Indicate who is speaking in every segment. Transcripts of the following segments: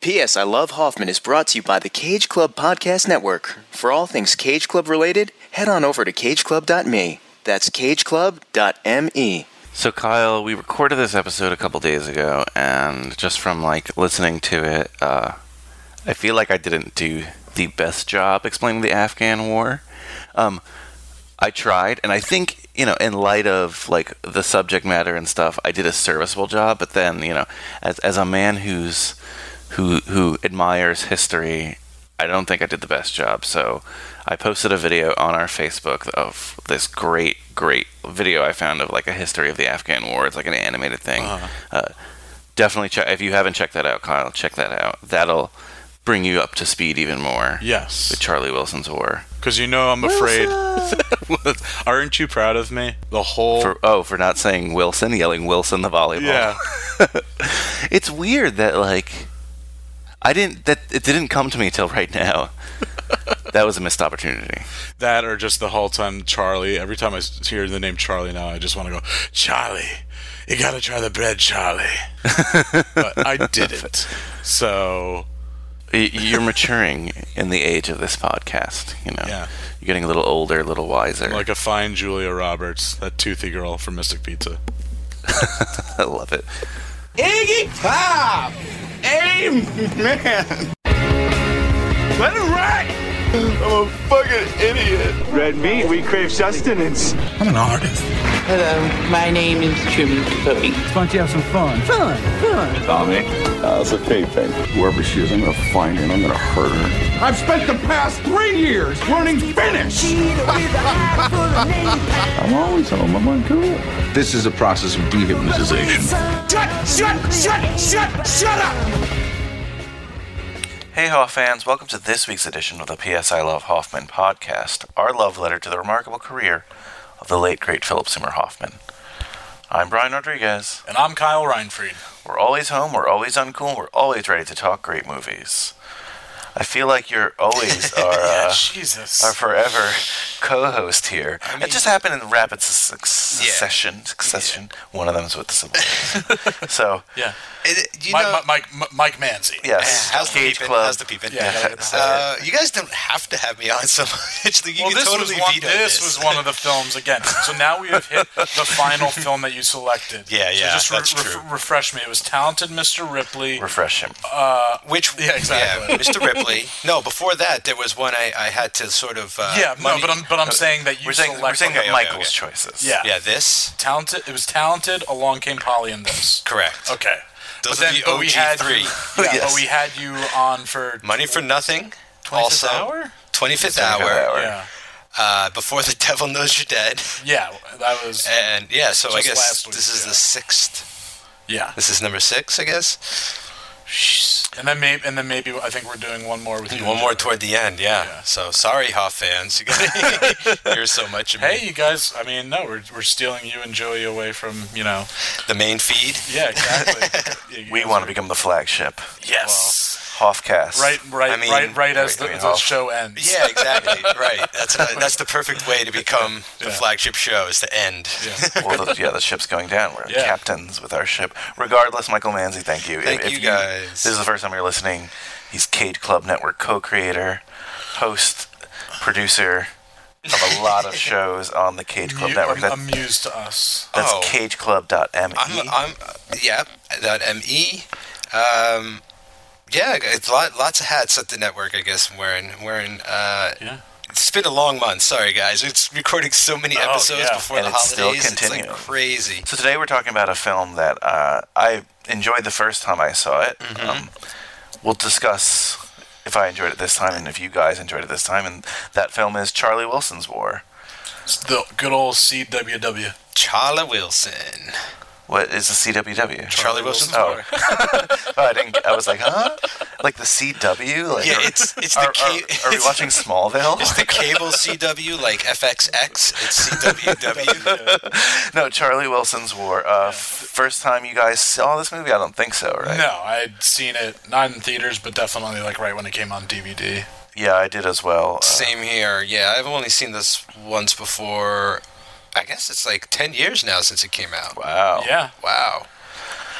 Speaker 1: P.S. I Love Hoffman is brought to you by the Cage Club Podcast Network. For all things Cage Club related, head on over to cageclub.me. That's cageclub.me.
Speaker 2: So, Kyle, we recorded this episode a couple days ago, and just from like listening to it, uh, I feel like I didn't do the best job explaining the Afghan War. Um, I tried, and I think you know, in light of like the subject matter and stuff, I did a serviceable job. But then, you know, as as a man who's who who admires history, I don't think I did the best job. So, I posted a video on our Facebook of this great, great video I found of like a history of the Afghan War. It's like an animated thing. Uh, definitely check if you haven't checked that out, Kyle. Check that out. That'll bring you up to speed even more.
Speaker 3: Yes.
Speaker 2: with Charlie Wilson's War.
Speaker 3: Because you know I'm afraid. Aren't you proud of me? The whole.
Speaker 2: For, oh, for not saying Wilson, yelling Wilson the volleyball.
Speaker 3: yeah.
Speaker 2: it's weird that like I didn't that it didn't come to me till right now. that was a missed opportunity.
Speaker 3: That or just the whole time Charlie. Every time I s- hear the name Charlie now, I just want to go, Charlie, you gotta try the bread, Charlie. but I didn't. So
Speaker 2: Y- You're maturing in the age of this podcast. You know,
Speaker 3: Yeah.
Speaker 2: you're getting a little older, a little wiser.
Speaker 3: like a fine Julia Roberts, that toothy girl from Mystic Pizza.
Speaker 2: I love it.
Speaker 4: Iggy Pop! Amen! Let it rock! I'm a fucking idiot. Red meat, we crave sustenance.
Speaker 3: I'm an artist.
Speaker 5: Hello, Um, my name is Truman Capote.
Speaker 6: Why don't you have some fun? Fun, fun.
Speaker 7: Tommy. That's a tape thing. Wherever she is, I'm gonna find her and I'm gonna hurt her.
Speaker 4: I've spent the past three years learning Finnish.
Speaker 7: I'm always home. I'm on cool.
Speaker 8: This is a process of dehypnotization.
Speaker 4: Shut, shut, shut, shut, shut up!
Speaker 2: Hey, Hoff fans, welcome to this week's edition of the PS I Love Hoffman podcast, our love letter to the remarkable career of the late, great Philip Seymour Hoffman. I'm Brian Rodriguez.
Speaker 3: And I'm Kyle Reinfried.
Speaker 2: We're always home, we're always uncool, we're always ready to talk great movies. I feel like you're always our, uh,
Speaker 3: Jesus.
Speaker 2: our forever co host here. it just happened in rapid su- succession. succession. One of them's with the syllables. so,
Speaker 3: yeah.
Speaker 9: It, uh, you
Speaker 3: Mike,
Speaker 9: know,
Speaker 3: Mike, Mike, Mike Manzi.
Speaker 2: yes.
Speaker 9: how's the
Speaker 2: Cage
Speaker 9: peeping?
Speaker 2: Club.
Speaker 9: How's the peeping?
Speaker 3: Yeah.
Speaker 9: Uh, you guys don't have to have me on so much. Like, you
Speaker 3: Well,
Speaker 9: can
Speaker 3: this,
Speaker 9: totally
Speaker 3: was one,
Speaker 9: veto
Speaker 3: this was one of the films again. So now we have hit the final film that you selected.
Speaker 9: Yeah,
Speaker 3: so
Speaker 9: yeah,
Speaker 3: Just re-
Speaker 9: that's
Speaker 3: ref-
Speaker 9: true.
Speaker 3: refresh me. It was Talented Mr. Ripley.
Speaker 2: Refresh him.
Speaker 9: Which
Speaker 3: Yeah, exactly.
Speaker 9: Mr. Ripley. No, before that there was one I, I had to sort of uh,
Speaker 3: yeah,
Speaker 9: money-
Speaker 3: no, but I'm but I'm saying that you
Speaker 2: We're saying,
Speaker 3: selected.
Speaker 2: we're saying
Speaker 9: Okay,
Speaker 2: that
Speaker 9: okay,
Speaker 2: Michael's
Speaker 9: okay.
Speaker 2: choices.
Speaker 3: yeah,
Speaker 9: yeah this
Speaker 3: Talented. It was Talented. Along came Polly in this.
Speaker 9: correct.
Speaker 3: Okay.
Speaker 9: Those
Speaker 3: but
Speaker 9: are
Speaker 3: then,
Speaker 9: the
Speaker 3: but we
Speaker 9: OG
Speaker 3: had
Speaker 9: three.
Speaker 3: You, yeah,
Speaker 2: Yes.
Speaker 3: But we had you on for
Speaker 9: Money for nothing.
Speaker 3: 25th
Speaker 9: Also,
Speaker 3: hour.
Speaker 9: twenty fifth hour.
Speaker 3: Yeah.
Speaker 9: Uh, before the devil knows you're dead,
Speaker 3: Yeah, that was
Speaker 9: and yeah. So I
Speaker 3: Just
Speaker 9: guess
Speaker 3: last week,
Speaker 9: this is
Speaker 3: yeah.
Speaker 9: the sixth.
Speaker 3: yeah.
Speaker 9: This is number six, I guess.
Speaker 3: And then maybe and then maybe I think we're doing one more with you.
Speaker 9: One
Speaker 3: and
Speaker 9: more
Speaker 3: Jared.
Speaker 9: toward the end, yeah. So sorry, Hoff fans. You gotta hear so much of me.
Speaker 3: Hey, you guys. I mean, no, we're we're stealing you and Joey away from you know.
Speaker 9: The main feed.
Speaker 3: Yeah, exactly. You
Speaker 2: We
Speaker 3: guys
Speaker 2: want
Speaker 3: are-
Speaker 2: to become the flagship.
Speaker 3: Yes.
Speaker 2: Hoffcast.
Speaker 3: right, right,
Speaker 9: I mean,
Speaker 3: right, right. As the,
Speaker 2: right,
Speaker 3: the
Speaker 2: off.
Speaker 3: show ends.
Speaker 9: Yeah, exactly. right. That's that's the perfect way to become the flagship show is to end.
Speaker 2: Well, the, yeah, the ship's going down. We're
Speaker 3: Yeah.
Speaker 2: captains with our ship. Regardless, Michael Manzi, thank you.
Speaker 9: Thank you, guys.
Speaker 2: This is the first time you're listening. He's Cage Club Network co-creator, host, producer of a lot of shows on the Cage Club
Speaker 3: Mu-
Speaker 2: Network. That,
Speaker 3: am- amused to us.
Speaker 2: that's
Speaker 9: Oh.
Speaker 2: cageclub.me.
Speaker 9: I'm, I'm yeah. That me. Um, yeah, it's lot, lots of hats at the network. I guess I'm wearing I'm wearing. Uh,
Speaker 3: Yeah.
Speaker 9: It's been a long month. Sorry, guys. It's recording so many episodes
Speaker 3: yeah.
Speaker 9: before
Speaker 2: Oh, And
Speaker 9: the
Speaker 2: it's still
Speaker 9: holidays. It's like
Speaker 2: continuing.
Speaker 9: crazy.
Speaker 2: So today we're talking about a film that uh, I enjoyed the first time I saw it.
Speaker 9: Mm-hmm.
Speaker 2: Um, we'll discuss if I enjoyed it this time and if you guys enjoyed it this time. And that film is Charlie Wilson's War.
Speaker 3: It's the good old CWW.
Speaker 9: Charlie Wilson.
Speaker 2: What is the CWW?
Speaker 9: Charlie Wilson's
Speaker 2: Oh.
Speaker 9: daughter.
Speaker 2: Oh, I didn't. I was like, huh? Like the CW? Like,
Speaker 9: Yeah, it's- it's the
Speaker 2: are, are,
Speaker 9: ca-
Speaker 2: are we watching
Speaker 9: It's
Speaker 2: Smallville?
Speaker 9: the cable CW, like FXX. It's CWW.
Speaker 2: no, Charlie Wilson's War. Uh, f- first time you guys saw this movie? I don't think so, right?
Speaker 3: No, I'd seen it not in theaters, but definitely like right when it came on DVD.
Speaker 2: Yeah, I did as well. Uh,
Speaker 9: Same here. Yeah, I've only seen this once before. I guess it's like 10 years now since it came out.
Speaker 2: Wow.
Speaker 3: Yeah,
Speaker 9: Wow.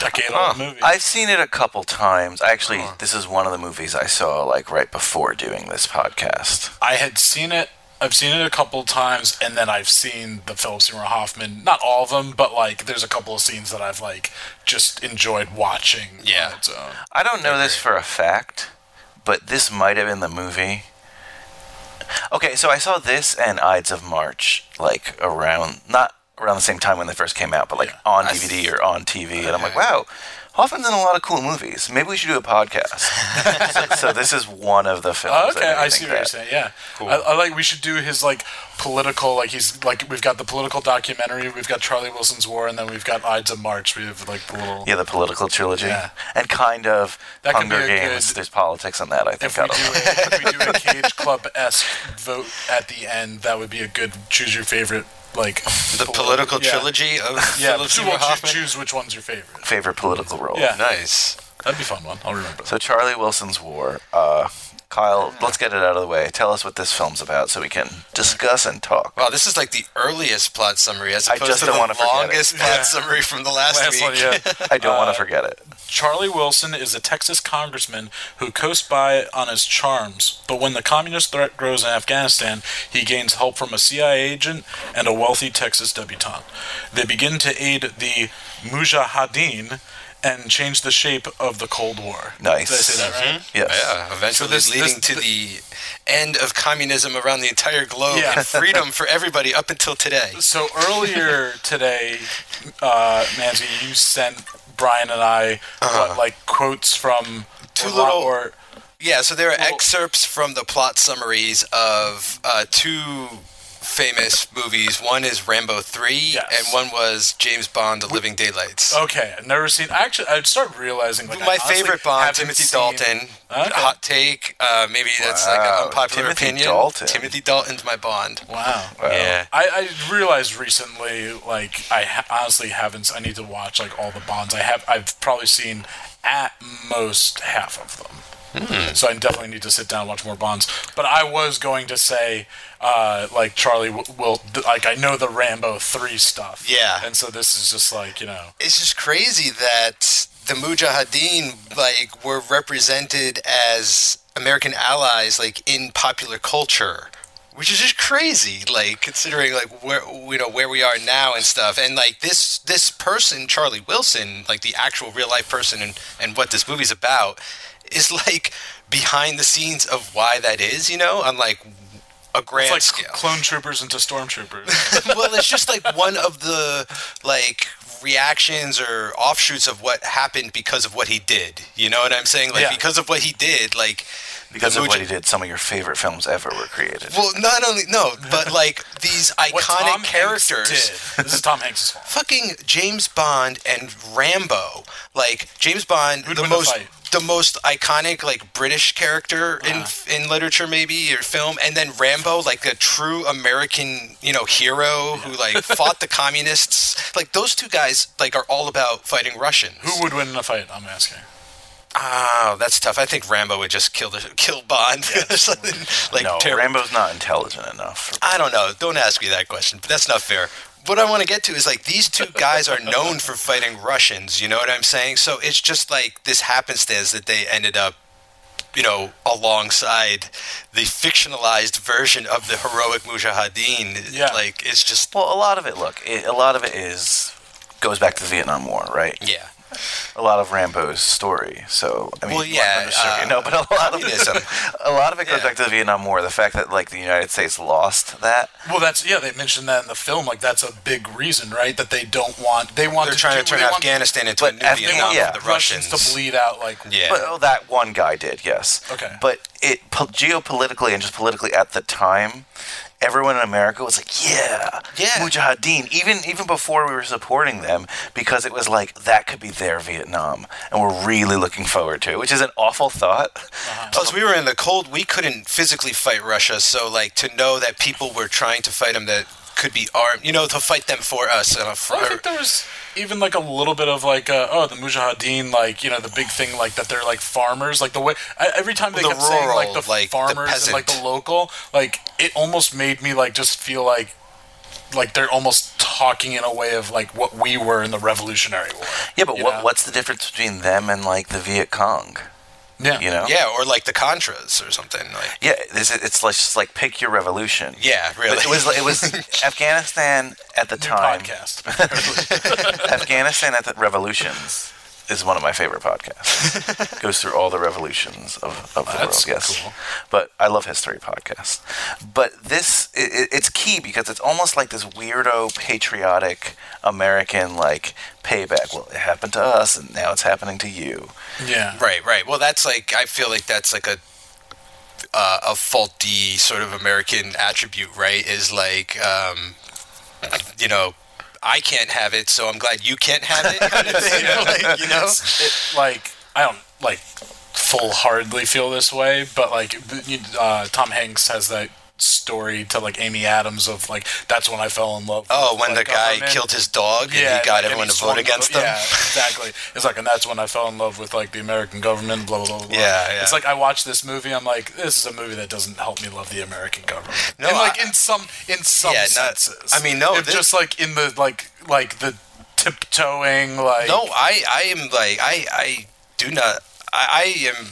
Speaker 3: Decade old movie.
Speaker 2: I've seen it a couple times. Actually, this is one of the movies I saw like right before doing this podcast.
Speaker 3: I had seen it. I've seen it a couple times, and then I've seen the Philip Seymour Hoffman. Not all of them, but like there's a couple of scenes that I've like just enjoyed watching. on
Speaker 9: Yeah.
Speaker 3: its own.
Speaker 2: I don't know this for a fact, but this might have been the movie. Okay, so I saw this and Ides of March like around not around the same time when they first came out, but like on
Speaker 9: I
Speaker 2: DVD
Speaker 9: s-
Speaker 2: or on TV, and I'm like, wow, Hoffman's in a lot of cool movies. Maybe we should do a podcast. so, so this is one of the films.
Speaker 3: Oh,
Speaker 2: that
Speaker 3: okay,
Speaker 2: made me
Speaker 3: I see
Speaker 2: think
Speaker 3: what you're
Speaker 2: that.
Speaker 3: saying. Yeah, I, I like. We should do his like political. Like he's like we've got the political documentary. We've got Charlie Wilson's War, and then we've got Ides of March. We have like the little.
Speaker 2: Yeah, the political trilogy,
Speaker 3: Yeah.
Speaker 2: and kind of
Speaker 3: That could be
Speaker 2: Hunger
Speaker 3: a
Speaker 2: Games.
Speaker 3: good-
Speaker 2: There's politics in that. I think
Speaker 3: If we,
Speaker 2: I
Speaker 3: do a,
Speaker 2: don't know.
Speaker 3: if we do a Cage Club esque vote at the end, that would be a good choose your favorite like
Speaker 9: The political
Speaker 3: yeah.
Speaker 9: trilogy of
Speaker 3: Yeah,
Speaker 9: Philip
Speaker 3: choo-
Speaker 9: Seymour
Speaker 3: well, choo-
Speaker 9: Hoffman.
Speaker 3: choose which one's your favorite.
Speaker 2: favorite political role.
Speaker 3: Yeah,
Speaker 9: Nice.
Speaker 3: that'd be a fun one. I'll remember. that.
Speaker 2: So Charlie Wilson's War. Uh, Kyle, let's get it out of the way. Tell us what this film's about, so we can discuss and talk.
Speaker 9: Wow, this is like the earliest plot summary as
Speaker 2: I
Speaker 9: opposed
Speaker 2: just
Speaker 9: to
Speaker 2: don't
Speaker 9: the
Speaker 2: wanna forget it.
Speaker 9: longest plot summary from the last,
Speaker 3: Last
Speaker 9: week.
Speaker 3: one, yeah.
Speaker 2: I don't
Speaker 9: uh,
Speaker 2: want to forget it.
Speaker 3: Charlie Wilson is a Texas congressman who coasts by on his charms, but when the communist threat grows in Afghanistan, he gains help from a CIA agent and a wealthy Texas debutante. They begin to aid the Mujahideen and change the shape of the Cold War.
Speaker 2: Nice.
Speaker 3: Did I say that right?
Speaker 2: Yes.
Speaker 9: Yeah, eventually
Speaker 3: this-
Speaker 9: leading
Speaker 3: this-
Speaker 9: to the end of communism around the entire globe
Speaker 3: Yeah.
Speaker 9: and freedom for everybody up until today.
Speaker 3: So earlier today, uh, Nancy, you sent Brian and I what, like quotes from
Speaker 9: Uh-huh. Two
Speaker 3: or lo-
Speaker 9: little-
Speaker 3: or
Speaker 9: Yeah, so there are excerpts from the plot summaries of uh, two famous movies. One is Rambo 3,
Speaker 3: Yes.
Speaker 9: and one was James Bond, The Living Daylights.
Speaker 3: Okay, I've never seen. Actually, I started realizing like I
Speaker 9: My
Speaker 3: honestly
Speaker 9: favorite Bond,
Speaker 3: haven't
Speaker 9: Timothy
Speaker 3: seen-
Speaker 9: Dalton.
Speaker 3: Okay.
Speaker 9: Hot take. Uh, maybe that's like
Speaker 2: Wow,
Speaker 9: an unpopular
Speaker 2: Timothy
Speaker 9: opinion.
Speaker 2: Dalton.
Speaker 9: Timothy Dalton's my Bond.
Speaker 3: Wow.
Speaker 9: Yeah.
Speaker 3: I, I realized recently, like I ha- honestly haven't. I need to watch like all the Bonds. I have. I've probably seen at most half of them.
Speaker 9: Hmm.
Speaker 3: So I definitely need to sit down and watch more Bonds. But I was going to say, uh, like Charlie w- will, like I know the Rambo three stuff.
Speaker 9: Yeah.
Speaker 3: And so this is just like you know.
Speaker 9: it's just crazy that the Mujahideen like were represented as American allies like in popular culture, which is just crazy. Like considering like where you know where we are now and stuff, and like this this person Charlie Wilson, like the actual real life person, and and what this movie's about is like behind the scenes of why that is. You know, on like a grand
Speaker 3: It's like
Speaker 9: scale
Speaker 3: clone troopers into stormtroopers.
Speaker 9: well, it's just like one of the like reactions or offshoots of what happened because of what he did. You know what I'm saying? Like
Speaker 3: Yeah.
Speaker 9: because of what he did, like
Speaker 2: Because
Speaker 9: the
Speaker 2: of what
Speaker 9: Muja-
Speaker 2: he did, some of your favorite films ever were created.
Speaker 9: Well, not only no, but like these
Speaker 3: What Tom
Speaker 9: iconic
Speaker 3: Hanks
Speaker 9: characters.
Speaker 3: did. This is Tom Hanks' fault.
Speaker 9: Fucking James Bond and Rambo. Like James Bond,
Speaker 3: Who'd
Speaker 9: the
Speaker 3: win a
Speaker 9: most
Speaker 3: fight? Uh-huh.
Speaker 9: the most iconic like British character in in literature maybe or film, and then Rambo, like a true American you know hero who like fought the communists. Like those two guys like are all about fighting Russians.
Speaker 3: Who would win in a fight? I'm asking.
Speaker 9: Oh, that's tough. I think Rambo would just kill the kill Bond. Something, like
Speaker 2: no,
Speaker 9: terrible.
Speaker 2: Rambo's not intelligent enough.
Speaker 9: I don't know. Don't ask me that question. But that's not fair. What I want to get to is like these two guys are known for fighting Russians. You know what I'm saying? So it's just like this happenstance that they ended up, you know, alongside the fictionalized version of the heroic Mujahideen.
Speaker 3: Yeah.
Speaker 9: Like it's just
Speaker 2: Well, a lot of it. Look, it, a lot of it is goes back to the Vietnam War, right?
Speaker 9: yeah.
Speaker 2: a lot of Rambo's story. So I mean,
Speaker 9: Well, yeah,
Speaker 2: you
Speaker 9: uh,
Speaker 2: know, but a lot of
Speaker 9: communism.
Speaker 2: a lot of it goes
Speaker 9: Yeah.
Speaker 2: back to the Vietnam War. The fact that like the United States lost that.
Speaker 3: Well, that's yeah. They mentioned that in the film. Like that's a big reason, right? That they don't want. They want.
Speaker 9: They're trying
Speaker 3: do-
Speaker 9: to turn
Speaker 3: they want-
Speaker 9: Afghanistan into a
Speaker 2: But
Speaker 9: new
Speaker 2: Afghan-
Speaker 9: Vietnam for
Speaker 2: yeah.
Speaker 9: the
Speaker 3: Russians
Speaker 9: Russians.
Speaker 3: to bleed out. Like
Speaker 9: Yeah.
Speaker 2: But oh, that one guy did, yes.
Speaker 3: Okay.
Speaker 2: But it po- geopolitically and just politically at the time, everyone in America was like, "Yeah,
Speaker 9: Yeah.
Speaker 2: Mujahideen." Even even before we were supporting them, because it was like that could be their Vietnam, and we're really looking forward to it, which is an awful thought.
Speaker 9: Plus, we were in the cold. We couldn't physically fight Russia, so like to know that people were trying to fight them that could be armed, you know, to fight them for us and a
Speaker 3: Well, I
Speaker 9: front.
Speaker 3: think there was even like a little bit of like uh, oh the Mujahideen like you know the big thing like that they're like farmers like the way I, every time they
Speaker 9: The
Speaker 3: kept saying like
Speaker 9: rural,
Speaker 3: the
Speaker 9: like, the
Speaker 3: farmers and like the
Speaker 9: peasant.
Speaker 3: local like it almost made me like just feel like like they're almost t- talking in a way of like what we were in the Revolutionary War.
Speaker 2: Yeah, but
Speaker 3: You
Speaker 2: what,
Speaker 3: know?
Speaker 2: what's the difference between them and like the Viet Cong?
Speaker 3: Yeah.
Speaker 2: You know?
Speaker 9: Yeah, or like the Contras or something. Like,
Speaker 2: Yeah, this is, it's like just like pick your revolution.
Speaker 9: yeah, really.
Speaker 2: But it was it was Afghanistan at the
Speaker 3: New
Speaker 2: time.
Speaker 3: podcast.
Speaker 2: Afghanistan at the revolutions is one of my favorite podcasts. Goes through all the revolutions of, of the
Speaker 3: That's
Speaker 2: world. Yes,
Speaker 3: cool.
Speaker 2: but I love history podcasts. But this i i- it's key because it's almost like this weirdo patriotic American like payback. Well, it happened to us, and now it's happening to you.
Speaker 3: yeah.
Speaker 9: Right, right. Well, that's like I feel like that's like a uh, a faulty sort of American attribute, right? Is like um, you know. I can't have it, so I'm glad you can't have it. Kind of thing. like, you know,
Speaker 3: It, like I don't like full hardly feel this way, but like you- uh, Tom Hanks has that story to like Amy Adams of like that's when I fell in love.
Speaker 9: Oh,
Speaker 3: with,
Speaker 9: when
Speaker 3: like,
Speaker 9: the guy
Speaker 3: government.
Speaker 9: killed his dog and he got
Speaker 3: like,
Speaker 9: everyone
Speaker 3: and he
Speaker 9: to vote
Speaker 3: swung-
Speaker 9: against them.
Speaker 3: Yeah, exactly. It's like, and that's when I fell in love with like the American government. Blah blah blah. blah.
Speaker 9: Yeah, yeah.
Speaker 3: It's like I watched this movie. I'm like, this is a movie that doesn't help me love the American government.
Speaker 9: No,
Speaker 3: and like
Speaker 9: I-
Speaker 3: in some in some
Speaker 9: Yeah, no,
Speaker 3: senses.
Speaker 9: I mean, no,
Speaker 3: If
Speaker 9: this-
Speaker 3: just like in the like like the tiptoeing like
Speaker 9: No, I, I am like I, I do not. I, I am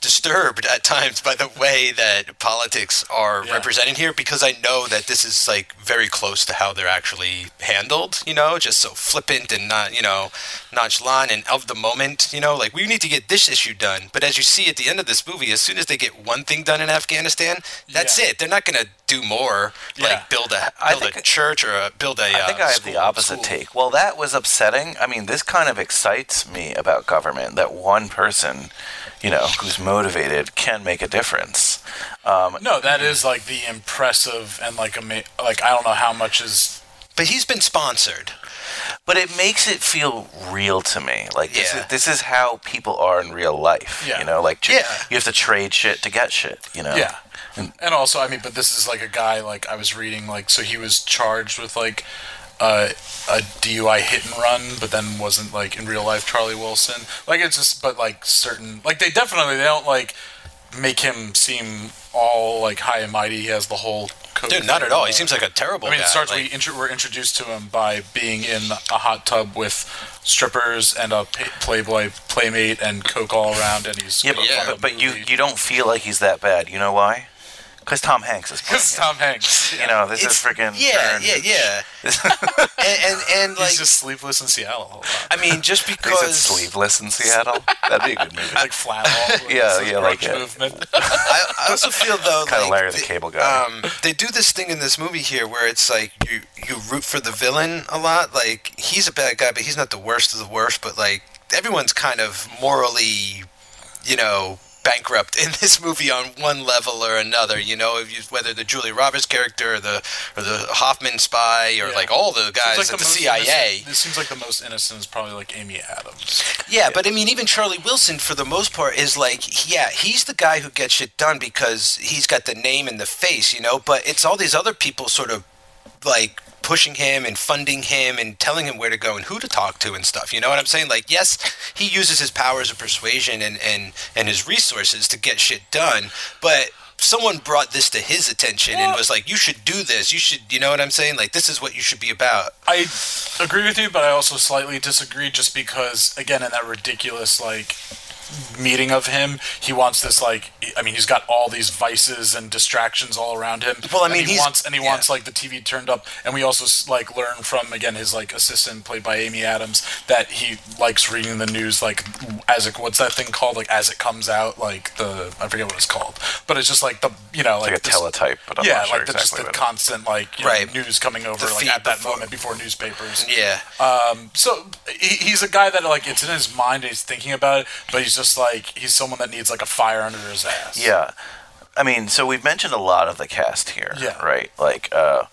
Speaker 9: disturbed at times by the way that politics are
Speaker 3: Yeah.
Speaker 9: represented here because I know that this is like very close to how they're actually handled. You know, just so flippant and not you know nonchalant and of the moment. You know, like we need to get this issue done. But as you see at the end of this movie, as soon as they get one thing done in Afghanistan, that's
Speaker 3: Yeah.
Speaker 9: it. They're not gonna do more.
Speaker 3: Yeah.
Speaker 9: Like build a
Speaker 2: I
Speaker 9: build a
Speaker 2: think-
Speaker 9: church or a, build a.
Speaker 2: I think
Speaker 9: uh,
Speaker 2: I have
Speaker 9: school.
Speaker 2: the opposite
Speaker 9: School.
Speaker 2: take. Well, that was upsetting. I mean, this kind of excites me about government that one person, you know, who's motivated can make a difference. Um,
Speaker 3: No, that is like the impressive and like ama- like I don't know how much is
Speaker 9: But he's been sponsored.
Speaker 2: but it makes it feel real to me. Like this,
Speaker 9: Yeah.
Speaker 2: is, this is how people are in real life.
Speaker 3: Yeah.
Speaker 2: You know, like tr-
Speaker 9: Yeah.
Speaker 2: you have to trade shit to get shit. You know.
Speaker 3: yeah. And also, I mean, but this is like a guy like I was reading like so he was charged with like uh, a DUI hit and run, but then wasn't like in real life Charlie Wilson. Like it's just but like certain like they definitely they don't like make him seem all like high and mighty. He has the whole coat
Speaker 9: Dude, not at all. He
Speaker 3: and, uh,
Speaker 9: seems like a terrible
Speaker 3: I mean,
Speaker 9: guy.
Speaker 3: it starts.
Speaker 9: like,
Speaker 3: we intro- we're introduced to him by being in a hot tub with strippers and a pa- Playboy playmate and coke all around, and he's
Speaker 2: Yeah, but,
Speaker 9: Yeah.
Speaker 2: but, but you you don't feel like he's that bad. You know why? Because Tom Hanks is. Playing
Speaker 3: Because
Speaker 2: him.
Speaker 3: Tom Hanks,
Speaker 2: You know, this is
Speaker 9: It's-
Speaker 2: freaking.
Speaker 9: yeah,
Speaker 2: Karen.
Speaker 9: yeah, yeah, and and, and like
Speaker 3: he's just sleepless in Seattle. a lot.
Speaker 9: I mean, just
Speaker 2: They said
Speaker 9: because
Speaker 2: sleeveless in Seattle. That'd be a good movie.
Speaker 3: Like flat. all-
Speaker 2: Yeah,
Speaker 3: this
Speaker 2: yeah, like
Speaker 3: grunge
Speaker 2: it.
Speaker 3: movement.
Speaker 9: I, I also feel though
Speaker 2: Kinda
Speaker 9: like
Speaker 2: Larry the
Speaker 9: they-
Speaker 2: Cable Guy.
Speaker 9: Um, they do this thing in this movie here where it's like you you root for the villain a lot. Like he's a bad guy, but he's not the worst of the worst. But like everyone's kind of morally, you know. Bankrupt in this movie on one level or another, you know, if you, whether the Julie Roberts character or the or the Hoffman spy or
Speaker 3: Yeah.
Speaker 9: like all the guys
Speaker 3: Seems like
Speaker 9: at the,
Speaker 3: most
Speaker 9: CIA,
Speaker 3: innocent- This seems like the most innocent is probably like Amy Adams.
Speaker 9: Yeah, but I mean, even Charlie Wilson, for the most part, is like, yeah, he's the guy who gets shit done because he's got the name and the face, you know. But it's all these other people sort of like pushing him and funding him and telling him where to go and who to talk to and stuff. You know what I'm saying? Like, yes, he uses his powers of persuasion and and and his resources to get shit done, but. Someone brought this to his attention and was like, "You should do this. You should, you know what I'm saying? Like, this is what you should be about."
Speaker 3: I agree with you, but I also slightly disagree just because, again, in that ridiculous, like, meeting of him, he wants this, like, I mean, he's got all these vices and distractions all around him.
Speaker 9: Well, I mean,
Speaker 3: and he
Speaker 9: he's-
Speaker 3: wants, and he
Speaker 9: yeah.
Speaker 3: wants, like, the TV turned up. And we also, s- like, learn from, again, his, like, assistant played by Amy Adams that he likes reading the news, like, as it, what's that thing called? Like, as it comes out, like, the, I forget what it's called, but it's just, like, the, you know, like,
Speaker 2: like a
Speaker 3: this-
Speaker 2: teletype, but I'm
Speaker 3: yeah,
Speaker 2: not sure
Speaker 3: like the,
Speaker 2: exactly
Speaker 3: just
Speaker 2: what
Speaker 3: the
Speaker 2: it-
Speaker 3: constant like you know,
Speaker 9: Right.
Speaker 3: news coming over
Speaker 9: The
Speaker 3: like
Speaker 9: feed
Speaker 3: at that
Speaker 9: before-
Speaker 3: moment before newspapers.
Speaker 9: Yeah,
Speaker 3: So he, he's a guy that like it's in his mind and he's thinking about it, but he's just like he's someone that needs like a fire under his ass.
Speaker 2: Yeah. I mean, so we've mentioned a lot of the cast here,
Speaker 3: Yeah.
Speaker 2: right? Like, uh,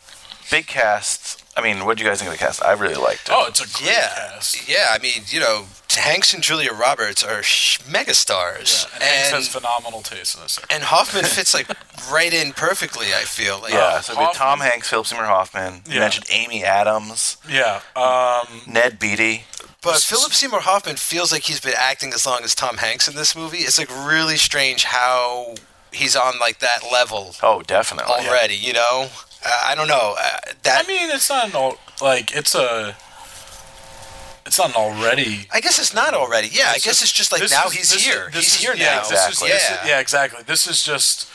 Speaker 2: big cast. I mean, what do you guys think of the cast? I really liked it.
Speaker 3: Oh, it's a great
Speaker 9: Yeah,
Speaker 3: cast.
Speaker 9: yeah. I mean, you know, Hanks and Julia Roberts are sh- megastars,
Speaker 3: Yeah, and, Hanks has
Speaker 9: and,
Speaker 3: phenomenal taste in this.
Speaker 9: and Hoffman fits like right in perfectly. I feel like
Speaker 2: yeah. Uh, So we have
Speaker 3: Hoffman.
Speaker 2: Tom Hanks, Philip Seymour Hoffman. You
Speaker 3: Yeah.
Speaker 2: mentioned Amy Adams,
Speaker 3: Yeah, um,
Speaker 2: Ned Beatty.
Speaker 9: But Philip Seymour Hoffman feels like he's been acting as long as Tom Hanks in this movie. It's like really strange how he's on like that level
Speaker 2: Oh, definitely.
Speaker 9: already. You know, Uh, I don't know. Uh, that
Speaker 3: I mean, it's not an al- like it's a. It's not an already.
Speaker 9: I guess it's not already. Yeah, I
Speaker 3: This
Speaker 9: guess
Speaker 3: is-
Speaker 9: it's just like
Speaker 3: this
Speaker 9: now
Speaker 3: is-
Speaker 9: he's
Speaker 3: this is-
Speaker 9: here.
Speaker 3: this
Speaker 9: he's
Speaker 3: is-
Speaker 9: here
Speaker 3: yeah,
Speaker 9: now.
Speaker 3: this is-
Speaker 2: Exactly.
Speaker 3: this is-
Speaker 9: Yeah.
Speaker 3: yeah, exactly. This is just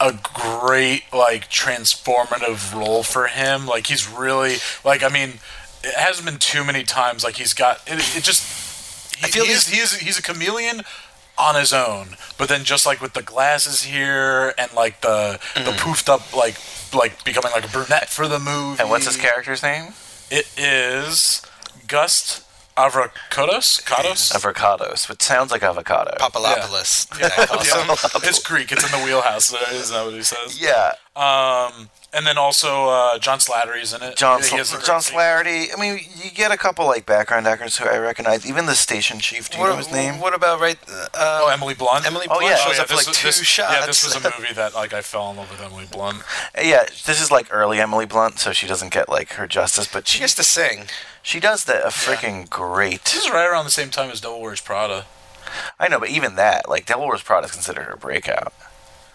Speaker 3: a great like transformative role for him. Like he's really like I mean, it hasn't been too many times like he's got it, it just. He,
Speaker 9: I feel
Speaker 3: he's,
Speaker 9: these-
Speaker 3: he's he's a chameleon on his own, but then just like with the glasses here and like the the poofed up like like becoming like a brunette for the movie.
Speaker 2: And what's his character's name?
Speaker 3: It is Gust Avrakotos. Katos.
Speaker 2: Avocados, which sounds like avocado.
Speaker 9: Papadopoulos.
Speaker 3: Yeah. it's Greek. It's in the wheelhouse. Is that what he says?
Speaker 2: yeah,
Speaker 3: And then also uh, John Slattery's in it.
Speaker 2: John,
Speaker 3: He has
Speaker 2: Sl-
Speaker 3: a great
Speaker 2: John
Speaker 3: scene.
Speaker 2: Slattery. I mean, you get a couple like background actors who I recognize. Even the station chief. Do you know his name?
Speaker 9: What about right?
Speaker 3: Oh, Emily Blunt.
Speaker 9: Emily
Speaker 2: Oh,
Speaker 9: Blunt
Speaker 2: yeah.
Speaker 9: shows
Speaker 2: Oh,
Speaker 9: up for
Speaker 3: this
Speaker 9: like
Speaker 3: was-
Speaker 9: two
Speaker 3: this-
Speaker 9: shots.
Speaker 3: Yeah, this was a movie that like I fell in love with Emily Blunt.
Speaker 2: Yeah, this is like early Emily Blunt, so she doesn't get like her justice, but
Speaker 9: she
Speaker 2: she
Speaker 9: gets to sing.
Speaker 2: she does that a freaking great.
Speaker 3: This is right around the same time as Devil Wears Prada
Speaker 2: I know, but even that, like Devil Wears Prada is considered her breakout.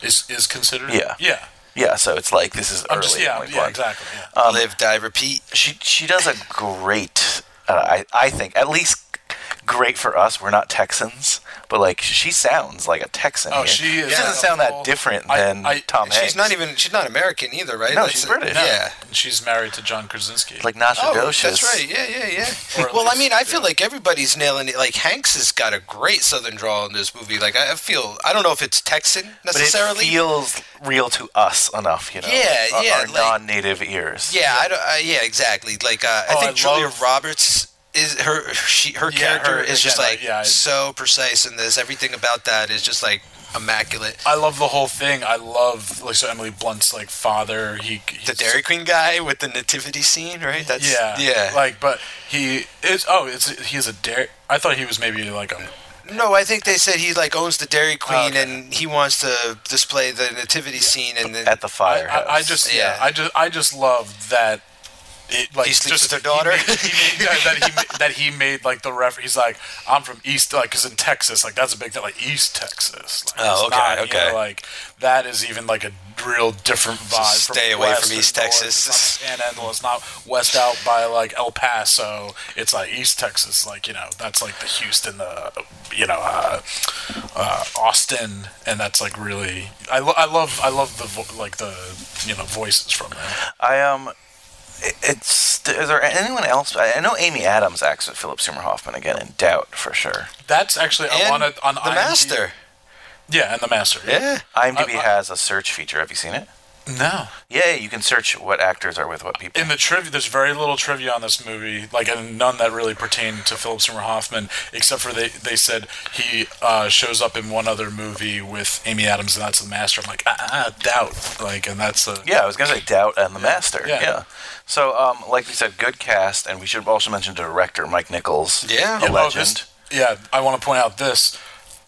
Speaker 3: is is considered.
Speaker 2: Yeah.
Speaker 3: Yeah.
Speaker 2: Yeah, so it's like this is
Speaker 3: I'm
Speaker 2: early
Speaker 3: just yeah
Speaker 2: Emily
Speaker 3: yeah
Speaker 2: Blunt.
Speaker 3: exactly. Yeah.
Speaker 9: Live, die, repeat.
Speaker 2: She she does a great. Uh, I I think at least great for us. We're not Texans, but like she sounds like a Texan.
Speaker 3: Oh,
Speaker 2: here.
Speaker 3: she is
Speaker 2: doesn't sound
Speaker 3: whole-
Speaker 2: that different
Speaker 3: I-
Speaker 2: than
Speaker 3: I-
Speaker 2: Tom Hanks.
Speaker 9: She's not even. She's not American either, right?
Speaker 2: No,
Speaker 9: Like,
Speaker 2: she's
Speaker 9: so-
Speaker 2: British.
Speaker 3: No.
Speaker 9: Yeah.
Speaker 3: And she's married to John Krasinski.
Speaker 2: like Nasha
Speaker 9: Oh,
Speaker 2: Dosh
Speaker 9: that's
Speaker 2: is-
Speaker 9: right. Yeah, yeah,
Speaker 3: Or
Speaker 9: yeah.
Speaker 3: at
Speaker 9: well, I
Speaker 3: least-
Speaker 9: mean, I feel like everybody's nailing it. Like Hanks has got a great Southern drawl in this movie. Like I I feel, I don't know if it's Texan
Speaker 2: But it
Speaker 9: necessarily.
Speaker 2: feels real to us enough, you know.
Speaker 9: Yeah,
Speaker 2: our,
Speaker 9: yeah,
Speaker 2: Our
Speaker 9: like-
Speaker 2: non-native ears.
Speaker 9: yeah, I don't. I, yeah, exactly. Like uh, I
Speaker 3: Oh,
Speaker 9: think
Speaker 3: I
Speaker 9: Julia
Speaker 3: love-
Speaker 9: Roberts is her. She her
Speaker 3: Yeah,
Speaker 9: character
Speaker 3: her-
Speaker 9: is just
Speaker 3: again,
Speaker 9: like
Speaker 3: uh, yeah, I-
Speaker 9: so precise in this. Everything about that is just like immaculate.
Speaker 3: I love the whole thing. I love like so Emily Blunt's like father. He
Speaker 9: The
Speaker 3: he's-
Speaker 9: Dairy Queen guy with the nativity scene, right? That's
Speaker 3: Yeah,
Speaker 9: yeah.
Speaker 3: Like, but he is. Oh, it's he's a dare. I thought he was maybe like a.
Speaker 9: No, I think they said he like owns the Dairy Queen
Speaker 3: Oh, okay.
Speaker 9: and he wants to display the nativity scene and then
Speaker 2: At the
Speaker 3: I,
Speaker 2: firehouse.
Speaker 3: I, I just yeah.
Speaker 9: Yeah.
Speaker 3: I just I just love that. It, like
Speaker 9: He sleeps
Speaker 3: just
Speaker 9: with their daughter?
Speaker 3: He made, he made- that, that he ma- that he made like the reference. He's like, I'm from East, like, because in Texas, like that's a big thing, like East Texas. Like,
Speaker 9: Oh,
Speaker 3: it's
Speaker 9: okay,
Speaker 3: you
Speaker 9: okay.
Speaker 3: know, like that is even like a real different vibe. from
Speaker 9: stay away
Speaker 3: west
Speaker 9: from
Speaker 3: or
Speaker 9: East
Speaker 3: north.
Speaker 9: Texas.
Speaker 3: It's not Panhandle. It's not west out by like El Paso. It's like East Texas. Like you know, that's like the Houston, the you know, uh, uh, Austin, and that's like really. I, lo- I love I love the vo- like the you know voices from there.
Speaker 2: I um, it- it's is there anyone else? I I know Amy Adams acts with Philip Seymour Hoffman again in Doubt for sure.
Speaker 3: That's actually I
Speaker 9: and
Speaker 3: want to on
Speaker 9: the
Speaker 3: IMDb
Speaker 9: master.
Speaker 3: Yeah, and the master.
Speaker 9: Yeah.
Speaker 2: IMDb
Speaker 3: I- I-
Speaker 2: has a search feature. Have you seen it?
Speaker 3: No.
Speaker 2: Yeah, you can search what actors are with what people.
Speaker 3: in the trivia, there's very little trivia on this movie, like and none that really pertain to Philip Seymour Hoffman, except for they, they said he uh, shows up in one other movie with Amy Adams, and that's the master. I'm like, ah, ah doubt, like, and that's a
Speaker 2: yeah, I was gonna say Doubt and the Master.
Speaker 3: Yeah.
Speaker 2: Yeah. So, um, like we said, good cast, and we should also mention director Mike Nichols.
Speaker 9: Yeah.
Speaker 2: a
Speaker 9: Yeah,
Speaker 3: oh,
Speaker 2: legend.
Speaker 3: this- yeah, I want to point out this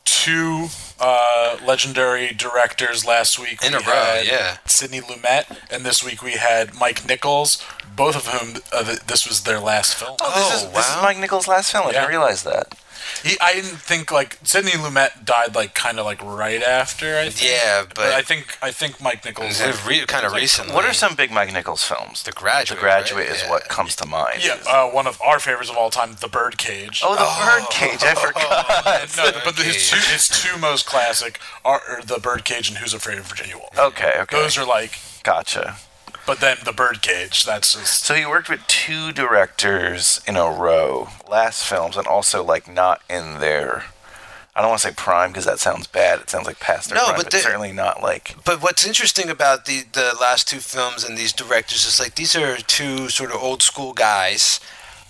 Speaker 3: two uh, legendary directors last week
Speaker 9: In a
Speaker 3: we
Speaker 9: row,
Speaker 3: had
Speaker 9: yeah.
Speaker 3: Sidney Lumet, and this week we had Mike Nichols, both of whom uh, th- this was their last film.
Speaker 2: this, is,
Speaker 9: Oh,
Speaker 2: this is
Speaker 9: wow.
Speaker 2: Mike Nichols' last film. I
Speaker 3: Yeah.
Speaker 2: didn't realize that.
Speaker 3: He, I didn't think like Sidney Lumet died like kind of like right after. I think.
Speaker 9: Yeah, but-
Speaker 3: I think I think Mike Nichols.
Speaker 9: It's re- kind of recently.
Speaker 2: What are some big Mike Nichols films?
Speaker 9: The Graduate,
Speaker 2: The Graduate
Speaker 9: right?
Speaker 2: is
Speaker 9: Yeah.
Speaker 2: what comes to mind.
Speaker 3: yeah, uh, one of our favorites of all time, The Birdcage.
Speaker 2: Oh, the Birdcage. I forgot.
Speaker 3: And no, but his two, his two most classic are are The Birdcage and Who's Afraid of Virginia Woolf.
Speaker 9: Oh.
Speaker 2: Okay, okay.
Speaker 3: Those are like,
Speaker 2: gotcha.
Speaker 3: but then The Birdcage. That's just
Speaker 2: So he worked with two directors in a row, last films, and also like not in their. I don't want to say prime because that sounds bad. It sounds like past their
Speaker 9: No,
Speaker 2: prime,
Speaker 9: but
Speaker 2: but,
Speaker 9: they-
Speaker 2: certainly not like.
Speaker 9: But what's interesting about the the last two films and these directors is like these are two sort of old school guys,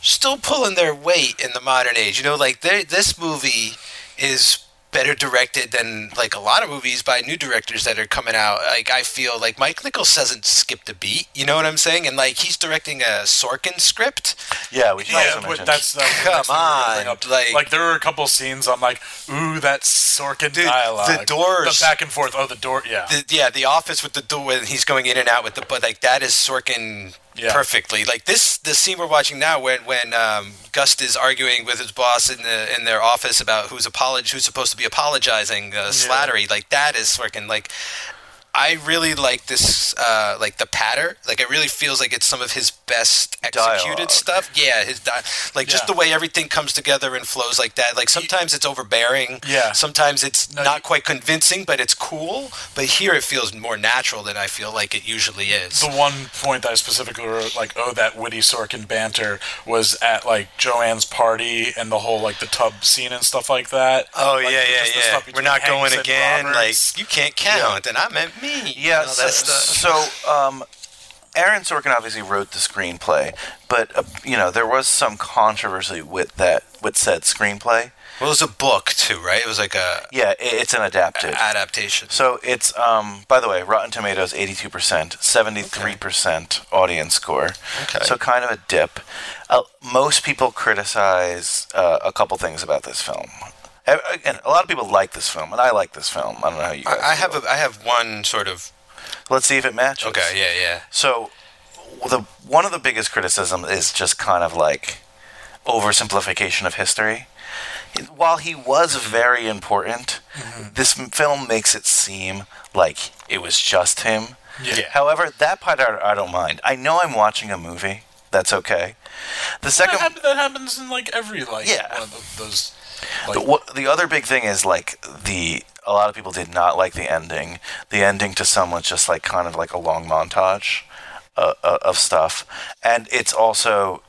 Speaker 9: still pulling their weight in the modern age. You know, like they- this movie is better directed than like a lot of movies by new directors that are coming out. Like I feel like Mike Nichols hasn't skipped a beat. You know what I'm saying? And like he's directing a Sorkin script.
Speaker 2: Yeah, we should also
Speaker 3: Yeah,
Speaker 2: mention.
Speaker 3: but that's the
Speaker 9: Come
Speaker 3: next thing we're gonna bring
Speaker 9: on,
Speaker 3: up.
Speaker 9: like-
Speaker 3: there were a couple scenes I'm like, ooh, that Sorkin
Speaker 9: Dude,
Speaker 3: dialogue,
Speaker 9: the Doors-
Speaker 3: the back and forth. Oh, the door, yeah,
Speaker 9: the, yeah, the office with the door when he's going in and out with the but like that is Sorkin
Speaker 3: Yeah.
Speaker 9: perfectly. Like this, the scene we're watching now when when um, Gust is arguing with his boss in the in their office about who's apolog- who's supposed to be apologizing, uh, Slattery. Like that is Sorkin. Like I really like this, uh, like the patter. Like it really feels like it's some of his best executed
Speaker 10: Dialogue.
Speaker 9: stuff. Yeah, his di- like just
Speaker 3: Yeah.
Speaker 9: the way everything comes together and flows like that. Like sometimes it's overbearing.
Speaker 3: Yeah.
Speaker 9: Sometimes it's
Speaker 3: No,
Speaker 9: not
Speaker 3: you-
Speaker 9: quite convincing, but it's cool. But here it feels more natural than I feel like it usually is.
Speaker 3: the one point that I specifically wrote, like, oh, that witty Sorkin banter was at like Joanne's party and the whole like the tub scene and stuff like that.
Speaker 9: Oh
Speaker 3: Like,
Speaker 9: yeah, yeah,
Speaker 3: just the
Speaker 9: yeah.
Speaker 3: stuff
Speaker 9: We're
Speaker 3: between
Speaker 9: not
Speaker 3: Hanks
Speaker 9: going
Speaker 3: and
Speaker 9: again.
Speaker 3: Roberts.
Speaker 9: Like you can't count, and I meant me.
Speaker 2: Yeah,
Speaker 9: and all
Speaker 2: so,
Speaker 9: that stuff.
Speaker 2: so um, Aaron Sorkin obviously wrote the screenplay, but uh, you know there was some controversy with that with said screenplay.
Speaker 9: Well, it was a book too, right? It was like a
Speaker 2: Yeah, i it's an adapted.
Speaker 9: adaptation.
Speaker 2: So it's um. By the way, Rotten Tomatoes eighty-two percent, seventy-three percent audience score.
Speaker 9: Okay.
Speaker 2: So kind of a dip. Uh, most people criticize uh, a couple things about this film. A- Again, a lot of people like this film, and I like this film. I don't know how you guys.
Speaker 9: I, I
Speaker 2: feel.
Speaker 9: have a, I have one sort of
Speaker 2: Let's see if it matches.
Speaker 9: okay, yeah, yeah.
Speaker 2: So the one of the biggest criticism is just kind of like oversimplification of history. While he was very important,
Speaker 9: Mm-hmm.
Speaker 2: this m- film makes it seem like it was just him.
Speaker 9: Yeah.
Speaker 2: However, that part I, I don't mind. I know I'm watching a movie. That's okay. The
Speaker 3: that,
Speaker 2: second
Speaker 3: hap- that happens in like every like
Speaker 2: Yeah.
Speaker 3: one of those.
Speaker 2: the, what, the other big thing is like the a lot of people did not like the ending. The ending to some was just like kind of like a long montage uh, uh, of stuff, and it's also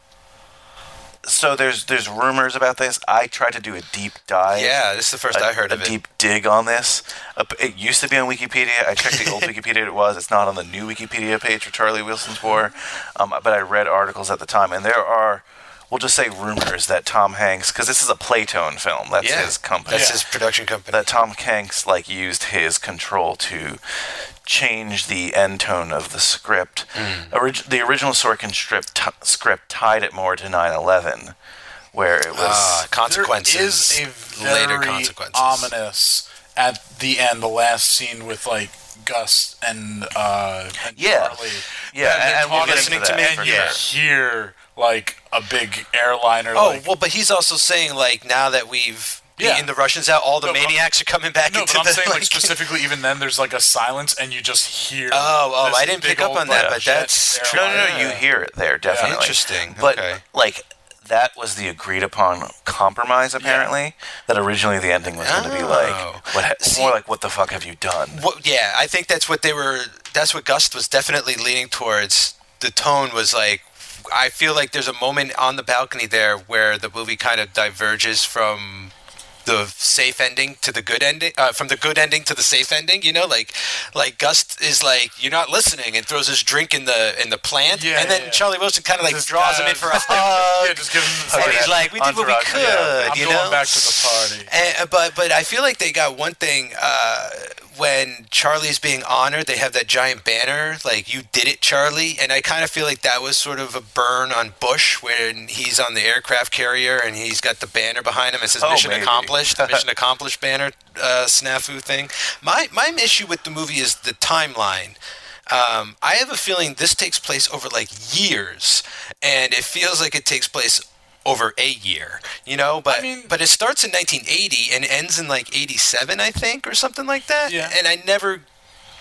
Speaker 2: so there's there's rumors about this. I tried to do a deep dive.
Speaker 9: Yeah, this is the first
Speaker 2: I
Speaker 9: I heard
Speaker 2: a
Speaker 9: of it.
Speaker 2: deep dig on this. Uh, It used to be on Wikipedia. I checked the old Wikipedia it was. It's not on the new Wikipedia page for Charlie Wilson's War. Um, but I read articles at the time, and there are, we'll just say rumors that Tom Hanks, because this is a Playtone film. That's
Speaker 9: yeah.
Speaker 2: his company.
Speaker 9: That's his production company.
Speaker 2: That Tom Hanks like used his control to change the end tone of the script.
Speaker 9: Mm.
Speaker 2: Orig- the original Sorkin script, t- script tied it more to 9/11, where it was.
Speaker 9: Ah, consequences.
Speaker 3: There is a very
Speaker 9: later consequences.
Speaker 3: ominous at the end, the last scene with like Gus and uh and
Speaker 2: Yeah.
Speaker 3: Charlie.
Speaker 2: Yeah,
Speaker 3: they're
Speaker 2: and- and we'll
Speaker 3: talking
Speaker 2: get into
Speaker 3: and
Speaker 2: that
Speaker 3: you
Speaker 2: for
Speaker 3: hear like a big airliner.
Speaker 9: Oh
Speaker 3: like,
Speaker 9: well, but he's also saying like now that we've
Speaker 3: Yeah.
Speaker 9: beaten the Russians out, all the
Speaker 3: No, but I'm-
Speaker 9: maniacs are coming back
Speaker 3: No,
Speaker 9: into
Speaker 3: but I'm
Speaker 9: the
Speaker 3: saying like
Speaker 9: like-
Speaker 3: specifically, even then, there's like a silence, and you just hear.
Speaker 9: Oh, oh,
Speaker 3: this
Speaker 9: I didn't
Speaker 3: big
Speaker 9: pick up
Speaker 3: old,
Speaker 9: on that,
Speaker 3: like,
Speaker 9: but
Speaker 3: jet
Speaker 9: that's
Speaker 3: airliner.
Speaker 9: true.
Speaker 2: No, no, no. You hear it there, definitely.
Speaker 9: Interesting,
Speaker 2: But
Speaker 9: okay.
Speaker 2: like that was the agreed upon compromise, apparently. That originally the ending was going to be
Speaker 9: Oh.
Speaker 2: like, what? ha-
Speaker 9: See-
Speaker 2: more like, what the fuck have you done?
Speaker 9: What, yeah, I think that's what they were. That's what Gust was definitely leaning towards. The tone was like, I feel like there's a moment on the balcony there where the movie kind of diverges from the safe ending to the good ending, uh, from the good ending to the safe ending. You know, like, like Gust is like, you're not listening, and throws his drink in the in the plant,
Speaker 3: Yeah,
Speaker 9: and then
Speaker 3: yeah, yeah.
Speaker 9: Charlie Wilson kind of like
Speaker 3: Just
Speaker 9: draws him
Speaker 3: kinda-
Speaker 9: in for a hug.
Speaker 3: Yeah, just give him. the-
Speaker 9: And he's like, we did what we
Speaker 2: Entourage,
Speaker 9: could,
Speaker 2: yeah.
Speaker 3: I'm
Speaker 9: you
Speaker 3: going
Speaker 9: know.
Speaker 3: back to the party.
Speaker 9: And, uh, but but I feel like they got one thing uh, when Charlie's being honored. They have that giant banner like "You did it, Charlie," and I kind of feel like that was sort of a burn on Bush when he's on the aircraft carrier and he's got the banner behind him. It says
Speaker 2: Oh,
Speaker 9: "Mission
Speaker 2: maybe.
Speaker 9: Accomplished," the "Mission Accomplished" banner uh, snafu thing. My my issue with the movie is the timeline. Um, I have a feeling this takes place over like years, and it feels like it takes place over a year, you know. But
Speaker 3: mean-
Speaker 9: but it starts in 1980 and ends in like 87, I think, or something like that.
Speaker 3: Yeah.
Speaker 9: And I never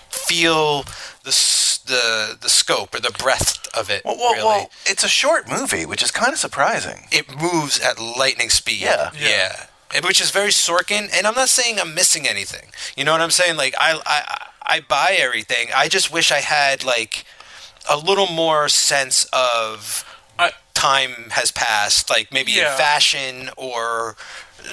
Speaker 9: feel the s- the the scope or the breadth of it.
Speaker 2: Well, well,
Speaker 9: really.
Speaker 2: well, it's a short movie, which is kind of surprising.
Speaker 9: it moves at lightning speed.
Speaker 2: Yeah.
Speaker 9: yeah. And- Which is very Sorkin, and I'm not saying I'm missing anything. You know what I'm saying? Like I, I, I buy everything. I just wish I had like a little more sense of
Speaker 3: I-
Speaker 9: time has passed, like maybe
Speaker 3: Yeah.
Speaker 9: in fashion or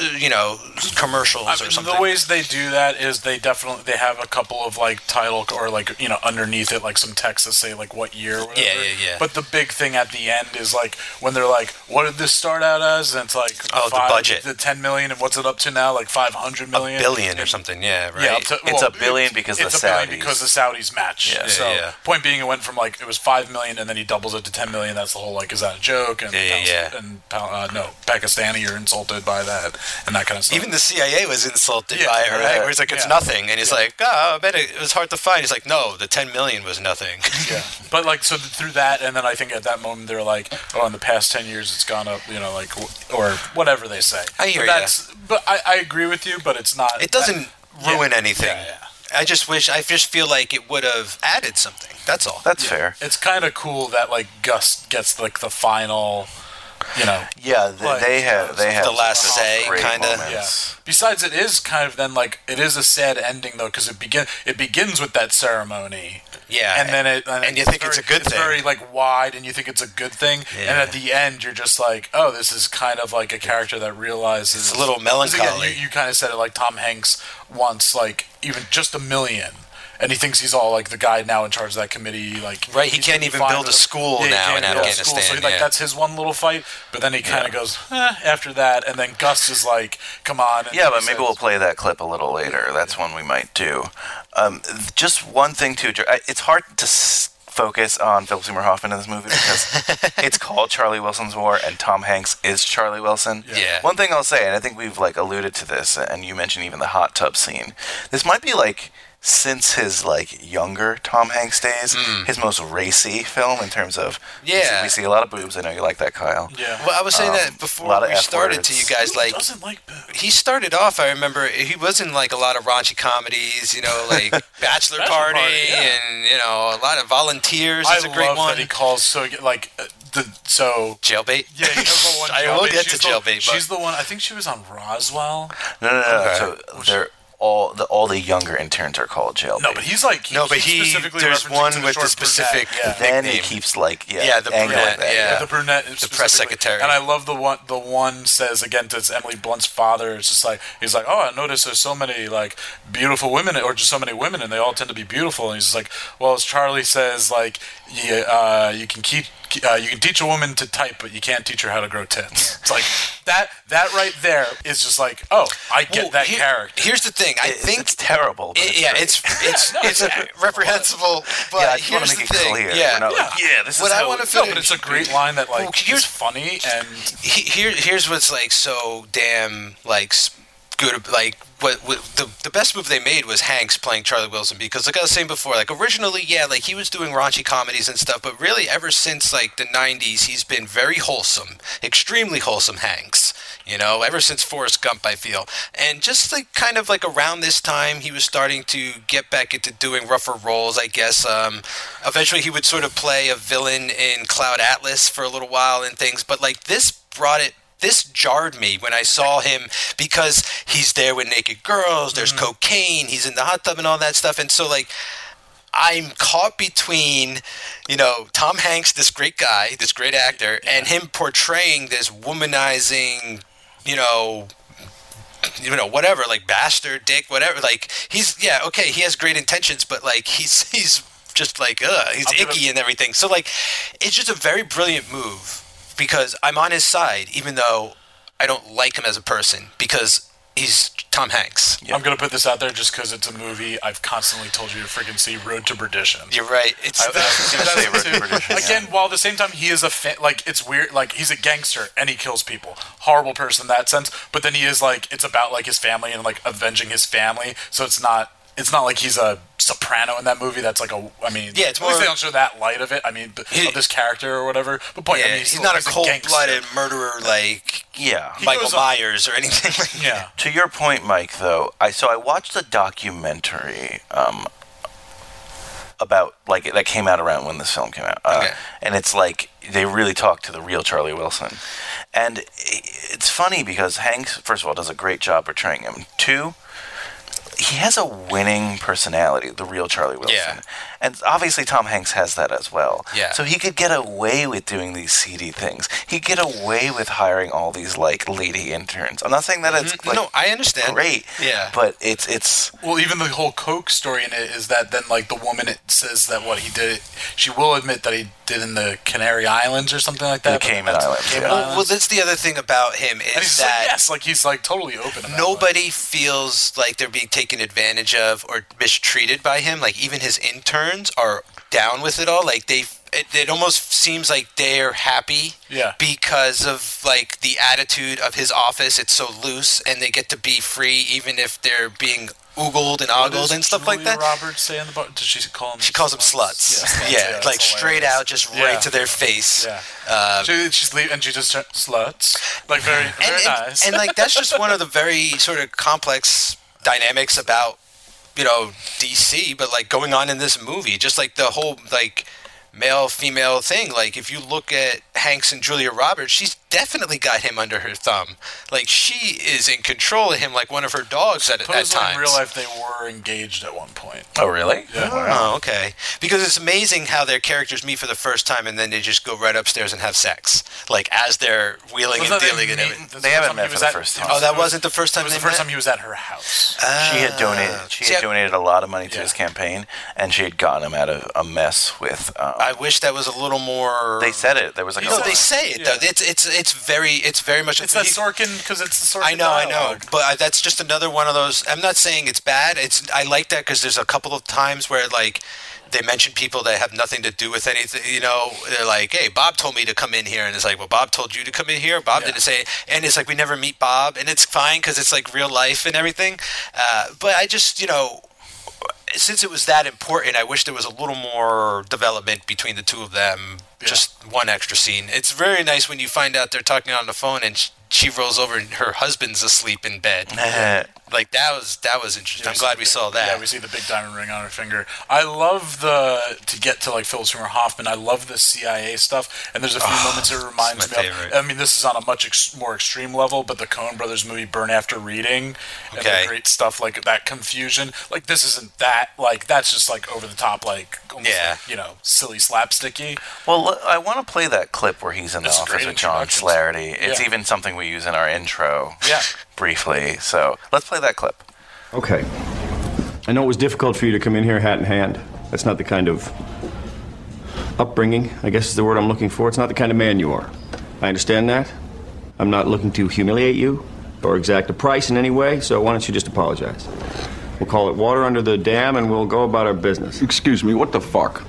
Speaker 9: uh, you know commercials
Speaker 3: I
Speaker 9: or
Speaker 3: mean,
Speaker 9: something.
Speaker 3: The ways they do that is they definitely they have a couple of like title or like you know underneath it like some text that say like what year. Or whatever.
Speaker 9: Yeah, yeah, yeah.
Speaker 3: But the big thing at the end is like when they're like, "What did this start out as?" And it's like,
Speaker 9: Oh, the budget.
Speaker 3: the ten million, and what's it up to now? Like five hundred million,
Speaker 9: billion or something. Yeah, right.
Speaker 3: Yeah, up to,
Speaker 2: It's
Speaker 3: well,
Speaker 2: a billion because
Speaker 3: it's
Speaker 2: the
Speaker 3: a billion
Speaker 2: Saudis-
Speaker 3: because the Saudis match.
Speaker 2: Yeah.
Speaker 3: so
Speaker 9: Yeah, yeah.
Speaker 3: point being, it went from like it was five million, and then he doubles it to ten million. That's the whole like is that a joke? And
Speaker 9: Yeah, yeah,
Speaker 3: Palis-
Speaker 9: yeah.
Speaker 3: and Pal- uh, no, Pakistani are insulted by that and that kind of stuff.
Speaker 9: Even the CIA was insulted
Speaker 3: Yeah.
Speaker 9: by it, right?
Speaker 2: Yeah.
Speaker 9: Where it's like it's
Speaker 3: Yeah.
Speaker 9: nothing, and he's like, "Oh, I bet it, it was hard to find." He's like, "No, the 10 million was nothing."
Speaker 3: Yeah, but like so th- through that, and then I think at that moment they're like, "Oh, in the past ten years, it's gone up," you know, like w- or whatever they say.
Speaker 9: I hear
Speaker 3: but
Speaker 9: ya.
Speaker 3: But I, I agree with you, but it's not.
Speaker 9: It doesn't
Speaker 3: that-
Speaker 9: ruin
Speaker 3: Yeah.
Speaker 9: anything.
Speaker 3: Yeah, yeah.
Speaker 9: I just wish I just feel like it would have added something. That's all.
Speaker 2: That's fair.
Speaker 3: It's kind of cool that like Gus gets like the final, you know.
Speaker 2: Yeah, th-
Speaker 3: Like,
Speaker 2: they have they have
Speaker 9: the last
Speaker 2: some
Speaker 9: say,
Speaker 2: great
Speaker 9: kinda.
Speaker 3: Yeah.
Speaker 2: moments.
Speaker 3: Besides, it is kind of then like it is a sad ending though because it begin it begins with that ceremony.
Speaker 9: Yeah,
Speaker 3: and then it
Speaker 9: and you think it's
Speaker 3: very-
Speaker 9: a good
Speaker 3: it's
Speaker 9: thing.
Speaker 3: very like wide, and you think it's a good thing, and
Speaker 9: Yeah.
Speaker 3: at the end you're just like, oh, this is kind of like a character that realizes
Speaker 9: It's a little
Speaker 3: 'Cause again,
Speaker 9: melancholy.
Speaker 3: you, you kind of said it like Tom Hanks once, like even just a million. And he thinks he's all like the guy now in charge of that committee, like
Speaker 9: Right, he
Speaker 3: he's
Speaker 9: can't
Speaker 3: gonna be
Speaker 9: even
Speaker 3: fine
Speaker 9: build
Speaker 3: with
Speaker 9: a
Speaker 3: it.
Speaker 9: school
Speaker 3: Yeah, he
Speaker 9: now
Speaker 3: can't
Speaker 9: in
Speaker 3: build a
Speaker 9: Afghanistan,
Speaker 3: School. So like
Speaker 9: yeah.
Speaker 3: that's his one little fight, but then he kind of goes eh, after that, and then Gus is like, "Come on." and
Speaker 2: Yeah,
Speaker 3: he
Speaker 2: but maybe
Speaker 3: says-
Speaker 2: we'll play that clip a little later. That's one we might do. Um, th- just one thing too. Jer- I- It's hard to s- focus on Philip Seymour Hoffman in this movie because it's called Charlie Wilson's War, and Tom Hanks is Charlie Wilson.
Speaker 9: Yeah.
Speaker 2: One thing I'll say, and I think we've like alluded to this, and you mentioned even the hot tub scene. This might be like since his like younger Tom Hanks days, his most racy film in terms of we see-
Speaker 9: Mm. Yeah.
Speaker 2: We see a lot of boobs. I know you like that, Kyle.
Speaker 3: Yeah.
Speaker 9: Well, I was saying
Speaker 2: Um,
Speaker 9: that before
Speaker 2: a lot of
Speaker 9: we
Speaker 2: F
Speaker 9: started
Speaker 2: words.
Speaker 9: to you guys. Like
Speaker 3: doesn't like boobs.
Speaker 9: he started off, I remember he was in like a lot of raunchy comedies. You know, like Bachelor, Party,
Speaker 3: Party, yeah.
Speaker 9: and you know a lot of Volunteers.
Speaker 3: I
Speaker 9: is a great
Speaker 3: love
Speaker 9: one.
Speaker 3: that he calls so like uh, the so
Speaker 9: Jailbait.
Speaker 3: Yeah, he has the one.
Speaker 9: I
Speaker 3: jailbait.
Speaker 9: will get to
Speaker 3: She's
Speaker 9: jailbait.
Speaker 3: The,
Speaker 9: but-
Speaker 3: She's the one. I think she was on Roswell.
Speaker 2: No, no, no. no.
Speaker 9: Okay.
Speaker 2: So they're all the all the younger interns are called jail.
Speaker 3: No, but he's like
Speaker 9: No, but
Speaker 3: he's
Speaker 9: he-
Speaker 3: specifically
Speaker 9: there's
Speaker 3: referencing
Speaker 9: one
Speaker 3: to
Speaker 9: with the
Speaker 3: short
Speaker 9: specific-
Speaker 3: brunette, yeah.
Speaker 2: then he
Speaker 9: nickname.
Speaker 2: keeps like yeah,
Speaker 9: Yeah, the
Speaker 2: angling
Speaker 9: brunette,
Speaker 2: that,
Speaker 9: yeah.
Speaker 3: The brunette, the
Speaker 9: press secretary.
Speaker 3: and I love the one. The one says again to Emily Blunt's father. It's just like he's like, oh, I noticed there's so many like beautiful women, or just so many women, and they all tend to be beautiful. And he's just like, well, as Charlie says, like, yeah, uh, you can keep. Uh, you can teach a woman to type, but you can't teach her how to grow tits. It's like that. That right there is just like, oh, I get
Speaker 9: Well,
Speaker 3: that
Speaker 9: here-
Speaker 3: character.
Speaker 9: Here's the thing. I
Speaker 2: It-
Speaker 9: think
Speaker 2: it's terrible. But
Speaker 9: It- yeah,
Speaker 2: great.
Speaker 9: it's it's it's reprehensible. But
Speaker 2: yeah. I just want
Speaker 9: here's
Speaker 2: to make
Speaker 9: the
Speaker 2: it
Speaker 9: thing.
Speaker 2: clear.
Speaker 9: Yeah,
Speaker 2: We're not like, yeah. This
Speaker 9: What
Speaker 2: is
Speaker 9: I
Speaker 2: how
Speaker 9: wanna
Speaker 2: it-
Speaker 9: feel-
Speaker 3: No, but it's a great line that like
Speaker 9: Well,
Speaker 3: is
Speaker 9: here's-
Speaker 3: funny and
Speaker 9: He- here here's what's like so damn like s- good. ab- Like what, what the the best move they made was Hanks playing Charlie Wilson because like I was saying before, like originally yeah, like he was doing raunchy comedies and stuff, but really ever since like the '90s, he's been very wholesome, extremely wholesome Hanks. You know, ever since Forrest Gump, I feel, and just like kind of like around this time, he was starting to get back into doing rougher roles, I guess. Um, eventually, he would sort of play a villain in Cloud Atlas for a little while and things, but like this brought it. This jarred me when I saw him because he's there with naked girls, there's cocaine, he's in the hot tub and all that stuff, and so like. I'm caught between, you know, Tom Hanks, this great guy, this great actor, and him portraying this womanizing, you know, you know, whatever, like bastard, dick, whatever. Like he's yeah, okay, he has great intentions, but like he's he's just like ugh, he's
Speaker 3: gonna-
Speaker 9: icky and everything. So like, it's just a very brilliant move because I'm on his side, even though I don't like him as a person because he's Tom Hanks.
Speaker 3: I'm gonna put this out there just because it's a movie. I've constantly told you to freaking see Road to Perdition.
Speaker 9: You're right. It's
Speaker 3: I- uh, that's-
Speaker 2: I was gonna say
Speaker 3: that's
Speaker 2: Road to
Speaker 3: too-
Speaker 2: Perdition, yeah.
Speaker 3: Again, while at the same time he is a fa- like it's weird like he's a gangster and he kills people, horrible person in that sense. But then he is like it's about like his family and like avenging his family. So it's not it's not like he's a soprano in that movie. That's like a I mean
Speaker 9: Yeah, it's
Speaker 3: at least
Speaker 9: more-
Speaker 3: they don't show that light of it. I mean b-
Speaker 9: He-
Speaker 3: of this character or whatever. But point I
Speaker 9: yeah,
Speaker 3: mean,
Speaker 9: he's
Speaker 3: still-
Speaker 9: not a
Speaker 3: he's gangster.
Speaker 9: cold-blooded murderer like
Speaker 2: yeah.
Speaker 9: Michael
Speaker 3: goes on-
Speaker 9: Myers or anything like that.
Speaker 3: Yeah.
Speaker 2: To your point, Mike. Though I so I watched a documentary um, about like that came out around when this film came out, uh,
Speaker 9: Okay.
Speaker 2: and it's like they really talk to the real Charlie Wilson, and i- it's funny because Hanks, first of all, does a great job portraying him. Two, he has a winning personality, the real Charlie Wilson,
Speaker 9: Yeah.
Speaker 2: and obviously Tom Hanks has that as well.
Speaker 9: Yeah.
Speaker 2: So he could get away with doing these seedy things. He could get away with hiring all these like lady interns. I'm not saying that it's like,
Speaker 9: Mm-hmm. no, I understand.
Speaker 2: great.
Speaker 9: Yeah.
Speaker 2: But it's it's
Speaker 3: Well, even the whole Coke story in it is that then, like, the woman it says that what he did, she will admit that he did in the Canary Islands or something like that.
Speaker 2: The
Speaker 3: but
Speaker 2: Cayman
Speaker 3: Uh, that's-
Speaker 2: Islands,
Speaker 3: Cayman
Speaker 2: yeah.
Speaker 9: Well, well, that's the other thing about him
Speaker 3: And he's
Speaker 9: is
Speaker 3: just like,
Speaker 9: that
Speaker 3: yes, like, he's, like, totally open about it.
Speaker 9: nobody feels like they're being taken advantage of or mistreated by him. Like even his interns are down with it all. Like they, it, it almost seems like they're happy.
Speaker 3: Yeah.
Speaker 9: Because of like the attitude of his office, it's so loose, and they get to be free even if they're being oogled and
Speaker 3: What
Speaker 9: ogled
Speaker 3: does
Speaker 9: and stuff like
Speaker 3: Julia
Speaker 9: that.
Speaker 3: Roberts say in the bar? Does she call them
Speaker 9: She calls them sluts.
Speaker 3: Yeah, sluts,
Speaker 9: Yeah,
Speaker 3: it's
Speaker 9: like straight
Speaker 3: hilarious.
Speaker 9: out, just
Speaker 3: Yeah.
Speaker 9: right to their face.
Speaker 3: Yeah.
Speaker 9: Um,
Speaker 3: She, she's leaving, and she just turns, sluts. Like, very, very
Speaker 9: and,
Speaker 3: nice.
Speaker 9: and like that's just one of the very sort of complex dynamics about you know DC, but like going on in this movie, just like the whole like male female thing. Like if you look at Hanks and Julia Roberts, she's definitely got him under her thumb. Like she is in control of him, like one of her dogs at, at
Speaker 3: Supposedly
Speaker 9: times.
Speaker 3: in real life, they were engaged at one point.
Speaker 2: Oh, really?
Speaker 9: Oh, okay. Because it's amazing how their characters meet for the first time and then they just go right upstairs and have sex, like as they're wheeling
Speaker 3: Was that
Speaker 9: and
Speaker 3: they
Speaker 9: dealing and
Speaker 3: meet-
Speaker 9: everything.
Speaker 3: that's
Speaker 2: They
Speaker 3: the
Speaker 2: haven't
Speaker 3: time
Speaker 2: met
Speaker 3: he
Speaker 2: for
Speaker 3: was
Speaker 2: the
Speaker 3: at-
Speaker 2: first time.
Speaker 9: Oh, that
Speaker 3: it was-
Speaker 9: wasn't the
Speaker 3: It
Speaker 9: first time.
Speaker 3: was
Speaker 9: they
Speaker 3: the first
Speaker 9: met? Uh,
Speaker 3: time he was at her house.
Speaker 2: She had donated. She
Speaker 9: Ah. See, I-
Speaker 2: had donated a lot of money to
Speaker 3: Yeah.
Speaker 2: his campaign, and she had gotten him out of a mess with. Um,
Speaker 9: I wish that was a little more.
Speaker 2: they said it. There was like a
Speaker 9: No, they
Speaker 2: line.
Speaker 9: say it though. It's it's it's very it's very much.
Speaker 3: It's that
Speaker 9: he-
Speaker 3: Sorkin because it's the Sorkin.
Speaker 9: I know, I know,
Speaker 3: dialogue.
Speaker 9: but I, that's just another one of those. I'm not saying it's bad. It's I like that because there's a couple of times where like they mention people that have nothing to do with anything. You know, they're like, "Hey, Bob told me to come in here," and it's like, "Well, Bob told you to come in here." Bob didn't say, it." and it's like we never meet Bob, and it's fine because it's like real life and everything. Uh, but I just, you know. Since it was that important, I wish there was a little more development between the two of them. Just one extra scene. It's very nice when you find out they're talking on the phone and sh- she rolls over and her husband's asleep in bed. like that was that was interesting. I'm
Speaker 3: see
Speaker 9: glad
Speaker 3: the
Speaker 9: we
Speaker 3: big-
Speaker 9: saw that.
Speaker 3: Yeah, we see the big diamond ring on her finger. I love the to get to like Philip Seymour Hoffman. I love the CIA stuff, and there's a few moments it reminds
Speaker 9: my
Speaker 3: me.
Speaker 9: favorite.
Speaker 3: Of, I mean, this is on a much ex- more extreme level, but the Coen Brothers movie Burn After Reading and the
Speaker 9: Okay.
Speaker 3: great stuff like that confusion. Like this isn't that. Like that's just like over the top. Like almost
Speaker 9: Yeah.
Speaker 3: like, you know, silly slapsticky.
Speaker 2: Well, l- I want to play that clip where he's in the
Speaker 3: It's a
Speaker 2: office
Speaker 3: great
Speaker 2: with John
Speaker 3: introduction.
Speaker 2: Slarity. It's
Speaker 3: Yeah.
Speaker 2: even something we use in our intro.
Speaker 3: Yeah.
Speaker 2: briefly. So let's play that clip.
Speaker 10: Okay. I know it was difficult for you to come in here hat in hand. That's not the kind of upbringing, I guess is the word I'm looking for. It's not the kind of man you are. I understand that. I'm not looking to humiliate you or exact a price in any way, so why don't you just apologize? We'll call it water under the dam and we'll go about our business.
Speaker 7: Excuse me, what the fuck?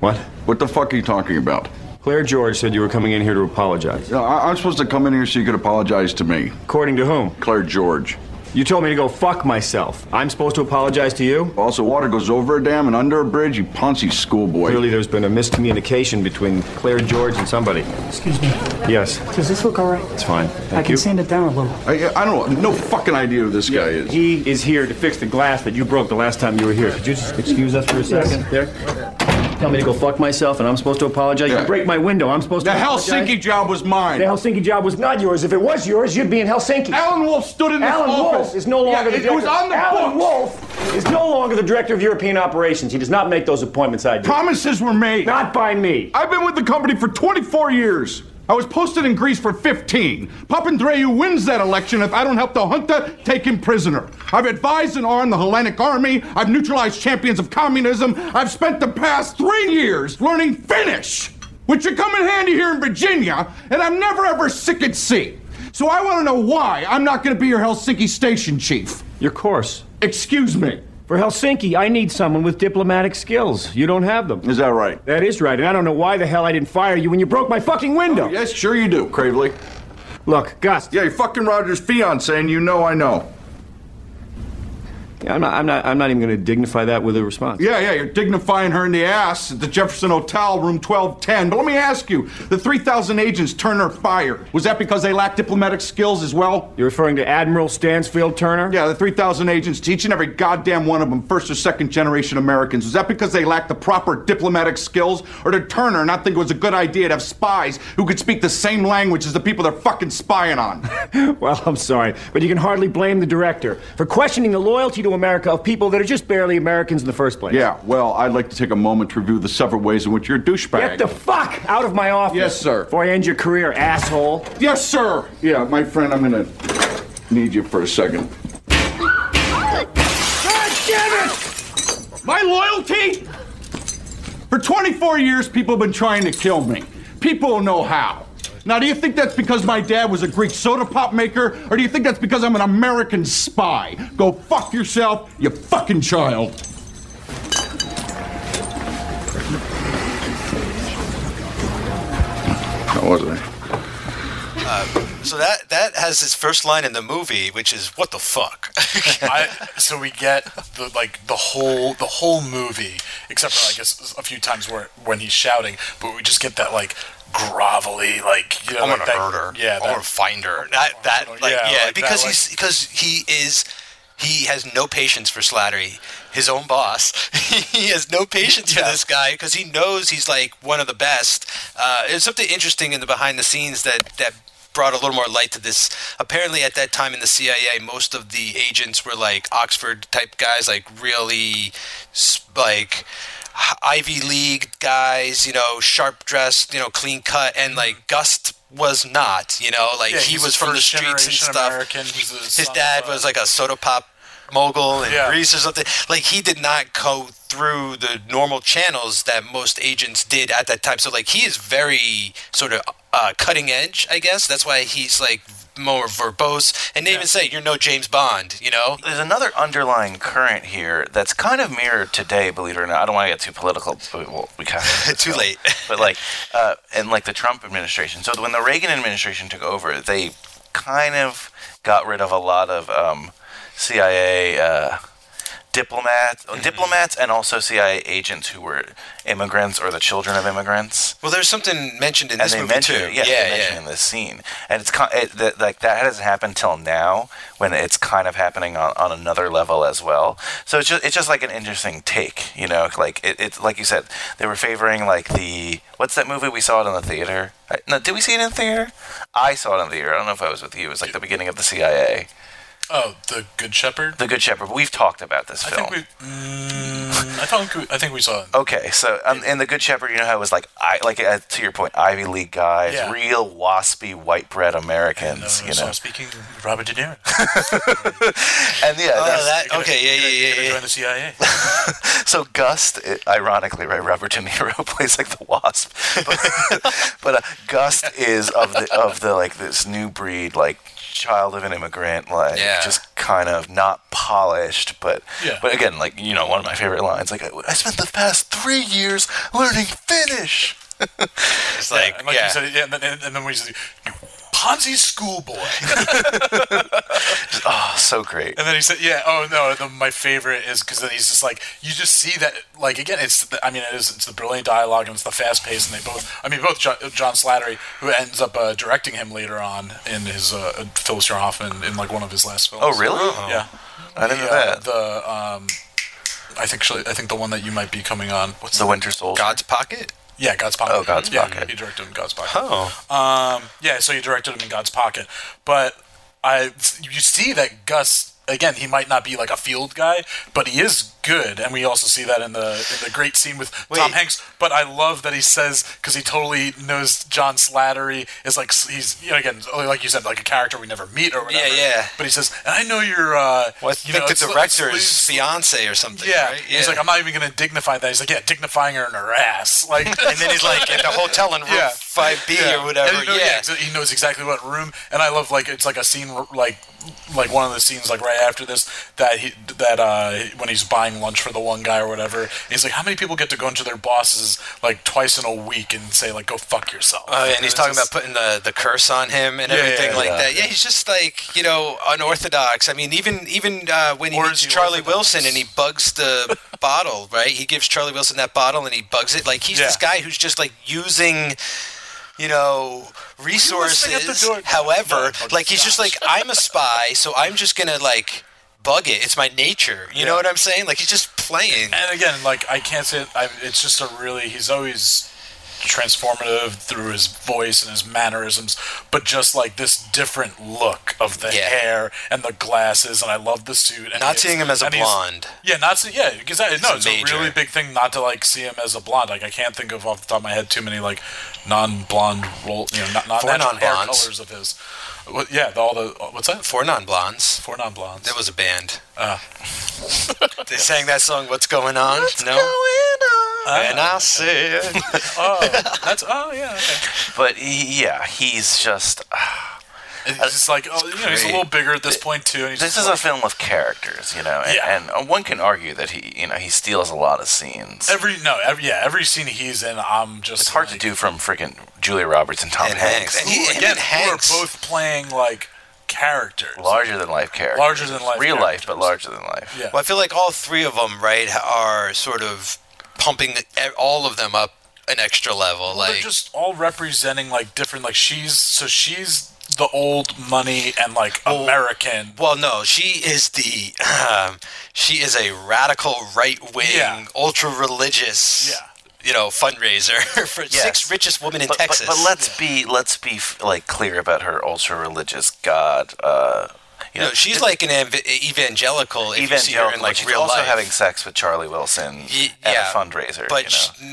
Speaker 10: What?
Speaker 7: What the fuck are you talking about?
Speaker 10: Claire George said you were coming in here to apologize.
Speaker 7: Yeah, I- I'm supposed to come in here so you could apologize to me,
Speaker 10: According to whom?
Speaker 7: Claire George.
Speaker 10: You told me to go fuck myself. I'm supposed to apologize to you?
Speaker 7: Also, water goes over a dam and under a bridge, you poncy schoolboy.
Speaker 10: Clearly, there's been a miscommunication between Claire George and somebody.
Speaker 6: Excuse me.
Speaker 10: Yes,
Speaker 6: Does this look all right?
Speaker 10: it's fine.
Speaker 6: I
Speaker 10: Thank
Speaker 6: can
Speaker 10: you.
Speaker 6: sand it down a little.
Speaker 7: I, I don't know. No fucking idea who this guy is.
Speaker 10: He is here to fix the glass that you broke the last time you were here. Could you just excuse us for a second? There. Tell me to go fuck myself, and I'm supposed to apologize.
Speaker 7: Yeah.
Speaker 10: You break my window. I'm supposed
Speaker 7: the
Speaker 10: to.
Speaker 7: Helsinki
Speaker 10: apologize?
Speaker 7: job was mine.
Speaker 10: The Helsinki job was not yours. If it was yours, you'd be in Helsinki.
Speaker 7: Alan Wolf stood in this
Speaker 10: Alan
Speaker 7: office.
Speaker 10: Wolf is no longer
Speaker 7: yeah,
Speaker 10: the
Speaker 7: it, it
Speaker 10: director.
Speaker 7: was on the
Speaker 10: Alan
Speaker 7: books.
Speaker 10: Wolf is no longer the director of European operations. He does not make those appointments. I do.
Speaker 7: Promises were made.
Speaker 10: not by me.
Speaker 7: I've been with the company for 24 years. I was posted in Greece for 15. Papandreou wins that election if I don't help the junta take him prisoner. I've advised and armed the Hellenic army. I've neutralized champions of communism. I've spent the past three years learning Finnish, which should come in handy here in Virginia, and I'm never ever sick at sea. So I want to know why I'm not going to be your Helsinki station chief.
Speaker 10: Your course.
Speaker 7: Excuse me.
Speaker 10: For Helsinki, I need someone with diplomatic skills. You don't have them.
Speaker 7: Is that right?
Speaker 10: That is right, and I don't know why the hell I didn't fire you when you broke my fucking window.
Speaker 7: Yes, sure you do, Cravely.
Speaker 10: Look, Gus.
Speaker 7: Yeah, you're fucking Roger's fiance, and you know I know.
Speaker 10: I'm not. I'm not. I'm not even going to dignify that with a response.
Speaker 7: Yeah, yeah, you're dignifying her in the ass at the Jefferson Hotel, room 1210. But let me ask you the 3,000 agents Turner fired. Was that because they lacked diplomatic skills as well?
Speaker 10: You're referring to Admiral Stansfield Turner?
Speaker 7: Yeah, the 3,000 agents, each and every goddamn one of them, first or second generation Americans. Was that because they lacked the proper diplomatic skills? Or did Turner not think it was a good idea to have spies who could speak the same language as the people they're fucking spying on?
Speaker 10: Well, I'm sorry, but you can hardly blame the director for questioning the loyalty to America of people that are just barely Americans in the first place.
Speaker 7: yeah, well, I'd like to take a moment to review the several ways in which you're a douchebag.
Speaker 10: Get the fuck out of my office.
Speaker 7: Yes, sir.
Speaker 10: Before I end your career, asshole.
Speaker 7: yes, sir! Yeah, my friend, I'm gonna need you for a second. God damn it! My loyalty? For 24 years, people have been trying to kill me. People don't know how. Now, do you think that's because my dad was a Greek soda pop maker, or do you think that's because I'm an American spy? Go fuck yourself, you fucking child. How was I?
Speaker 9: So that that has his first line in the movie, which is "What the fuck."
Speaker 3: I, so we get the like the whole the whole movie, except for I guess a few times where when he's shouting, but we just get that like grovelly like you know
Speaker 9: I'm
Speaker 3: like
Speaker 9: gonna
Speaker 3: that,
Speaker 9: hurt her.
Speaker 3: Yeah,
Speaker 9: I'm
Speaker 3: that-
Speaker 9: gonna find her. That that like
Speaker 3: Yeah,
Speaker 9: yeah,
Speaker 3: like
Speaker 9: because
Speaker 3: that,
Speaker 9: he's because he is He has no patience for Slattery, his own boss. he has no patience for this guy because he knows he's like one of the best. Uh, there's something interesting in the behind the scenes that that brought a little more light to this. Apparently, at that time in the CIA, most of the agents were like Oxford type guys, like really s- like h- Ivy League guys, you know, sharp dressed, you know, clean cut, and like Gust was not, you know, like
Speaker 3: Yeah,
Speaker 9: he
Speaker 3: he's
Speaker 9: was
Speaker 3: a
Speaker 9: from the
Speaker 3: first-generation
Speaker 9: streets and stuff.
Speaker 3: American. He's a son
Speaker 9: His
Speaker 3: of
Speaker 9: dad
Speaker 3: a-
Speaker 9: was like a soda pop mogul in
Speaker 3: Yeah.
Speaker 9: Greece or something. Like he did not go through the normal channels that most agents did at that time. So like he is very sort of uh, cutting edge, I guess. That's why he's like more verbose. And they even say you're no James Bond, you know.
Speaker 2: There's another underlying current here that's kind of mirrored today, believe it or not. I don't want to get too political, but well, we kind of
Speaker 9: Too late.
Speaker 2: but like, uh, and like the Trump administration. So when the Reagan administration took over, they kind of got rid of a lot of um, CIA uh, diplomats, diplomats, and also CIA agents who were immigrants or the children of immigrants.
Speaker 9: Well, there's something mentioned in
Speaker 2: And
Speaker 9: this
Speaker 2: they
Speaker 9: movie
Speaker 2: mention
Speaker 9: too.
Speaker 2: it, yeah, they mention it in this scene, and it's con- it, that like that hasn't happened till now, when it's kind of happening on, on another level as well. So it's just it's just like an interesting take, you know, like it, it's like you said, they were favoring like the what's that movie we saw it in the theater? I, no, did we see it in the theater? I saw it in the theater. I don't know if I was with you. It was like the beginning of the CIA,
Speaker 3: Oh, the Good Shepherd.
Speaker 2: The Good Shepherd. We've talked about this
Speaker 3: I
Speaker 2: film.
Speaker 3: think we. Mm, I think we, I think we saw uh, it.
Speaker 2: Okay, so um, in the Good Shepherd, you know how it was like, I like uh, to your point, Ivy League guys,
Speaker 3: Yeah.
Speaker 2: real waspy white bread Americans,
Speaker 3: Uh,
Speaker 2: you
Speaker 3: so
Speaker 2: know,
Speaker 3: I'm speaking with Robert De Niro.
Speaker 2: and yeah, that's-
Speaker 9: Oh, that okay, yeah,
Speaker 3: You're
Speaker 9: yeah,
Speaker 3: gonna
Speaker 9: yeah, yeah.
Speaker 3: Join the CIA.
Speaker 2: so Gust, i- ironically, right? Robert De Niro plays like the Wasp, but, but uh, Gust is of the of the like this new breed, like child of an immigrant, like
Speaker 9: Yeah.
Speaker 2: just kind of not polished, but
Speaker 3: Yeah.
Speaker 2: but again, like you know, one of my favorite lines, like I, I spent the past three years learning Finnish.
Speaker 9: It's
Speaker 3: Yeah,
Speaker 9: like
Speaker 3: and
Speaker 9: yeah,
Speaker 3: like you said, yeah, and then, and then we said, Ponzi schoolboy.
Speaker 2: Oh, so great.
Speaker 3: And then he said, "Yeah, oh no, the, my favorite is because then he's just like, you just see that, like again, it's, the, I mean, it is, it's the brilliant dialogue and it's the fast pace, and they both, I mean, both John, John Slattery, who ends up uh, directing him later on in his uh, Philip Seymour Hoffman in like one of his last films.
Speaker 2: Oh, really?
Speaker 3: uh-huh. Yeah.
Speaker 2: I didn't know
Speaker 3: The, uh,
Speaker 2: that.
Speaker 3: the um, I think actually, I think the one that you might be coming on. What's
Speaker 2: The Winter Soldier.
Speaker 9: God's pocket.
Speaker 3: Yeah, God's Pocket.
Speaker 2: Oh, God's
Speaker 3: yeah,
Speaker 2: Pocket.
Speaker 3: He directed him in God's Pocket.
Speaker 9: Oh,
Speaker 3: Um, yeah, so you directed him in God's Pocket, but I you see that Gus again. He might not be like a field guy, but he is good, and we also see that in the in the great scene with Tom
Speaker 9: Wait.
Speaker 3: Hanks. But I love that he says because he totally knows John Slattery is like he's you know again like you said like a character we never meet or whatever.
Speaker 9: Yeah, yeah.
Speaker 3: But he says, and I know you're. Uh,
Speaker 9: well, I
Speaker 3: you
Speaker 9: think
Speaker 3: know,
Speaker 9: the
Speaker 3: it's- it's
Speaker 9: director's
Speaker 3: loose-
Speaker 9: fiance or something.
Speaker 3: yeah.
Speaker 9: right?
Speaker 3: he's like, I'm not even gonna dignify that. He's like, yeah, dignifying her in her ass. Like,
Speaker 9: and then he's like at the hotel in room
Speaker 3: Yeah.
Speaker 9: five B or whatever.
Speaker 3: And he know-
Speaker 9: yeah.
Speaker 3: exa- he knows exactly what room. And I love like it's like a scene r- like like one of the scenes like right after this that he that uh when he's buying lunch for the one guy or whatever. He's like, how many people get to go into their bosses like twice in a week and say like go fuck yourself?
Speaker 9: Oh, yeah, and he's
Speaker 3: It's
Speaker 9: talking
Speaker 3: just-
Speaker 9: about putting the, the curse on him and
Speaker 3: Yeah, yeah,
Speaker 9: everything
Speaker 3: yeah.
Speaker 9: like that. Yeah, he's just like you know unorthodox. I mean, even even uh, when he
Speaker 3: Or
Speaker 9: meets
Speaker 3: is he
Speaker 9: Charlie
Speaker 3: orthodox?
Speaker 9: Wilson and he bugs the bottle, right? He gives Charlie Wilson that bottle and he bugs it. Like he's
Speaker 3: Yeah.
Speaker 9: this guy who's just like using. You know,
Speaker 3: listening at the
Speaker 9: resources.
Speaker 3: door? No,
Speaker 9: However,
Speaker 3: I'm
Speaker 9: like he's just like I'm a spy, so I'm just gonna like bug it. It's my nature. You know
Speaker 3: Yeah.
Speaker 9: what I'm saying? Like he's just playing.
Speaker 3: and again, like I can't say it, I, it's just a really he's always transformative through his voice and his mannerisms, but just like this different look of the
Speaker 9: Yeah.
Speaker 3: hair and the glasses, and I love the suit. And
Speaker 9: Not
Speaker 3: his-
Speaker 9: seeing him as a
Speaker 3: and he's-
Speaker 9: blonde.
Speaker 3: Yeah, not see, yeah, because I- no,
Speaker 9: a
Speaker 3: it's
Speaker 9: major.
Speaker 3: a really big thing not to like see him as a blonde. Like I can't think of off the top of my head too many like non-blonde role, you know, not, not
Speaker 9: Four
Speaker 3: natural hair
Speaker 9: non-blondes.
Speaker 3: colors of his. What, yeah, the, all the what's that? Four,
Speaker 9: Four non-blondes.
Speaker 3: four non-blondes.
Speaker 9: That was a band.
Speaker 3: Ah.
Speaker 9: they sang that song. What's going on? no.
Speaker 3: Ah.
Speaker 9: And I say it.
Speaker 3: oh, that's oh yeah. Okay.
Speaker 2: But he, yeah, he's just.
Speaker 3: And he's just like, oh, you know, he's a
Speaker 2: great.
Speaker 3: little bigger at this point too. And he's
Speaker 2: This
Speaker 3: just
Speaker 2: is
Speaker 3: like,
Speaker 2: a film of characters, you know, and,
Speaker 3: Yeah.
Speaker 2: and uh, one can argue that he, you know, he steals a lot of scenes.
Speaker 3: every no, every yeah, every scene he's in, I'm just
Speaker 2: it's hard to
Speaker 3: like,
Speaker 2: do from freaking Julia Roberts and Tom
Speaker 9: And
Speaker 2: Hanks.
Speaker 9: Hanks.
Speaker 3: Ooh,
Speaker 9: Him and
Speaker 3: again,
Speaker 9: Hanks.
Speaker 3: we're both playing like characters.
Speaker 2: Larger than life characters.
Speaker 3: Larger than life
Speaker 2: Real life, but
Speaker 3: characters.
Speaker 2: larger than life.
Speaker 3: Yeah.
Speaker 9: Well, I feel like all three of them, right, are sort of pumping e- all of them up an extra level.
Speaker 3: Well,
Speaker 9: Like,
Speaker 3: they're just all representing like different like she's so she's the old money and like American.
Speaker 9: Well, no, she is the um, she is a radical right wing,
Speaker 3: Yeah.
Speaker 9: ultra religious,
Speaker 3: Yeah.
Speaker 9: you know, fundraiser for
Speaker 2: Yes.
Speaker 9: six richest women in
Speaker 2: but, but-
Speaker 9: Texas.
Speaker 2: But, let's be let's be f- like clear about her ultra religious God. Uh, you
Speaker 9: no,
Speaker 2: know,
Speaker 9: she's like an ev- evangelical. If you see her in
Speaker 2: evangelical.
Speaker 9: like
Speaker 2: she's
Speaker 9: real
Speaker 2: also
Speaker 9: life.
Speaker 2: having sex with Charlie Wilson
Speaker 9: Y-
Speaker 2: at
Speaker 9: yeah,
Speaker 2: a fundraiser. you
Speaker 9: But
Speaker 2: know?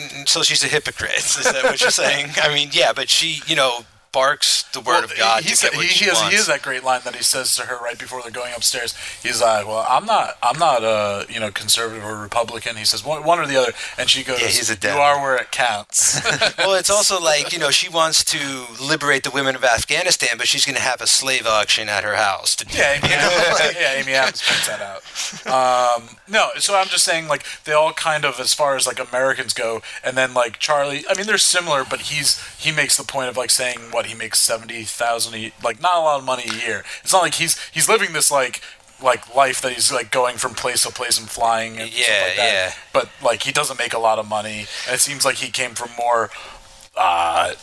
Speaker 9: sh- n- so she's a hypocrite. Is that what you're saying? I mean, yeah, but she, you know, barks the word of God
Speaker 3: He,
Speaker 9: to
Speaker 3: said-
Speaker 9: get what
Speaker 3: he,
Speaker 9: she
Speaker 3: he has,
Speaker 9: wants.
Speaker 3: he has that great line that he says to her right before they're going upstairs. He's like, "Well, I'm not, I'm not a you know conservative or Republican." He says one, one or the other, and she goes,
Speaker 9: Yeah, he's a
Speaker 3: "You
Speaker 9: Dem."
Speaker 3: are where it counts."
Speaker 9: well, it's also like, you know, she wants to liberate the women of Afghanistan, but she's going to have a slave auction at her house. To do
Speaker 3: Yeah, Amy Adams, yeah, Amy Adams points that out. Um, no, so I'm just saying, like, they all kind of, as far as like Americans go, and then like Charlie. I mean, they're similar, but he's he makes the point of like saying what he makes seventy thousand, like not a lot of money a year. It's not like he's he's living this like like life that he's like going from place to place and flying and stuff
Speaker 9: Yeah,
Speaker 3: like that.
Speaker 9: yeah.
Speaker 3: But like he doesn't make a lot of money, and it seems like he came from more. Uh, you know,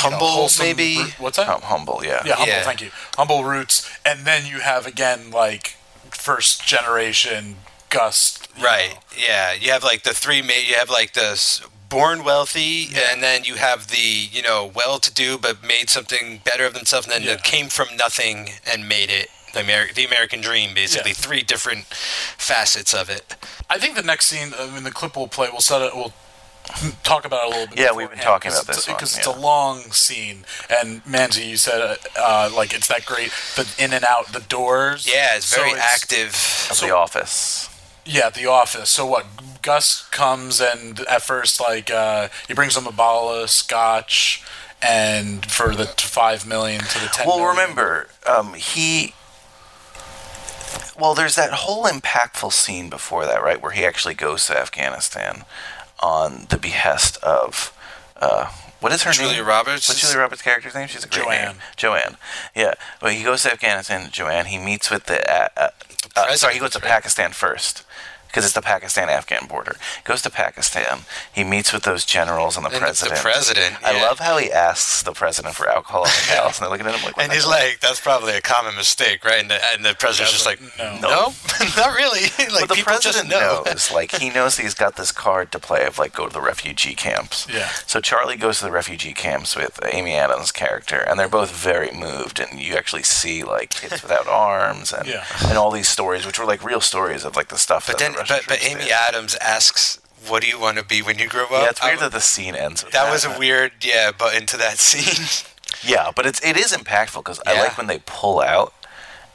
Speaker 9: Humble,
Speaker 3: wholesome
Speaker 9: maybe?
Speaker 3: ru- What's that?
Speaker 2: Hum- humble, yeah.
Speaker 3: Yeah, humble.
Speaker 9: Yeah.
Speaker 3: Thank you. Humble roots, and then you have again like first generation Gus. you
Speaker 9: Right.
Speaker 3: know.
Speaker 9: Yeah. You have like the three. ma- You have like the s- born wealthy, and then you have the you know well-to-do but made something better of themselves, and then
Speaker 3: Yeah.
Speaker 9: the came from nothing and made it. The, Ameri- the American dream, basically,
Speaker 3: Yeah.
Speaker 9: three different facets of it.
Speaker 3: I think the next scene I mean, the clip we'll play, we'll set it. We'll talk about it a little bit.
Speaker 2: Yeah, we've been talking about this one,
Speaker 3: because it's
Speaker 2: yeah.
Speaker 3: a long scene. And Manzi, you said uh, uh, like it's that great the in and out the doors.
Speaker 9: Yeah, it's
Speaker 3: So
Speaker 9: very active.
Speaker 2: Of the office.
Speaker 3: Yeah, the office. So what? Gus comes and at first, like, uh, he brings him a bottle of scotch, and for the t- five million to the ten.
Speaker 2: Well,
Speaker 3: million.
Speaker 2: remember, um, he. Well, there's that whole impactful scene before that, right, where he actually goes to Afghanistan on the behest of. Uh, what is her name?
Speaker 9: Julia Roberts
Speaker 2: What's
Speaker 9: is-
Speaker 2: Julia Roberts' character's name? She's a great
Speaker 3: Joanne.
Speaker 2: name. Joanne. Yeah. But he goes to Afghanistan, Joanne. He meets with the. Uh, uh, uh, sorry, he goes to Pakistan first. Because it's the Pakistan-Afghan border. Goes to Pakistan. He meets with those generals and the
Speaker 9: And the
Speaker 2: president.
Speaker 9: president,
Speaker 2: I
Speaker 9: yeah.
Speaker 2: love how he asks the president for alcohol in the house, and they're looking at him like. what
Speaker 9: And
Speaker 2: the
Speaker 9: he's like, that's probably a common mistake, right? And the, and the president's just like,
Speaker 3: no.
Speaker 9: no, not really. like,
Speaker 2: but the
Speaker 9: people
Speaker 2: president
Speaker 9: just know.
Speaker 2: knows. Like he knows he's got this card to play of like go to the refugee camps.
Speaker 3: Yeah.
Speaker 2: So Charlie goes to the refugee camps with Amy Adams' character, and they're both very moved. And you actually see like kids without arms and
Speaker 3: Yeah.
Speaker 2: and all these stories, which were like real stories of like the stuff.
Speaker 9: But
Speaker 2: that
Speaker 9: then,
Speaker 2: the Russian
Speaker 9: but, but
Speaker 2: troops
Speaker 9: Amy
Speaker 2: did.
Speaker 9: Adams asks, what do you want to be when you grow up?
Speaker 2: Yeah, it's
Speaker 9: I
Speaker 2: weird
Speaker 9: wa-
Speaker 2: that the scene ends. With
Speaker 9: That was a weird, yeah, but into that scene.
Speaker 2: Yeah, but it's it is impactful because I
Speaker 9: Yeah.
Speaker 2: like when they pull out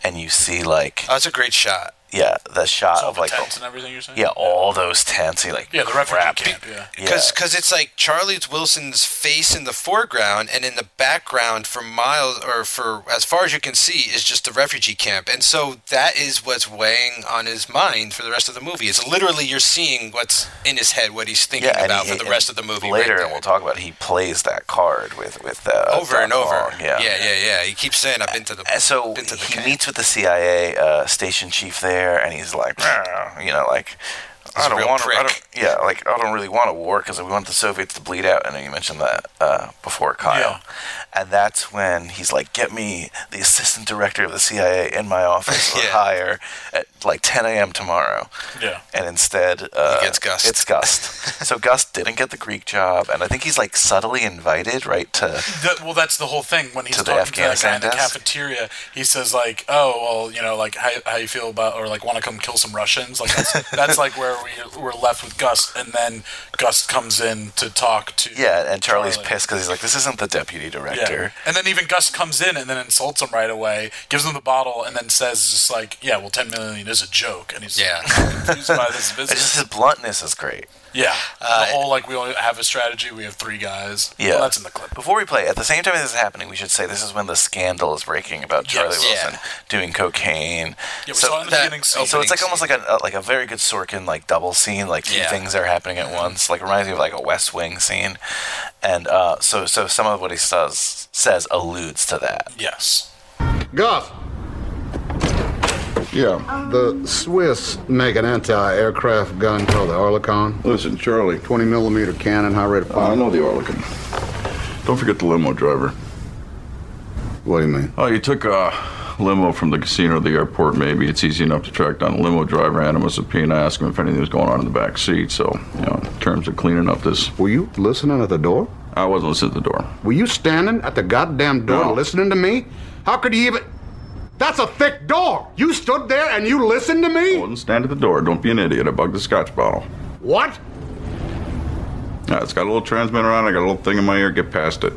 Speaker 2: and you see like
Speaker 9: Oh, it's a great shot.
Speaker 2: yeah the shot
Speaker 3: All
Speaker 2: of
Speaker 3: the
Speaker 2: like
Speaker 3: tents and
Speaker 2: the,
Speaker 3: everything you're saying.
Speaker 2: yeah all those tents. You like
Speaker 3: Yeah, the refugee
Speaker 2: crap.
Speaker 3: camp. Yeah.
Speaker 9: Because
Speaker 2: Yeah.
Speaker 9: it's like Charlie Wilson's face in the foreground, and in the background for miles or for as far as you can see is just the refugee camp, and so that is what's weighing on his mind for the rest of the movie. It's literally you're seeing what's in his head, what he's thinking
Speaker 2: and
Speaker 9: about
Speaker 2: he-
Speaker 9: for the
Speaker 2: and
Speaker 9: rest of the movie.
Speaker 2: Later,
Speaker 9: right
Speaker 2: and we'll talk about it, he plays that card with with uh,
Speaker 9: over
Speaker 2: Doc
Speaker 9: and over.
Speaker 2: Long,
Speaker 9: yeah, yeah, yeah. He keeps saying, "I've been to the."
Speaker 2: And Uh, so
Speaker 9: been to the
Speaker 2: he
Speaker 9: camp."
Speaker 2: meets with the CIA uh, station chief there, and he's like, "Rah," you know, like.
Speaker 9: He's
Speaker 2: I
Speaker 9: a
Speaker 2: don't
Speaker 9: real
Speaker 2: want to.
Speaker 9: prick.
Speaker 2: Yeah, like I don't really want a war because we want the Soviets to bleed out. I know you mentioned that uh, before, Kyle. And that's when he's like, "Get me the assistant director of the CIA in my office or
Speaker 9: Yeah.
Speaker 2: higher at like 10 a.m. tomorrow."
Speaker 3: Yeah.
Speaker 2: And instead, uh,
Speaker 9: He gets Gust.
Speaker 2: It's Gust. so Gust didn't get the Greek job, and I think he's like subtly invited, right? To
Speaker 3: That- well, that's the whole thing. When he's
Speaker 2: To the
Speaker 3: talking to that guy
Speaker 2: Afghanistan
Speaker 3: in the
Speaker 2: desk?
Speaker 3: cafeteria, he says like, "Oh, well, you know, like how, how you feel about, or like want to come kill some Russians." Like that's, that's like where we we're left with Gus, and then Gus comes in to talk to
Speaker 2: yeah, and Charlie's
Speaker 3: Charlie.
Speaker 2: pissed because he's like, "This isn't the deputy
Speaker 3: Yeah.
Speaker 2: director."
Speaker 3: And then even Gus comes in and then insults him right away, gives him the bottle, and then says just like, "Yeah, well, ten million is a joke," and he's
Speaker 9: Yeah.
Speaker 3: confused by
Speaker 2: It's
Speaker 3: this
Speaker 2: just
Speaker 3: business.
Speaker 2: his bluntness is great.
Speaker 3: Yeah, the whole like we only have a strategy. We have three guys.
Speaker 2: Yeah,
Speaker 3: well, that's in the clip.
Speaker 2: Before we play, at the same time as this is happening, we should say this is when the scandal is breaking about Charlie
Speaker 9: Yes.
Speaker 2: Wilson
Speaker 9: Yeah.
Speaker 2: doing cocaine.
Speaker 3: Yeah, we saw it in the beginning scene.
Speaker 2: So it's like almost like a a- like a very good Sorkin like double scene, like two
Speaker 9: Yeah.
Speaker 2: things are happening at once. Like reminds me of like a West Wing scene, and uh, so so some of what he says says alludes to that.
Speaker 3: Yes.
Speaker 11: Goff. Yeah, the Swiss make an anti-aircraft gun called the Orlikon.
Speaker 8: Listen, Charlie,
Speaker 11: 20 millimeter cannon, high rate of fire.
Speaker 8: I know the Arlequin. Don't forget the limo driver.
Speaker 11: What do you mean?
Speaker 12: Oh, you took a limo from the casino to the airport, maybe. It's e- easy enough to track down a limo driver, hand him a subpoena, ask him if anything was going on in the back seat. So, you know, in terms of cleaning up this.
Speaker 11: Were you listening at the door?
Speaker 12: I wasn't listening at the door.
Speaker 11: Were you standing at the goddamn door
Speaker 12: No.
Speaker 11: listening to me? How could you even. That's a thick door! You stood there and you listened to me?
Speaker 12: Wouldn't stand at the door. Don't be an idiot. I bugged the scotch bottle.
Speaker 11: What?
Speaker 12: Yeah, it's got a little transmitter on. it. I got a little thing in my ear. Get past it.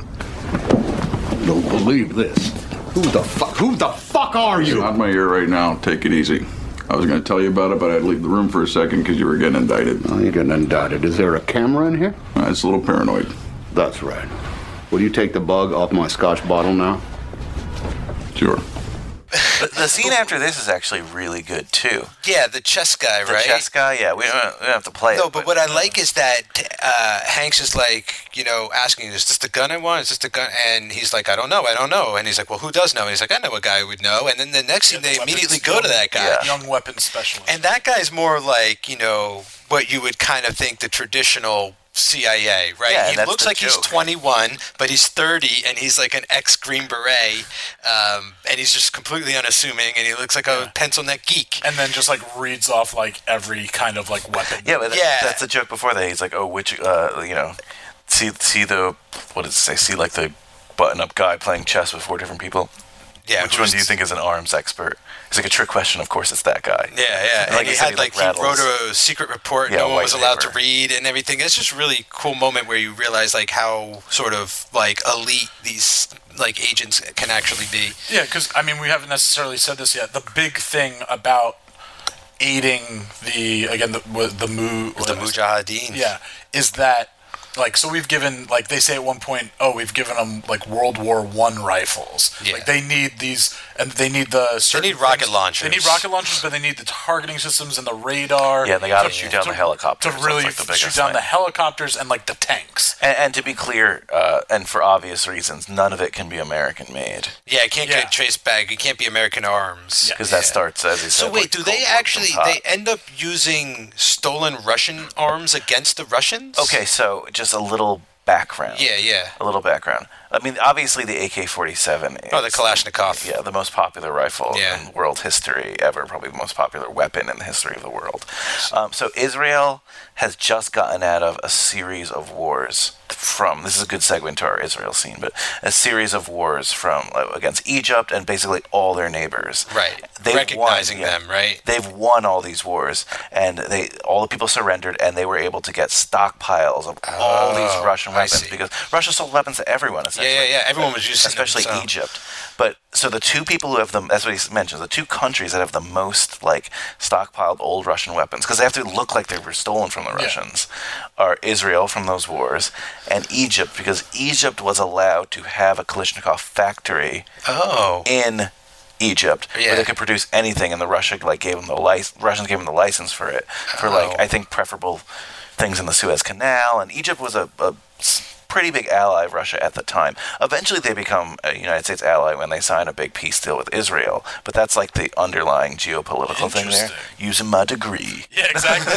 Speaker 11: Don't believe this. Who the fuck? Who the fuck are
Speaker 12: It's
Speaker 11: you?
Speaker 12: not in my ear right now. Take it easy. I was going to tell you about it, but I'd leave the room for a second because you were getting indicted.
Speaker 11: Oh, you're getting indicted. Is there a camera in here?
Speaker 12: Uh, it's a little paranoid.
Speaker 11: That's right. Will you take the bug off my scotch bottle now?
Speaker 12: Sure.
Speaker 2: The, the scene after this is actually really good too.
Speaker 9: Yeah, the chess guy,
Speaker 2: The
Speaker 9: right?
Speaker 2: chess guy, yeah, we don't, we don't have to play
Speaker 9: No,
Speaker 2: it.
Speaker 9: but what I like is that uh, Hanks is like, you know, asking, "Is this the gun I want? Is this the gun?" And he's like, "I don't know, I don't know." And he's like, "Well, who does know?" And he's like, "I know a guy who would know." And then the next thing, they immediately go to that guy.
Speaker 3: Young weapons specialist.
Speaker 9: And that guy's more like, you know, what you would kind of think the traditional CIA, right?
Speaker 2: Yeah,
Speaker 9: he
Speaker 2: that's
Speaker 9: looks
Speaker 2: the
Speaker 9: like he's
Speaker 2: joke.
Speaker 9: 21, but he's 30, and he's like an ex Green Beret, um, and he's just completely unassuming, and he looks like a pencil neck geek.
Speaker 3: And then just like reads off like every kind of like weapon.
Speaker 2: yeah, but that, that's the joke before that. He's like, oh, which, uh, you know, see, see the, what did it say? See like the button-up guy playing chess with four different people.
Speaker 9: Yeah,
Speaker 2: Which
Speaker 9: who's-
Speaker 2: one do you think is an arms expert? It's like a trick question. Of course, it's that guy.
Speaker 9: Yeah, yeah.
Speaker 2: Like
Speaker 9: and
Speaker 2: I
Speaker 9: he
Speaker 2: said,
Speaker 9: had
Speaker 2: he,
Speaker 9: like,
Speaker 2: like,
Speaker 9: he wrote
Speaker 2: rattles.
Speaker 9: a secret report
Speaker 2: Yeah,
Speaker 9: no one
Speaker 2: white
Speaker 9: was allowed
Speaker 2: paper.
Speaker 9: to read and everything. It's just really cool moment where you realize like how sort of like elite these like agents can actually be.
Speaker 3: Yeah, because I mean, we haven't necessarily said this yet. The big thing about aiding the again the wa- the mu
Speaker 9: The Mujahideen.
Speaker 3: yeah is that like so we've given like they say at one point oh we've given them like World War One rifles
Speaker 9: Yeah.
Speaker 3: like they need these and they need the certain
Speaker 9: need rocket
Speaker 3: launchers they need rocket launchers but they need the targeting systems and the radar
Speaker 2: Yeah, and they gotta
Speaker 3: to-
Speaker 2: shoot down
Speaker 3: to-
Speaker 2: the helicopters.
Speaker 3: to
Speaker 2: That's,
Speaker 3: really
Speaker 2: like, the
Speaker 3: shoot
Speaker 2: biggest
Speaker 3: down
Speaker 2: thing.
Speaker 3: the helicopters and like the tanks
Speaker 2: And, and to be clear, uh, and for obvious reasons, none of it can be American-made
Speaker 9: Yeah, it can't get traced back. It can't be American arms.
Speaker 2: because that starts as he said.
Speaker 9: So wait,
Speaker 2: like,
Speaker 9: do
Speaker 2: Cold
Speaker 9: they
Speaker 2: War
Speaker 9: actually
Speaker 2: from
Speaker 9: they
Speaker 2: top.
Speaker 9: end up using stolen Russian arms against the Russians?
Speaker 2: Okay, so just a little background.
Speaker 9: Yeah, yeah.
Speaker 2: A little background. I mean, obviously the AK-47. Is,
Speaker 9: Oh, the Kalashnikov.
Speaker 2: Yeah, the most popular rifle in world history ever. Probably the most popular weapon in the history of the world. Um, so Israel has just gotten out of a series of wars from. This is a good segue into our Israel scene, but a series of wars from uh, against Egypt and basically all their neighbors.
Speaker 9: Right.
Speaker 2: They've won,
Speaker 9: Recognizing
Speaker 2: yeah.
Speaker 9: them, right?
Speaker 2: They've won all these wars, and they all the people surrendered, and they were able to get stockpiles of all
Speaker 9: Oh,
Speaker 2: these Russian
Speaker 9: I
Speaker 2: weapons
Speaker 9: see.
Speaker 2: because Russia sold weapons to everyone. Essentially,
Speaker 9: yeah, yeah, everyone was using them,
Speaker 2: especially
Speaker 9: so.
Speaker 2: Egypt. But so the two people who have the that's what he mentions the two countries that have the most like stockpiled old Russian weapons because they have to look like they were stolen from the Russians are Israel from those wars and Egypt because Egypt was allowed to have a Kalashnikov factory
Speaker 9: Oh.
Speaker 2: in Egypt,
Speaker 9: Yeah.
Speaker 2: where they could produce anything, and the Russia like gave them the license. Russians gave them the license for it for
Speaker 9: Oh.
Speaker 2: like I think preferable things in the Suez Canal, and Egypt was a, a s- pretty big ally of Russia at the time. Eventually, they become a United States ally when they sign a big peace deal with Israel, but that's like the underlying geopolitical thing there. Using my degree.
Speaker 3: yeah exactly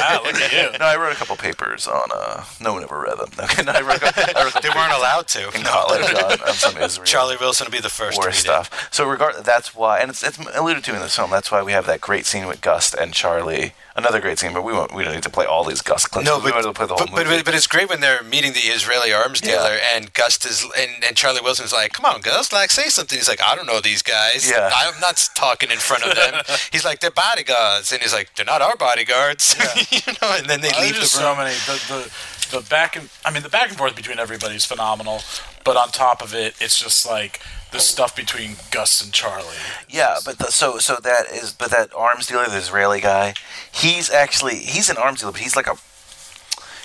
Speaker 3: wow look at you
Speaker 2: No, I wrote a couple papers on. Uh, no one ever read them. Okay, no, I wrote, a couple- I wrote a
Speaker 9: They
Speaker 2: couple
Speaker 9: weren't allowed to.
Speaker 2: in college on, on some Israel
Speaker 9: Charlie Wilson would be the first to
Speaker 2: war
Speaker 9: read it.
Speaker 2: stuff. So regard that's why, and it's, it's alluded to in this film. That's why we have that great scene with Gust and Charlie. Another great scene, but we won't. We don't need to play all these Gust clips.
Speaker 9: No,
Speaker 2: we
Speaker 9: but,
Speaker 2: wanted to play the whole
Speaker 9: but, but,
Speaker 2: movie.
Speaker 9: but it's great when they're meeting the Israeli arms
Speaker 2: Yeah.
Speaker 9: dealer, and Gust is and, and Charlie Wilson's like, "Come on, Gust, like say something." He's like, "I don't know these guys.
Speaker 2: Yeah.
Speaker 9: I'm not s- talking in front of them." he's like, "They're bodyguards," and he's like, "They're not our bodyguards." you know, and then they
Speaker 3: Oh,
Speaker 9: leave the room.
Speaker 3: there's just so many the, the the back and I mean the back and forth between everybody is phenomenal, but on top of it, it's just like the stuff between Gus and Charlie.
Speaker 2: yeah, but the, so so that is, but that arms dealer, the Israeli guy, he's actually he's an arms dealer, but he's like a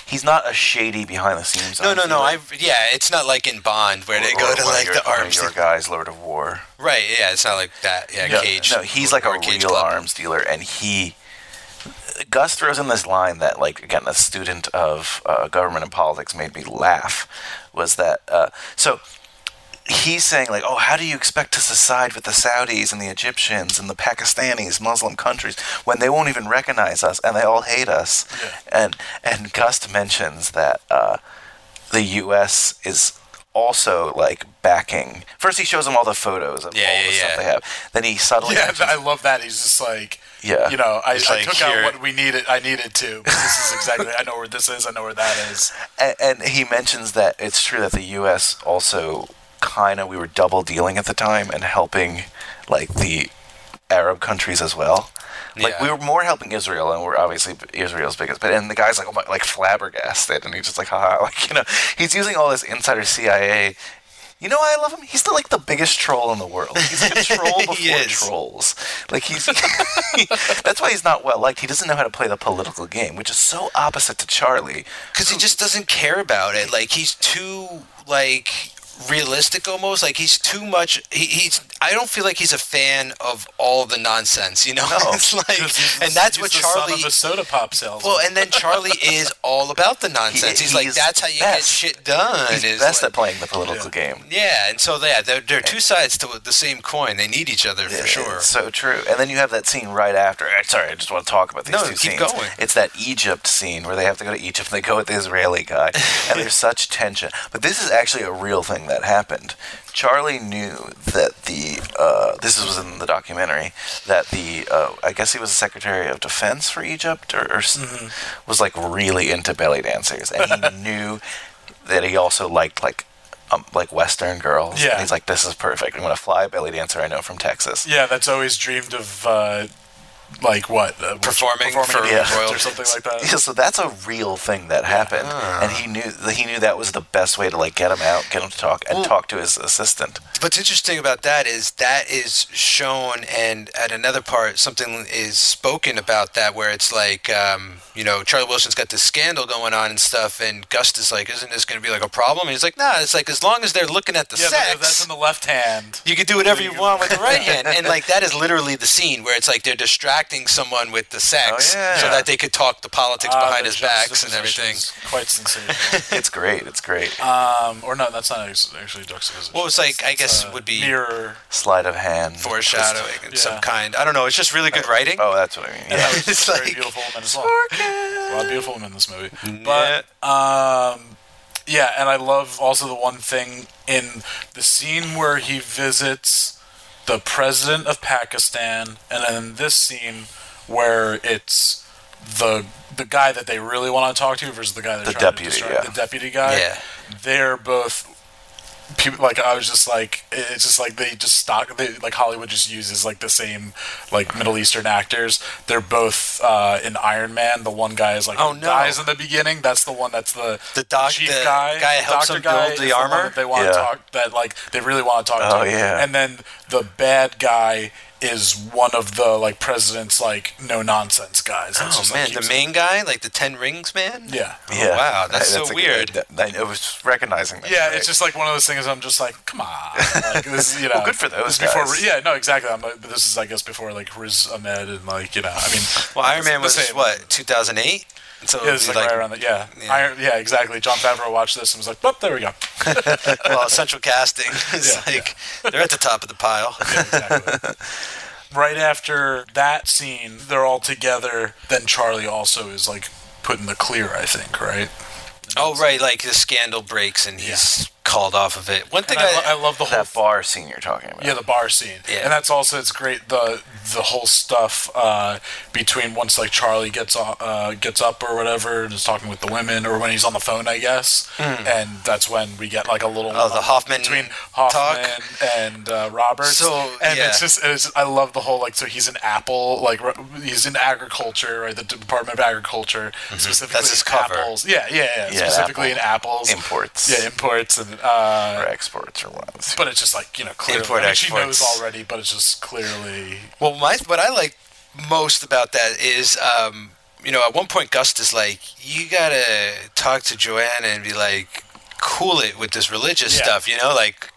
Speaker 2: he's not a shady behind the scenes.
Speaker 9: no,
Speaker 2: arms
Speaker 9: no, no.
Speaker 2: dealer.
Speaker 9: I yeah, it's not like in Bond where they
Speaker 2: Or-
Speaker 9: go
Speaker 2: or
Speaker 9: to
Speaker 2: one of
Speaker 9: like
Speaker 2: your-
Speaker 9: the
Speaker 2: one of
Speaker 9: arms.
Speaker 2: Your guys, Lord of War.
Speaker 9: Right? Yeah, it's not like that. Yeah,
Speaker 2: No,
Speaker 9: Cage.
Speaker 2: No, he's
Speaker 9: or-
Speaker 2: like a
Speaker 9: or Cage
Speaker 2: real
Speaker 9: Club.
Speaker 2: arms dealer, and he. Gus throws in this line that, like, again, a student of uh, government and politics made me laugh. Was that uh, so? He's saying, like, oh, how do you expect us to side with the Saudis and the Egyptians and the Pakistanis, Muslim countries, when they won't even recognize us and they all hate us? And and Gust mentions that uh, the U.S. is also like backing. First, he shows him all the photos of all the stuff they have. Then he subtly
Speaker 3: Yeah, I love that. He's just like,
Speaker 2: Yeah.
Speaker 3: you know, I,
Speaker 2: He's
Speaker 3: I
Speaker 2: like,
Speaker 3: took
Speaker 2: "Here."
Speaker 3: out what we needed. I needed to. But this is exactly. I know where this is. I know where that is.
Speaker 2: and, and he mentions that it's true that the U.S. also kind of we were double dealing at the time and helping like the Arab countries as well. Like we were more helping Israel, and we're obviously Israel's biggest. But and the guy's like, oh my, like flabbergasted, and he's just like, haha, like you know, he's using all this insider CIA. You know why I love him? He's still like the biggest troll in the world. He's like a troll before trolls. Like he's that's why he's not well liked. He doesn't know how to play the political game, which is so opposite to Charlie.
Speaker 9: because he just doesn't care about it. Like he's too like realistic almost. Like he's too much. He, he's. I don't feel like he's a fan of all the nonsense. You know, it's like, and that's
Speaker 3: He's
Speaker 9: what
Speaker 3: the
Speaker 9: Charlie.
Speaker 3: Son of a soda pop salesman.
Speaker 9: well, and then Charlie is all about the nonsense. he's, like,
Speaker 2: he's
Speaker 9: that's how you get shit done.
Speaker 2: He's
Speaker 9: is
Speaker 2: best
Speaker 9: like-
Speaker 2: at playing the political game.
Speaker 9: Yeah, and so yeah, they're, they're two sides to the same coin. They need each other for sure.
Speaker 2: It's so true. And then you have that scene right after. eh, Sorry, I just want to talk about these
Speaker 9: No,
Speaker 2: two scenes.
Speaker 9: keep going.
Speaker 2: It's that Egypt scene where they have to go to Egypt. and They go with the Israeli guy, and there's such tension. But this is actually a real thing that happened. Charlie knew that the uh, this was in the documentary that the uh, I guess he was the Secretary of Defense for Egypt or, or s
Speaker 9: Mm-hmm.
Speaker 2: was like really into belly dancers, and he knew that he also liked like. Um, like Western girls,
Speaker 3: Yeah.
Speaker 2: And he's like, "This is perfect. I'm gonna fly a belly dancer I know from Texas."
Speaker 3: yeah, that's always dreamed of. Uh, like what uh,
Speaker 9: Performing for
Speaker 3: in Egypt
Speaker 9: royal-
Speaker 3: or something like that. Ah.
Speaker 2: Yeah, so that's a real thing that happened, and he knew that he knew that was the best way to like get him out, get him to talk, and
Speaker 9: Well-
Speaker 2: talk to his assistant.
Speaker 9: What's interesting about that is that is shown, and at another part, something is spoken about that where it's like, um, you know, Charlie Wilson's got this scandal going on and stuff, and Gust is like, isn't this going to be like a problem? And he's like, nah, it's like as long as they're looking at the
Speaker 3: yeah,
Speaker 9: sex,
Speaker 3: but that's in the left hand.
Speaker 9: you can do whatever you want with the right hand. And like that is literally the scene where it's like they're distracting someone with the sex
Speaker 2: Oh, yeah.
Speaker 9: so that they could talk the politics
Speaker 3: Ah,
Speaker 9: behind
Speaker 3: the
Speaker 9: his backs and everything.
Speaker 3: juxtapositions. Quite sincere.
Speaker 2: it's great. It's great.
Speaker 3: Um, or no, that's not ex- actually juxtaposition.
Speaker 9: Well, it's like I guess
Speaker 3: uh,
Speaker 9: would be
Speaker 3: mirror.
Speaker 2: Sleight of hand,
Speaker 9: foreshadowing in some
Speaker 3: Yeah.
Speaker 9: kind. I don't know. It's just really good writing.
Speaker 2: Oh, that's what I mean.
Speaker 3: And
Speaker 2: Yeah.
Speaker 3: that was just a very beautiful woman as well. A lot of beautiful women in this movie.
Speaker 2: Mm-hmm.
Speaker 3: But um, yeah, and I love also the one thing in the scene where he visits the president of Pakistan, and then this scene where it's the the guy that they really want to talk to versus the guy they're
Speaker 2: The
Speaker 3: trying
Speaker 2: deputy,
Speaker 3: to distract,
Speaker 2: yeah.
Speaker 3: the deputy guy.
Speaker 9: Yeah.
Speaker 3: They're both people like I was just like it's just like they just stock they like Hollywood just uses like the same like Middle Eastern actors. They're both uh, in Iron Man. The one guy is like
Speaker 9: Oh, no.
Speaker 3: dies in the beginning. That's the one that's the
Speaker 9: The doc-
Speaker 3: chief
Speaker 9: the
Speaker 3: guy
Speaker 9: guy that helps
Speaker 3: doctor
Speaker 9: him
Speaker 3: guy
Speaker 9: build the
Speaker 3: is one
Speaker 9: armor?
Speaker 3: that they want
Speaker 2: Yeah.
Speaker 3: to talk that like they really want to talk
Speaker 2: Oh,
Speaker 3: to.
Speaker 2: yeah.
Speaker 3: And then the bad guy is one of the like president's like no nonsense guys. It's
Speaker 9: Oh
Speaker 3: just, like,
Speaker 9: man, the
Speaker 3: keeps-
Speaker 9: main guy, like the Ten Rings man. Oh,
Speaker 3: yeah.
Speaker 2: Yeah.
Speaker 9: wow, that's so
Speaker 2: a-
Speaker 9: weird.
Speaker 2: that- that- I was recognizing that.
Speaker 3: Yeah,
Speaker 2: right?
Speaker 3: it's just like one of those things. I'm just like, come on, like, this, is, you know.
Speaker 2: Well, good for those
Speaker 3: this is before,
Speaker 2: guys.
Speaker 3: yeah, no, exactly. I'm like, but this is, I guess, before like Riz Ahmed and like you know, I mean,
Speaker 9: Well, Iron Man
Speaker 3: the
Speaker 9: was
Speaker 3: same.
Speaker 9: what 2008. So
Speaker 3: Yeah, this is
Speaker 9: it'd
Speaker 3: like,
Speaker 9: be
Speaker 3: right around that. Yeah,
Speaker 9: Yeah.
Speaker 3: Iron, yeah, exactly. John Favreau watched this and was like, "Boop, there we go."
Speaker 9: well, central casting. It's
Speaker 3: Yeah,
Speaker 9: like they're at the top of the pile.
Speaker 3: Right after that scene, they're all together. Then Charlie also is like put in the clear. I think, right?
Speaker 9: oh right, like the scandal breaks and he's called off of it. One thing
Speaker 3: And I,
Speaker 9: I,
Speaker 3: lo- I love the whole
Speaker 2: that bar scene you're talking about.
Speaker 3: Yeah, the bar scene,
Speaker 9: Yeah.
Speaker 3: and that's also it's great the the whole stuff uh, between once like Charlie gets o- uh, gets up or whatever and is talking with the women or when he's on the phone, I guess, and that's when we get like a little
Speaker 9: Mm. Oh, the Hoffman
Speaker 3: between
Speaker 9: talk.
Speaker 3: Hoffman and uh, Roberts.
Speaker 9: So,
Speaker 3: and
Speaker 9: yeah.
Speaker 3: it's just it's, I love the whole like so he's in Apple like r- he's in agriculture right the Department of Agriculture specifically
Speaker 9: Mm-hmm. That's his
Speaker 3: in
Speaker 9: cover.
Speaker 3: apples yeah yeah yeah,
Speaker 2: Yeah,
Speaker 3: specifically
Speaker 2: Apple.
Speaker 3: in apples
Speaker 2: Imports.
Speaker 3: yeah imports and uh,
Speaker 2: or exports or what?
Speaker 3: but it's just like you know, clearly.
Speaker 9: Import,
Speaker 3: I mean, she
Speaker 9: exports.
Speaker 3: knows already, but it's just clearly.
Speaker 9: Well, my what I like most about that is, um, you know, at one point Gust is like, you gotta talk to Joanna and be like, cool it with this religious
Speaker 3: Yeah.
Speaker 9: stuff, you know, like.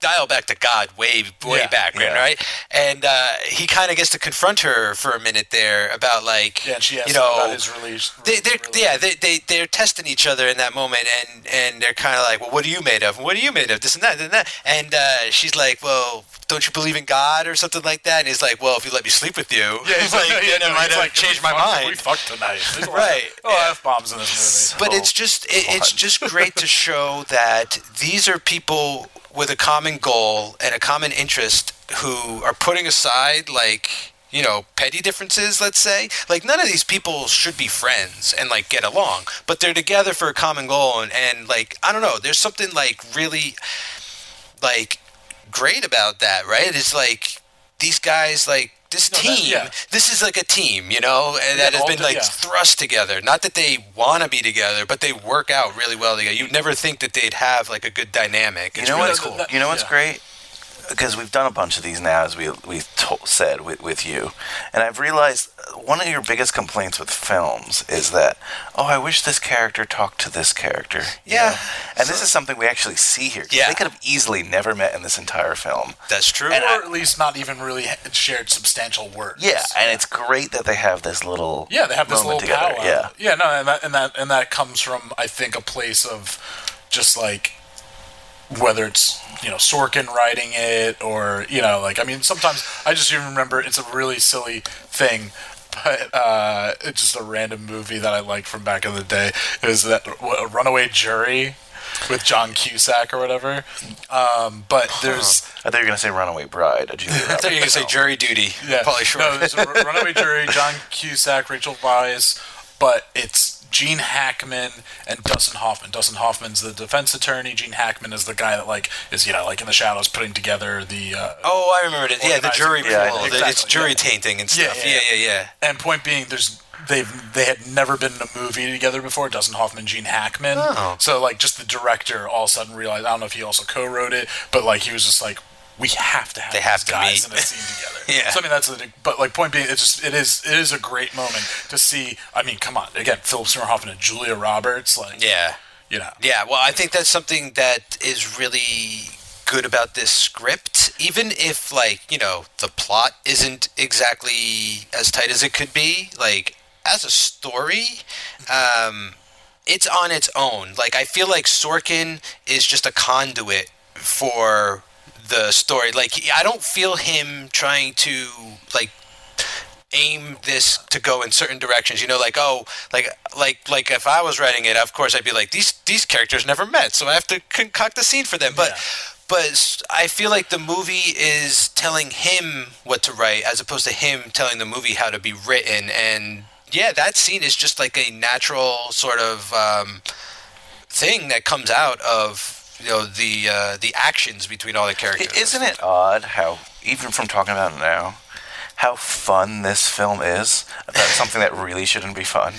Speaker 9: dial back to God way, way
Speaker 3: Yeah.
Speaker 9: back, man,
Speaker 3: Yeah.
Speaker 9: right? And uh, he kind of gets to confront her for a minute there about like,
Speaker 3: Yeah, and she asks
Speaker 9: you know,
Speaker 3: about his release.
Speaker 9: they, they're yeah they, they they're testing each other in that moment and and they're kind of like well what are you made of what are you made of this and that and that and uh, she's like well don't you believe in God or something like that and he's like well if you let me sleep with you
Speaker 3: Yeah, he's like,
Speaker 9: like,
Speaker 3: yeah,
Speaker 9: then I
Speaker 3: no,
Speaker 9: might
Speaker 3: he's
Speaker 9: have
Speaker 3: like,
Speaker 9: changed
Speaker 3: we
Speaker 9: my
Speaker 3: fucked-
Speaker 9: mind
Speaker 3: we fucked tonight. There's a lot of-
Speaker 9: right
Speaker 3: Oh, f bombs in this movie.
Speaker 9: but it's just it, it's just great to show that these are people with a common goal and a common interest who are putting aside like you know petty differences let's say like none of these people should be friends and like get along but they're together for a common goal and, and like i don't know there's something like really like great about that right it's like these guys like this team this is like a team you know and
Speaker 3: Yeah,
Speaker 9: that has
Speaker 3: all
Speaker 9: been
Speaker 3: the-
Speaker 9: like
Speaker 3: yeah.
Speaker 9: thrust together. Not that they want to be together, but they work out really well together. You'd never think that they'd have like a good dynamic.
Speaker 2: You
Speaker 9: It's
Speaker 2: know
Speaker 9: really
Speaker 2: what's
Speaker 9: cool.
Speaker 2: You know what's great? Because we've done a bunch of these now, as we we to- said with, with you, and I've realized uh, one of your biggest complaints with films is that oh, I wish this character talked to this character. you
Speaker 9: Yeah.
Speaker 2: know? and this is something we actually see here. 'cause they could have easily never met in this entire film.
Speaker 9: That's true.
Speaker 2: And I-
Speaker 3: or at least not even really ha- shared substantial words.
Speaker 2: yeah, and it's great that they have this little
Speaker 3: Yeah, they have this little
Speaker 2: moment together.
Speaker 3: powwow.
Speaker 2: Yeah,
Speaker 3: yeah, no, and that and that and that comes from I think a place of just like whether it's you know Sorkin writing it or you know like I mean sometimes I just even remember it's a really silly thing. But uh, it's just a random movie that I liked from back in the day. It was that what, Runaway Jury with John Cusack or whatever. Um, but there's
Speaker 2: I thought you were gonna say Runaway Bride. Did you? I
Speaker 9: thought you were gonna say Jury Duty.
Speaker 3: yeah.
Speaker 9: Pauly
Speaker 3: No,
Speaker 9: Shore.
Speaker 3: there's a Ru- Runaway Jury, John Cusack, Rachel Weisz, but it's Gene Hackman and Dustin Hoffman. Dustin Hoffman's the defense attorney. Gene Hackman is the guy that like is you know like in the shadows putting together the. Uh,
Speaker 9: oh, I remembered it. Yeah, the jury pool. The- It's jury tainting and
Speaker 3: Yeah,
Speaker 9: stuff.
Speaker 3: yeah,
Speaker 9: Yeah, yeah, yeah.
Speaker 3: And point being, there's they've they had never been in a movie together before. Dustin Hoffman, Gene Hackman.
Speaker 9: Oh.
Speaker 3: So like, just the director all of a sudden realized. I don't know if he also co-wrote it, but like he was just like, we have to have
Speaker 9: They have
Speaker 3: these
Speaker 9: to
Speaker 3: guys
Speaker 9: meet.
Speaker 3: in a scene together.
Speaker 9: Yeah.
Speaker 3: So I mean, that's the but like point being, it's just it is it is a great moment to see. I mean, come on, again, Philip Seymour Hoffman and Julia Roberts, like
Speaker 9: yeah,
Speaker 3: you know,
Speaker 9: Yeah, well, I think that's something that is really good about this script. Even if, like, you know, the plot isn't exactly as tight as it could be, like, as a story, um, it's on its own. Like, I feel like Sorkin is just a conduit for the story. Like, he- I don't feel him trying to, like, aim this to go in certain directions. You know, like oh, like like like if I was writing it, of course I'd be like these these characters never met, so I have to concoct a scene for them. But but s- I feel like the movie is telling him what to write as opposed to him telling the movie how to be written. And yeah, that scene is just like a natural sort of um, thing that comes out of. You know the uh, the actions between all the characters.
Speaker 2: I- Isn't it odd how, even from talking about it now, how fun this film is about something that really shouldn't be fun?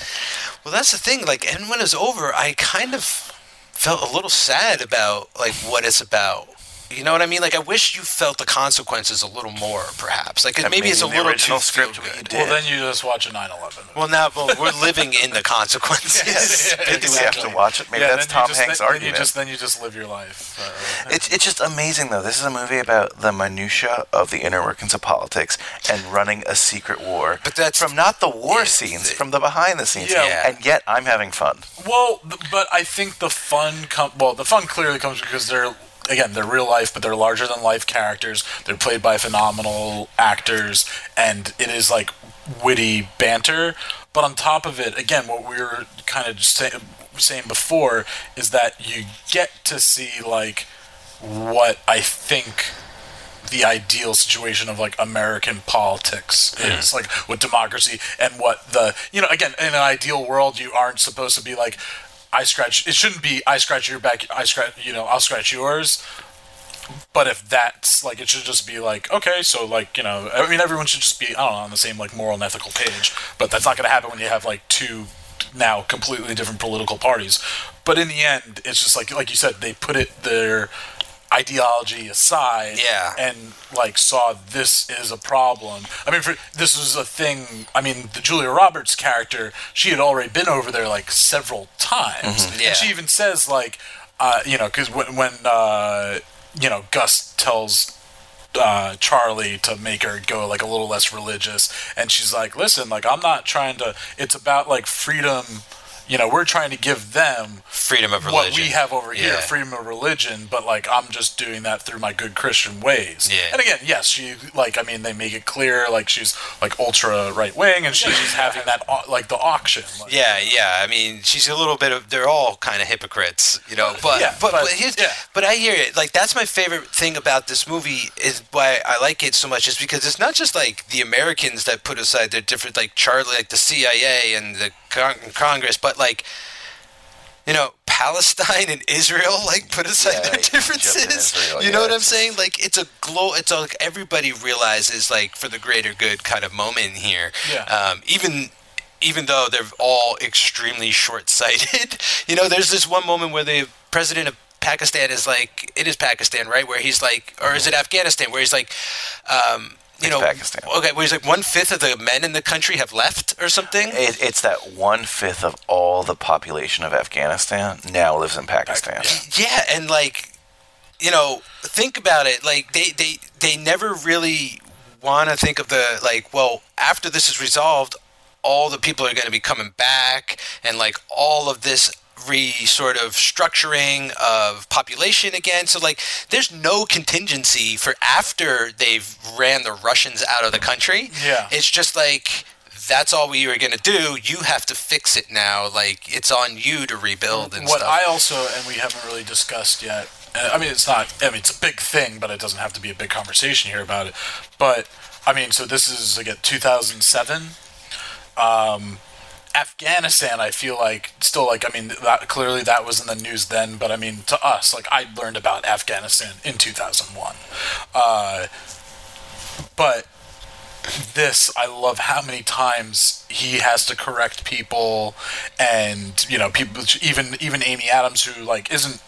Speaker 9: Well, that's the thing. Like, and when it was over, I kind of felt a little sad about like what it's about. You know what I mean? Like, I wish you felt the consequences a little more, perhaps. Like,
Speaker 2: I
Speaker 9: maybe
Speaker 2: mean,
Speaker 9: it's a
Speaker 2: the
Speaker 9: little
Speaker 2: original
Speaker 9: too
Speaker 2: script we
Speaker 9: feel-good.
Speaker 3: Well, then you just watch a 9/11.
Speaker 9: Well, now well, we're living in the consequences.
Speaker 2: Do we have to watch it? Maybe
Speaker 3: Yeah,
Speaker 2: that's
Speaker 3: then you
Speaker 2: Tom
Speaker 3: just-
Speaker 2: Hanks'
Speaker 3: then,
Speaker 2: argument.
Speaker 3: Then you just then you just live your life. Uh,
Speaker 2: It's, it's just amazing, though. This is a movie about the minutia of the inner workings of politics and running a secret war. But that's from not the war scenes, from the behind the scenes.
Speaker 3: Yeah.
Speaker 2: And yet, I'm having fun.
Speaker 3: Well, th- but I think the fun com- well, the fun clearly comes because they're again they're real life, but they're larger than life characters. They're played by phenomenal actors, and it is like witty banter. But on top of it, again, what we were kind of just say- saying before is that you get to see like what I think the ideal situation of like American politics is
Speaker 13: Mhm.
Speaker 3: like with democracy and what the you know again in an ideal world you aren't supposed to be like I scratch it shouldn't be I scratch your back I scratch you know I'll scratch yours but if that's like it should just be like okay so like you know I mean everyone should just be I don't know on the same like moral and ethical page but that's not going to happen when you have like two now completely different political parties but in the end it's just like like you said they put it their ideology aside
Speaker 9: Yeah.
Speaker 3: and like saw this is a problem i mean for, this was a thing i mean the julia roberts character she had already been over there like several times
Speaker 9: Mhm. Yeah.
Speaker 3: and she even says like uh, you know because when, when uh, you know, Gus tells uh, Charlie to make her go like a little less religious, and she's like, "Listen, like I'm not trying to. It's about like freedom. You know, we're trying to give them
Speaker 9: freedom of
Speaker 3: what
Speaker 9: religion.
Speaker 3: we have over here,
Speaker 9: Yeah.
Speaker 3: freedom of religion. But like I'm just doing that through my good Christian ways.
Speaker 9: Yeah.
Speaker 3: And again, yes, she like I mean they make it clear like she's like ultra right wing, and she's having that au- like the auction. Like,
Speaker 9: Yeah, yeah. I mean, she's a little bit of. They're all kind of hypocrites, you know. But
Speaker 3: Yeah,
Speaker 9: but
Speaker 3: but-
Speaker 9: but, here's, but I hear it. Like that's my favorite thing about this movie is why I like it so much is because it's not just like the Americans that put aside their different like Charlie, like the CIA and the con- Congress, but like you know Palestine and Israel like put aside their differences.
Speaker 13: Israel,
Speaker 9: you know
Speaker 13: yeah,
Speaker 9: what I'm
Speaker 13: it's-
Speaker 9: saying? Like it's a glow. It's like everybody realizes like for the greater good kind of moment here.
Speaker 13: Yeah.
Speaker 9: Um, even even though they're all extremely short-sighted. You know, there's this one moment where the president of Pakistan is like, it is Pakistan, right? Where he's like, or is it Afghanistan? Where he's like, um, you know, Pakistan. okay, where he's like, one fifth of the men in the country have left or something.
Speaker 2: It, it's that one fifth of all the population of Afghanistan now lives in Pakistan.
Speaker 9: yeah and like you know think about it like they they they never really want to think of the like well after this is resolved all the people are going to be coming back and like all of this re sort of structuring of population again so like there's no contingency for after they've ran the russians out of the country
Speaker 3: Yeah.
Speaker 9: it's just like that's all we were going to do you have to fix it now like it's on you to rebuild and
Speaker 3: what
Speaker 9: stuff
Speaker 3: I also and we haven't really discussed yet. and I mean, it's not. I mean, it's a big thing, but it doesn't have to be a big conversation here about it. But I mean, so this is again 2007. Um, Afghanistan, I feel like still like I mean that clearly that was in the news then, but I mean to us like I learned about Afghanistan in 2001. Uh, but this I love how many times he has to correct people and you know people even even Amy Adams who like isn't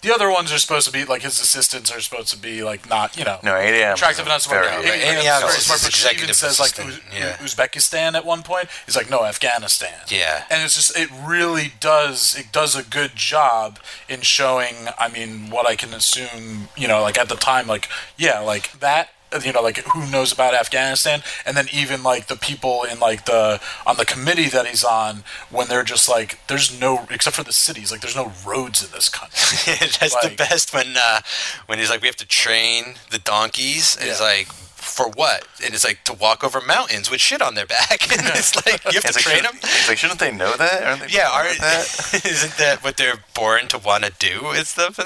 Speaker 3: the other ones are supposed to be like his assistants are supposed to be like not you know
Speaker 2: No, Amy Adams
Speaker 3: attractive
Speaker 2: is
Speaker 3: enough smart.
Speaker 2: very-
Speaker 3: Amy,
Speaker 2: Amy
Speaker 3: Adams is
Speaker 2: Adams
Speaker 3: very
Speaker 2: is
Speaker 3: smart, but she even
Speaker 2: executive
Speaker 3: says like
Speaker 2: assistant,
Speaker 3: Uz-
Speaker 2: yeah.
Speaker 3: Uzbekistan at one point he's like no Afghanistan
Speaker 9: yeah
Speaker 3: and it's just it really does it does a good job in showing i mean what i can assume you know like at the time like yeah like that you know like who knows about afghanistan and then even like the people in like the on the committee that he's on when they're just like there's no except for the cities like there's no roads in this country
Speaker 9: That's the best when uh, when he's like, we have to train the donkeys, and he's like, for what? And it's like to walk over mountains with shit on their back, and it's like you have to
Speaker 2: It's like,
Speaker 9: train
Speaker 2: should-
Speaker 9: them.
Speaker 2: it's like, shouldn't they know that? Aren't they
Speaker 9: yeah,
Speaker 2: born
Speaker 9: aren't,
Speaker 2: with
Speaker 9: isn't that what they're born to want to do and stuff?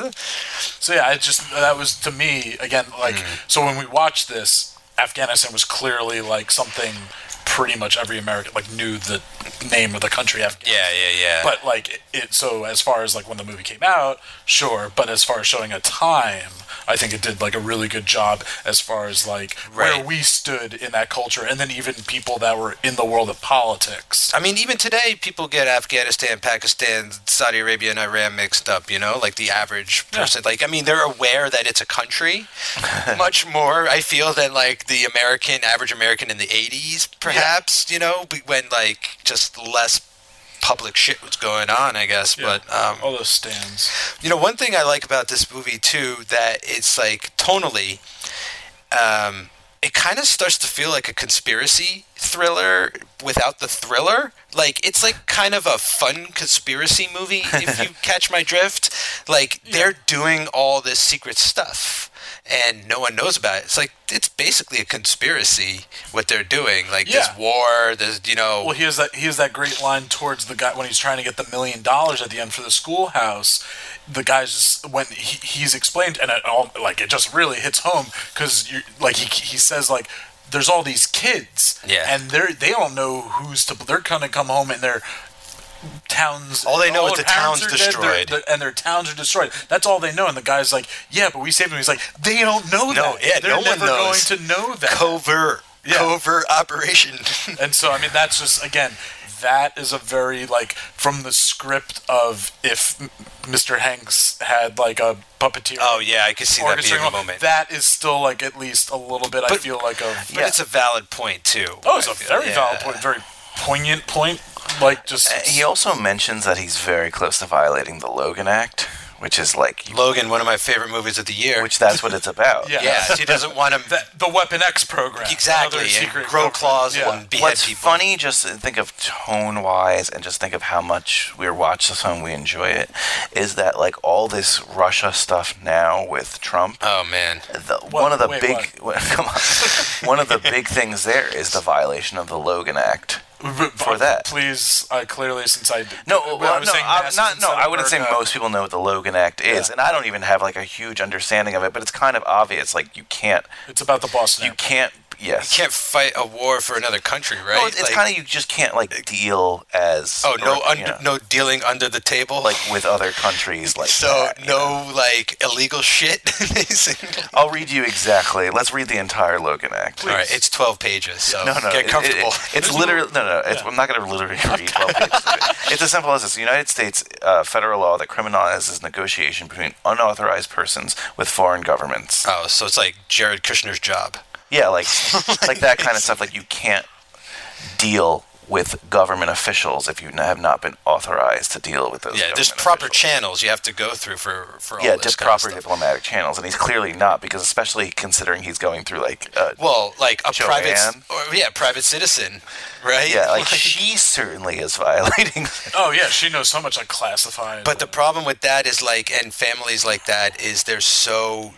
Speaker 3: So yeah, it just that was to me again like so when we watched this, Afghanistan was clearly like something pretty much every American like knew the name of the country Afghanistan.
Speaker 9: Yeah, yeah, yeah.
Speaker 3: But like it, it so as far as like when the movie came out, sure, but as far as showing a time, I think it did like a really good job as far as like where
Speaker 9: Right.
Speaker 3: we stood in that culture and then even people that were in the world of politics.
Speaker 9: I mean, even today, people get Afghanistan, Pakistan, Saudi Arabia, and Iran mixed up. You know, like the average person. Like, I mean, they're aware that it's a country much more. I feel than like the American average American in the '80s, perhaps. You know, be- when like just less public shit was going on. I guess, but um,
Speaker 3: all those stands.
Speaker 9: You know, one thing I like about this movie too that it's like tonally um, it kind of starts to feel like a conspiracy thriller without the thriller. Like it's like kind of a fun conspiracy movie, if you catch my drift. Like they're doing all this secret stuff, and no one knows about it. It's like it's basically a conspiracy what they're doing. Like
Speaker 3: Yeah.
Speaker 9: this war, this you know.
Speaker 3: Oh, Well, here's that here's that great line towards the guy when he's trying to get the million dollars at the end for the schoolhouse. The guy's just when he, he's explained, and it all like it just really hits home because you like he he says like. There's all these kids,
Speaker 9: Yeah.
Speaker 3: and they're they don't know who's to. They're gonna come home and their towns.
Speaker 9: All they know is
Speaker 3: their
Speaker 9: the
Speaker 3: parents
Speaker 9: town's
Speaker 3: are dead, their-
Speaker 9: destroyed.
Speaker 3: their- and their towns are destroyed. That's all they know. And the guy's like, "Yeah, but we saved them." He's like, "They don't know
Speaker 9: No,
Speaker 3: that.
Speaker 9: yeah,
Speaker 3: they're
Speaker 9: no one
Speaker 3: never
Speaker 9: knows.
Speaker 3: going to know that."
Speaker 9: Covert, covert operation.
Speaker 3: and so, I mean, that's just again, that is a very like from the script of if M- Mr. Hanks had like a puppeteer.
Speaker 9: Oh yeah, I could see that being
Speaker 3: orchestrating
Speaker 9: a
Speaker 3: all-
Speaker 9: moment.
Speaker 3: That is still like at least a little bit. I feel like of.
Speaker 9: but it's a valid point too.
Speaker 3: oh, it's a
Speaker 9: I feel,
Speaker 3: very
Speaker 9: yeah. Uh,
Speaker 3: valid point. Very poignant point. Like just
Speaker 2: Uh, He also mentions that he's very close to violating the Logan Act, which is like
Speaker 9: Logan, one of my favorite movies of the year.
Speaker 2: Which that's what it's about.
Speaker 9: yeah, she doesn't want him.
Speaker 3: The, Weapon X program.
Speaker 9: Exactly.
Speaker 3: Another
Speaker 9: And
Speaker 3: secret
Speaker 9: grow
Speaker 3: weapon.
Speaker 9: claws
Speaker 3: Yeah.
Speaker 9: and behead
Speaker 2: What's
Speaker 9: people.
Speaker 2: funny, just think of tone wise and just think of how much we watch this and we enjoy it, is that like all this Russia stuff now with Trump.
Speaker 9: Oh man,
Speaker 2: the, one of the
Speaker 9: wait,
Speaker 2: big come on, one of the big things there is the violation of the Logan Act.
Speaker 3: for
Speaker 2: that.
Speaker 3: Please, uh, clearly, since I
Speaker 2: No,
Speaker 3: when
Speaker 2: well,
Speaker 3: I was
Speaker 9: uh,
Speaker 2: no,
Speaker 3: saying
Speaker 2: I'm
Speaker 3: masses
Speaker 2: not, no,
Speaker 3: instead of
Speaker 2: I wouldn't say
Speaker 3: burqa.
Speaker 2: most people know what the Logan Act is, and I don't even have like a huge understanding of it, but it's kind of obvious. Like you can't.
Speaker 3: It's about the Boston.
Speaker 2: You can't. Yes.
Speaker 9: You can't fight a war for another country, right?
Speaker 2: No, it's kind of you just can't like deal as
Speaker 9: Oh no,
Speaker 2: or,
Speaker 9: under,
Speaker 2: you know,
Speaker 9: no dealing under the table like
Speaker 2: with other countries like
Speaker 9: so no like illegal shit.
Speaker 2: I'll read you exactly. Let's read the entire Logan Act.
Speaker 9: All right, it's twelve pages, so
Speaker 2: no, no,
Speaker 9: get
Speaker 2: it- it-
Speaker 9: comfortable.
Speaker 2: it- it's literally no, no. It's, I'm not going to literally read twelve pages. of it. It's as simple as this: United States uh, federal law that criminalizes negotiation between unauthorized persons with foreign governments.
Speaker 9: Oh, so it's like Jared Kushner's job.
Speaker 2: Yeah, like like that kind of stuff. Like you can't deal with government officials if you n- have not been authorized to deal with those.
Speaker 9: Yeah, there's proper channels you have to go through for for all
Speaker 2: yeah,
Speaker 9: this
Speaker 2: just
Speaker 9: kind of
Speaker 2: proper
Speaker 9: stuff.
Speaker 2: diplomatic channels, and he's clearly not because, especially considering he's going through like uh,
Speaker 9: Well, like a private,
Speaker 2: Joanne?
Speaker 9: or, yeah, private citizen, right?
Speaker 2: yeah, like she certainly is violating.
Speaker 3: Oh yeah, she knows so much like classified.
Speaker 9: But the problem with that is like, and families like that is they're so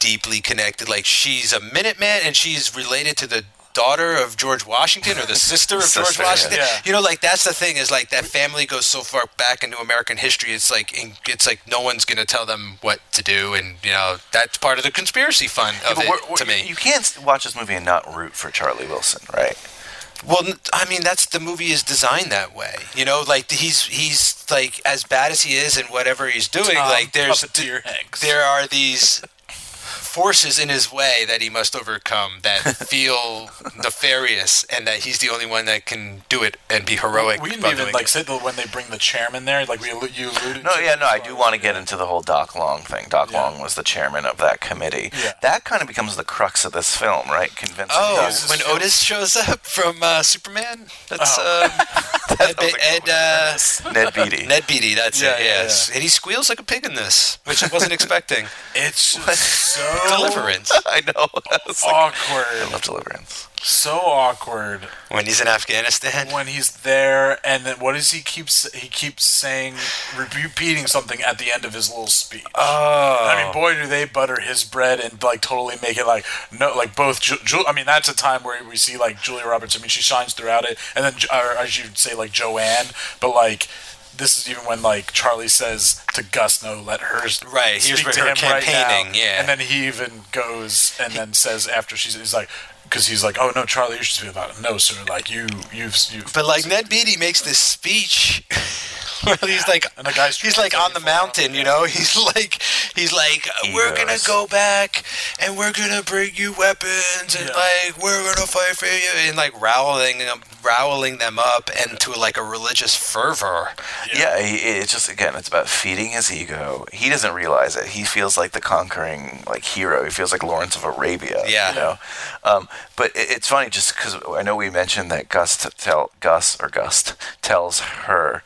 Speaker 9: deeply connected. Like she's a Minuteman, and she's related to the daughter of George Washington or the sister of
Speaker 2: Sister,
Speaker 9: George
Speaker 2: yeah.
Speaker 9: Washington.
Speaker 2: Yeah.
Speaker 9: You know, like that's the thing is like that family goes so far back into American history. It's like in, it's like no one's gonna tell them what to do, and you know that's part of the conspiracy fun
Speaker 2: Yeah,
Speaker 9: of
Speaker 2: but
Speaker 9: it
Speaker 2: we're- we're-
Speaker 9: to me.
Speaker 2: You can't s- watch this movie and not root for Charlie Wilson, right?
Speaker 9: Well, n- I mean, that's the movie is designed that way. You know, like he's he's like as bad as he is and whatever he's doing,
Speaker 3: Tom
Speaker 9: like there's
Speaker 3: Puppeteer Hanks.
Speaker 9: there are these forces in his way that he must overcome that feel nefarious and that he's the only one that can do it and be heroic.
Speaker 3: We didn't
Speaker 9: by
Speaker 3: even
Speaker 9: doing
Speaker 3: like
Speaker 9: it.
Speaker 3: say that when they bring the chairman there, like we allu- you alluded.
Speaker 2: No,
Speaker 3: to
Speaker 2: yeah, no, I do want to get into the whole Doc Long thing. Doc Long was the chairman of that committee. That kind of becomes the crux of this film, right? Convincing
Speaker 9: Oh,
Speaker 2: those-
Speaker 9: when Otis shows up from uh, Superman, that's
Speaker 3: Oh.
Speaker 9: um, Ed, Be- Ed uh,
Speaker 2: Ned Beatty.
Speaker 9: Ned Beatty, that's
Speaker 2: Yeah,
Speaker 9: it.
Speaker 2: yeah,
Speaker 9: Yes, and he squeals like a pig in this, which I wasn't expecting.
Speaker 3: It's just so
Speaker 9: Deliverance.
Speaker 2: I know.
Speaker 3: awkward.
Speaker 2: I love Deliverance.
Speaker 3: So awkward
Speaker 9: when he's in Afghanistan.
Speaker 3: when he's there, and then what does he keeps he keeps saying, repeating something at the end of his little speech.
Speaker 9: Oh,
Speaker 3: I mean, boy, do they butter his bread and like totally make it like no, like both. Ju- Ju- I mean, that's a time where we see like Julia Roberts. I mean, she shines throughout it, and then Ju- or, as you say, like Joanne, but like. This is even when like Charlie says to Gus, "No, let her s-
Speaker 9: Right, here's
Speaker 3: speak
Speaker 9: where
Speaker 3: to
Speaker 9: her
Speaker 3: him right now."
Speaker 9: campaigning, yeah.
Speaker 3: and then he even goes and then says after she's he's like, because he's like, "Oh no, Charlie, you should speak about it." No, sir, like you, you've, you've.
Speaker 9: But like Ned Beatty makes this speech. where he's like,
Speaker 3: And the guy's
Speaker 9: he's like on the mountain, you know. He's like, he's like, we're gonna
Speaker 2: Egos.
Speaker 9: go back, and we're gonna bring you weapons, and like we're gonna fight for you, and like roweling, them- roweling them up, and to like a religious fervor.
Speaker 2: Yeah, he, it's just again, it's about feeding his ego. He doesn't realize it. He feels like the conquering like hero. He feels like Lawrence of Arabia.
Speaker 9: Yeah.
Speaker 2: you know. Um, but it, it's funny just because I know we mentioned that Gus t- tell Gus or Gust tells her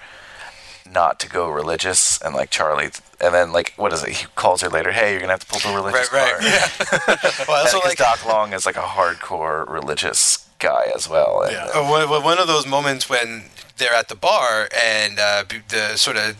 Speaker 2: not to go religious, and like Charlie, and then like what is it? He calls her later. Hey, you're gonna have to pull the religious
Speaker 9: Right, right.
Speaker 2: card.
Speaker 9: Well,
Speaker 2: And
Speaker 9: also
Speaker 2: because
Speaker 9: like
Speaker 2: Doc Long is like a hardcore religious guy as well. And,
Speaker 9: Uh, one, one- one of those moments when they're at the bar and uh, b- the sort of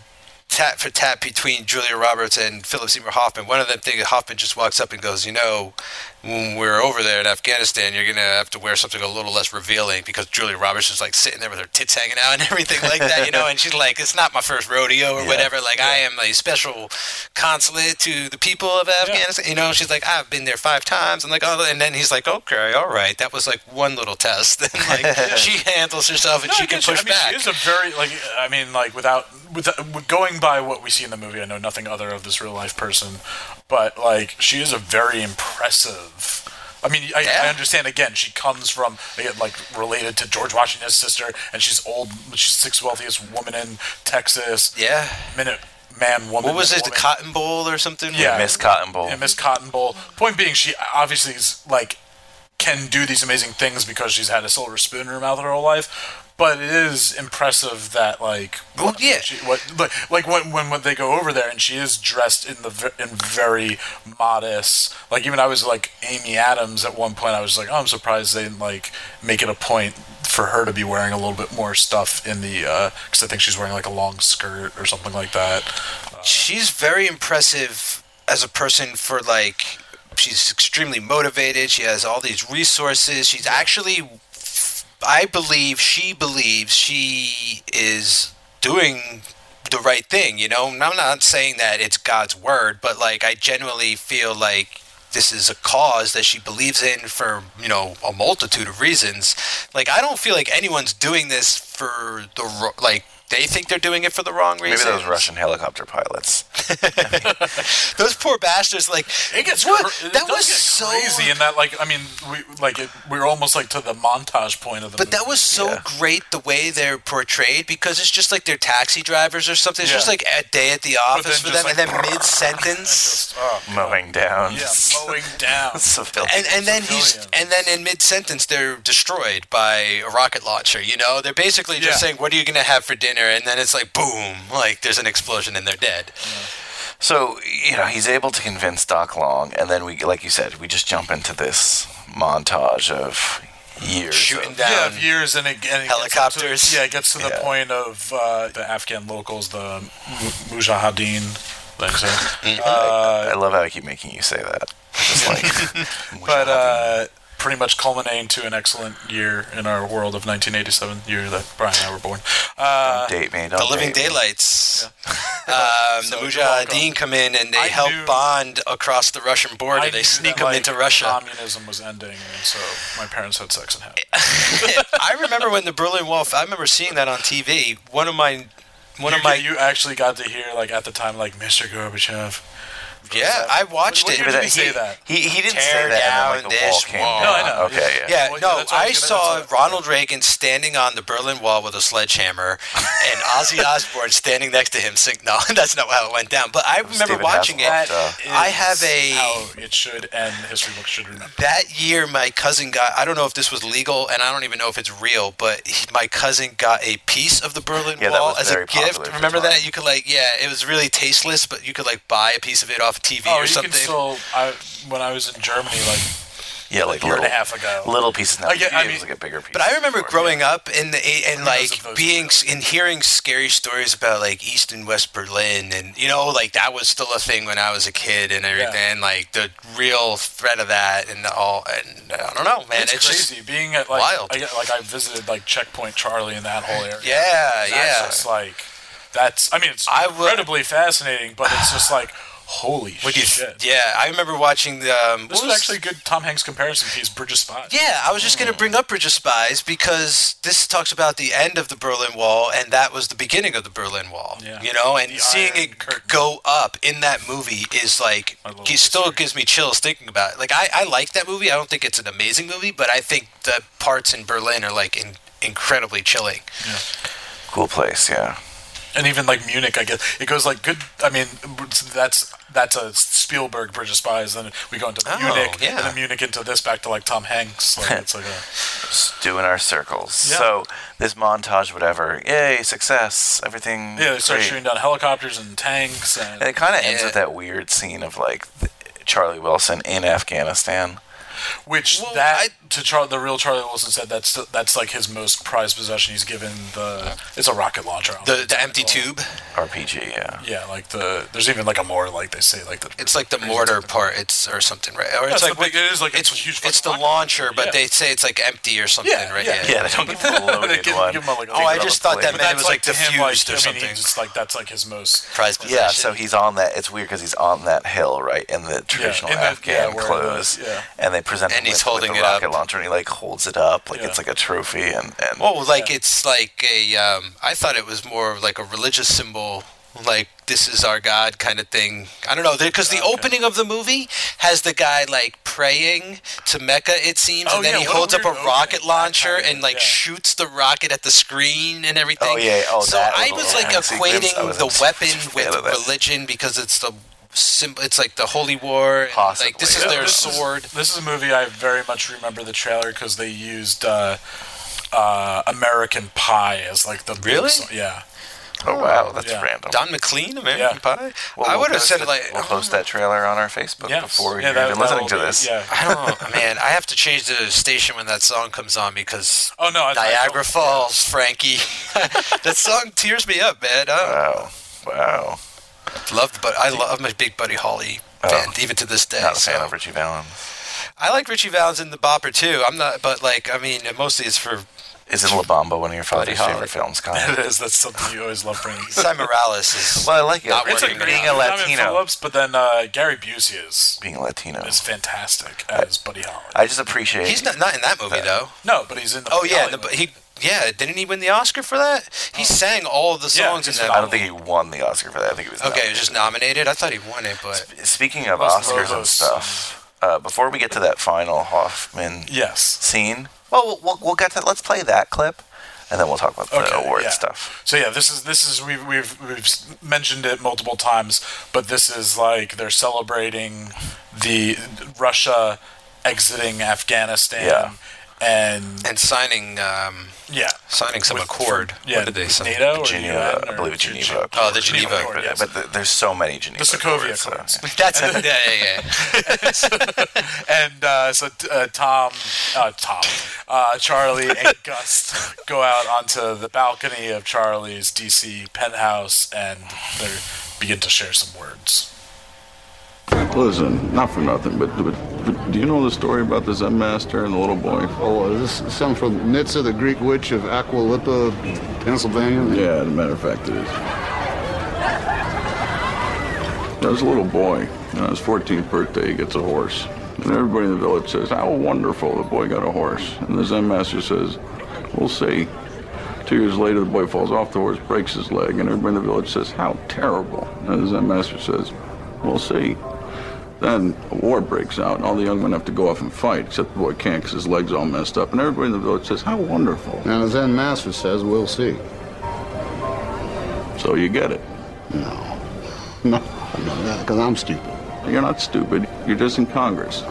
Speaker 9: tap for tap between Julia Roberts and Philip Seymour Hoffman. One of them thinks Hoffman just walks up and goes, "You know, when we're over there in Afghanistan, you're gonna have to wear something a little less revealing because Julia Roberts is like sitting there with her tits hanging out and everything like that, you know." And she's like, "It's not my first rodeo or
Speaker 2: Yeah.
Speaker 9: whatever. Like, I am a special consulate to the people of Afghanistan." You know, she's like, "I've been there five times." And like, "Oh," and then he's like, "Okay, all right." That was like one little test. And like, she handles herself and
Speaker 3: No,
Speaker 9: she
Speaker 3: I
Speaker 9: can
Speaker 3: get you.
Speaker 9: push
Speaker 3: I mean,
Speaker 9: back.
Speaker 3: She is a very like I mean like without with going by what we see in the movie. I know nothing other of this real life person, but like she is a very impressive. I mean, I, I understand. Again, she comes from again, like related to George Washington's sister, and she's old. She's sixth wealthiest woman in Texas.
Speaker 9: Yeah,
Speaker 3: minute man woman.
Speaker 9: What was it, the
Speaker 3: woman.
Speaker 9: Cotton Bowl or something?
Speaker 3: Yeah,
Speaker 2: Miss Cotton Bowl.
Speaker 3: Yeah, Miss Cotton Bowl. Point being, she obviously is like can do these amazing things because she's had a silver spoon in her mouth her whole life. But it is impressive that like well, yeah, she, what, like, like when, when when they go over there and she is dressed in the ve- in very modest. Like even I was like Amy Adams at one point. I was like, oh, I'm surprised they didn't like make it a point for her to be wearing a little bit more stuff in the because I think she's wearing like a long skirt or something like that.
Speaker 9: She's very impressive as a person for like she's extremely motivated. She has all these resources. She's actually I believe she believes she is doing the right thing, you know? And I'm not saying that it's God's word, but like I genuinely feel like this is a cause that she believes in for, you know, a multitude of reasons. Like I don't feel like anyone's doing this for the ro- like they think they're doing it for the wrong
Speaker 2: Maybe
Speaker 9: reason.
Speaker 2: those Russian helicopter pilots.
Speaker 9: those poor bastards like
Speaker 3: It gets
Speaker 9: What?
Speaker 3: cra- it
Speaker 9: That
Speaker 3: does
Speaker 9: was
Speaker 3: get
Speaker 9: so-
Speaker 3: crazy, and that like I mean we like it, we're almost like to the montage point of the.
Speaker 9: But that was so great the way they're portrayed because it's just like they're taxi drivers or something. It's
Speaker 3: Yeah.
Speaker 9: just like a day at the office for
Speaker 3: just
Speaker 9: them,
Speaker 3: like,
Speaker 9: and then mid sentence,
Speaker 2: mowing down.
Speaker 3: oh, yeah, mowing down.
Speaker 9: and, and then he's and then in mid sentence they're destroyed by a rocket launcher. You know, they're basically just
Speaker 2: Yeah.
Speaker 9: saying, "What are you gonna have for dinner?" And then it's like boom, like there's an explosion and they're dead.
Speaker 2: So you know he's able to convince Doc Long, and then we, like you said, we just jump into this montage of years
Speaker 9: shooting
Speaker 2: of,
Speaker 3: Yeah, of years and, it, and it Gets
Speaker 9: Helicopters.
Speaker 3: to, yeah, it gets to the
Speaker 2: Yeah.
Speaker 3: point of uh, the Afghan locals, the Mu- Mujahideen. like so. Uh,
Speaker 2: I love how I keep making you say that. Just like,
Speaker 3: but uh, pretty much culminating to an excellent year in our world of 1987, the year that Brian and I were born. Uh,
Speaker 2: date me.
Speaker 9: the Living Daylights. Um, the Mujahideen come in and they help Bond across the Russian border.
Speaker 3: I
Speaker 9: they
Speaker 3: knew
Speaker 9: sneak
Speaker 3: that,
Speaker 9: him
Speaker 3: like,
Speaker 9: into Russia.
Speaker 3: Communism was ending, and so my parents had sex and had.
Speaker 9: I remember when the Berlin Wall. I remember seeing that on TV. One of my, one
Speaker 3: you,
Speaker 9: of my.
Speaker 3: you actually got to hear like at the time like Mr. Gorbachev.
Speaker 9: yeah, I watched
Speaker 3: What
Speaker 9: it.
Speaker 3: year did he say that?
Speaker 2: He, he didn't
Speaker 9: Tear
Speaker 2: say that.
Speaker 9: down
Speaker 2: And then, like, the wall
Speaker 9: this
Speaker 2: came
Speaker 9: wall.
Speaker 2: down. Okay. Yeah.
Speaker 9: Yeah,
Speaker 3: Well, yeah,
Speaker 9: no,
Speaker 3: that's what I
Speaker 9: I
Speaker 3: was gonna-
Speaker 9: saw
Speaker 3: that's
Speaker 9: Ronald Reagan standing on the Berlin Wall with a sledgehammer, and Ozzy Osbourne standing next to him. Sing, no, that's not how it went down. But I remember
Speaker 2: Stephen
Speaker 9: watching it.
Speaker 2: Hasselhoff, uh,
Speaker 9: I have a.
Speaker 3: how it should and history books should remember.
Speaker 9: that year my cousin got i don't know if this was legal and i don't even know if it's real but he, my cousin got a piece of the berlin
Speaker 2: Yeah, that
Speaker 9: wall
Speaker 2: was
Speaker 9: as a
Speaker 2: very popular at
Speaker 9: gift
Speaker 2: the
Speaker 9: remember that
Speaker 2: time.
Speaker 9: you could like yeah it was really tasteless but you could like buy a piece of it off tv
Speaker 3: Oh,
Speaker 9: or
Speaker 3: you
Speaker 9: something
Speaker 3: can still. I, when I was in Germany, like
Speaker 2: Yeah, like
Speaker 3: a
Speaker 2: little,
Speaker 3: year and a half ago.
Speaker 2: little pieces. Now,
Speaker 3: I get- I
Speaker 2: it was
Speaker 3: mean-
Speaker 2: like a bigger piece.
Speaker 9: but i remember growing up in the eight- and like
Speaker 3: of those
Speaker 9: being s- and hearing scary stories about like east and west berlin and you know like that was still a thing when i was a kid and everything and, like the real threat of that and all and i don't know man
Speaker 3: it's,
Speaker 9: it's,
Speaker 3: crazy
Speaker 9: just
Speaker 3: being at like
Speaker 9: wild.
Speaker 3: I, get- like I visited like Checkpoint Charlie and that whole area.
Speaker 9: yeah
Speaker 3: That's
Speaker 9: yeah
Speaker 3: just like that's. I mean, it's
Speaker 9: I would-
Speaker 3: incredibly fascinating, but it's just like holy
Speaker 9: Would you?
Speaker 3: shit.
Speaker 9: Yeah, I remember watching the. Um,
Speaker 3: this
Speaker 9: what
Speaker 3: was actually a good Mm. Tom Hanks comparison piece, Bridge of Spies.
Speaker 9: Yeah, I was just going to bring up Bridge of Spies because this talks about the end of the Berlin Wall, and that was the beginning of the Berlin Wall.
Speaker 3: Yeah.
Speaker 9: You know, and
Speaker 3: The
Speaker 9: seeing
Speaker 3: Iron
Speaker 9: it go up in that movie is like,
Speaker 3: My little
Speaker 9: it still gives me chills thinking about it. Like, I, I like that movie. I don't think it's an amazing movie, but I think the parts in Berlin are like in, incredibly chilling.
Speaker 2: cool place. Yeah.
Speaker 3: and even like Munich, I guess it goes like good. I mean, that's that's a Spielberg Bridge of Spies. Then we go into
Speaker 9: Oh,
Speaker 3: Munich,
Speaker 9: yeah.
Speaker 3: and then Munich into this back to like Tom Hanks. Like it's like a
Speaker 2: Just doing our circles.
Speaker 3: Yeah.
Speaker 2: So this montage, whatever. Yay, success. Everything.
Speaker 3: yeah. They start
Speaker 2: great.
Speaker 3: shooting down helicopters and tanks, and,
Speaker 2: And it kind of ends
Speaker 9: Yeah.
Speaker 2: with that weird scene of like th- Charlie Wilson in Afghanistan.
Speaker 3: which
Speaker 9: Well,
Speaker 3: that
Speaker 9: I-
Speaker 3: to Char- the real Charlie Wilson said that's that's like his most prized possession. He's given the it's a rocket launcher. I don't know
Speaker 9: The,
Speaker 3: what
Speaker 9: the
Speaker 3: it's
Speaker 9: empty
Speaker 3: called.
Speaker 9: tube,
Speaker 2: RPG, yeah.
Speaker 3: Yeah, like the there's even like a more like they say like the
Speaker 9: it's like the mortar part, it's or something, right? Or it's
Speaker 3: Yeah,
Speaker 9: like
Speaker 3: the big- it is like a
Speaker 9: it's
Speaker 3: huge
Speaker 9: it's the
Speaker 3: fucking
Speaker 9: launcher, but
Speaker 3: Yeah.
Speaker 9: they say it's like empty or something,
Speaker 3: Yeah,
Speaker 9: right?
Speaker 3: yeah.
Speaker 2: Yeah, they don't give him a loaded
Speaker 3: They give-
Speaker 2: one.
Speaker 3: give him, like, a-
Speaker 9: Oh, I just thought that
Speaker 2: But
Speaker 9: meant it
Speaker 3: That's,
Speaker 9: was like,
Speaker 3: to him, like,
Speaker 9: diffused
Speaker 3: I
Speaker 9: or
Speaker 3: mean,
Speaker 9: something.
Speaker 3: he's just like that's like his most
Speaker 9: Prize
Speaker 2: Yeah,
Speaker 9: possession.
Speaker 2: so he's on that. It's weird because he's on that hill, right, in the traditional
Speaker 3: in the-
Speaker 2: Afghan
Speaker 3: yeah, where it was,
Speaker 2: clothes,
Speaker 3: yeah.
Speaker 2: and they present
Speaker 9: And
Speaker 2: him
Speaker 9: he's
Speaker 2: with,
Speaker 9: holding
Speaker 2: with
Speaker 9: it
Speaker 2: a rocket
Speaker 9: up.
Speaker 2: launcher, and he like holds it up like
Speaker 3: Yeah.
Speaker 2: it's like a trophy, and and
Speaker 9: Well, Oh, like it's like a. Um, I thought it was more of like a religious symbol, like this is our God kind of thing. I don't know because the opening of the movie has the guy like praying to Mecca, it seems,
Speaker 3: Oh,
Speaker 9: and then
Speaker 3: yeah,
Speaker 9: he
Speaker 3: what a
Speaker 9: holds up a
Speaker 3: weird opening.
Speaker 9: rocket
Speaker 3: That
Speaker 9: launcher
Speaker 3: kind of-
Speaker 9: and like
Speaker 3: yeah.
Speaker 9: shoots the rocket at the screen and everything.
Speaker 2: Oh, yeah, oh,
Speaker 9: so
Speaker 2: that
Speaker 9: I
Speaker 2: little
Speaker 9: was like
Speaker 2: action sequence, I
Speaker 9: equating
Speaker 2: was
Speaker 9: the
Speaker 2: obsessed
Speaker 9: weapon
Speaker 2: with
Speaker 9: with
Speaker 2: that.
Speaker 9: religion because it's the. Symbol, it's like the holy war. And Like this
Speaker 2: Possibly,
Speaker 9: is
Speaker 2: yeah.
Speaker 9: their
Speaker 3: this
Speaker 9: sword.
Speaker 3: Is, this is a movie I very much remember the trailer because they used uh, uh, American Pie as like the big
Speaker 9: Really?
Speaker 3: song- yeah.
Speaker 2: Oh wow, that's random.
Speaker 9: Don McLean, American
Speaker 3: Yeah.
Speaker 9: Pie.
Speaker 2: Well,
Speaker 9: I
Speaker 2: we'll
Speaker 9: would have
Speaker 2: post
Speaker 9: said
Speaker 2: it-
Speaker 9: like
Speaker 2: we'll post that trailer on our Facebook
Speaker 9: Yes.
Speaker 2: before
Speaker 9: Yeah,
Speaker 2: you're
Speaker 9: that-
Speaker 2: even listening to
Speaker 9: that'll be-
Speaker 2: this.
Speaker 3: yeah.
Speaker 9: I don't, man. I have to change the station when that song comes on because
Speaker 3: oh no,
Speaker 9: Niagara Falls, Frankie. that song tears me up, man. Wow,
Speaker 2: wow.
Speaker 9: Loved, but I love my big buddy Holly, fan, even to this day.
Speaker 2: Oh. Not a
Speaker 9: so.
Speaker 2: fan of Richie Valens.
Speaker 9: I like Richie Valens in the Bopper too. I'm not, but like, I mean, mostly it's for
Speaker 2: Isn't La Bamba one of your
Speaker 9: Buddy
Speaker 2: father's
Speaker 9: Holly.
Speaker 2: favorite films, Colin?
Speaker 3: That is that's something you always love bringing.
Speaker 9: Cy Morales is.
Speaker 2: Well, I like it.
Speaker 9: not
Speaker 2: It's
Speaker 9: working
Speaker 2: a being
Speaker 9: out.
Speaker 2: a
Speaker 3: Diamond
Speaker 2: Latino.
Speaker 3: Phillips, but then uh, Gary Busey is
Speaker 2: Being a Latino.
Speaker 3: is fantastic as Buddy Holly.
Speaker 2: I just appreciate.
Speaker 9: He's not not in that movie though.
Speaker 3: No, Oh. but he's in. the
Speaker 9: Oh yeah, the, he yeah. Didn't he win the Oscar for that? He sang all the songs in that.
Speaker 2: I don't think he won the Oscar for that. I think it was
Speaker 9: Okay, he was just nominated. I thought he won it, but
Speaker 2: Speaking of
Speaker 9: Los
Speaker 2: Oscars and
Speaker 9: Lobos.
Speaker 2: stuff, uh, before we get to that final Hoffman
Speaker 3: yes
Speaker 2: scene, well, we'll, we'll, we'll get to let's play that clip, and then we'll talk about the
Speaker 3: Okay,
Speaker 2: award
Speaker 3: yeah.
Speaker 2: stuff.
Speaker 3: So yeah, this is this is we've we've we've mentioned it multiple times, but this is like they're celebrating the Russia exiting Afghanistan.
Speaker 9: Yeah.
Speaker 3: And
Speaker 9: and signing um
Speaker 3: yeah
Speaker 9: signing some
Speaker 3: With-
Speaker 9: accord.
Speaker 3: yeah,
Speaker 9: what did they sign?
Speaker 3: NATO or
Speaker 2: Geneva, I believe it's Geneva.
Speaker 9: Oh, the Geneva
Speaker 2: Accord,
Speaker 9: Accord,
Speaker 2: but- But th- there's so many Geneva.
Speaker 3: The Sokovia
Speaker 2: Accords, so-
Speaker 3: Accords.
Speaker 9: That's it. Yeah, yeah,
Speaker 3: and uh, so t- uh, Tom, uh, Tom, uh, Charlie, and Gus go out onto the balcony of Charlie's DC penthouse, and they begin to share some words.
Speaker 12: Listen, not for nothing, but, but, but do you know the story about the Zen master and the little boy?
Speaker 13: Oh, is this some from Nitsa, the Greek witch of Aquilippa, Pennsylvania?
Speaker 12: Yeah, as a matter of fact, it is. There was a little boy, and on his 14th birthday, he gets a horse. And everybody in the village says, How wonderful the boy got a horse. And the Zen master says, We'll see. Two years later, the boy falls off the horse, breaks his leg, and everybody in the village says, How terrible. And the Zen master says, We'll see. Then a war breaks out, and all the young men have to go off and fight, except the boy can't because his leg's all messed up. And everybody in the village says, How wonderful.
Speaker 13: Now, the Zen master says, we'll see.
Speaker 12: So you get it.
Speaker 13: No, no, because I'm stupid.
Speaker 12: You're not stupid. You're just in Congress.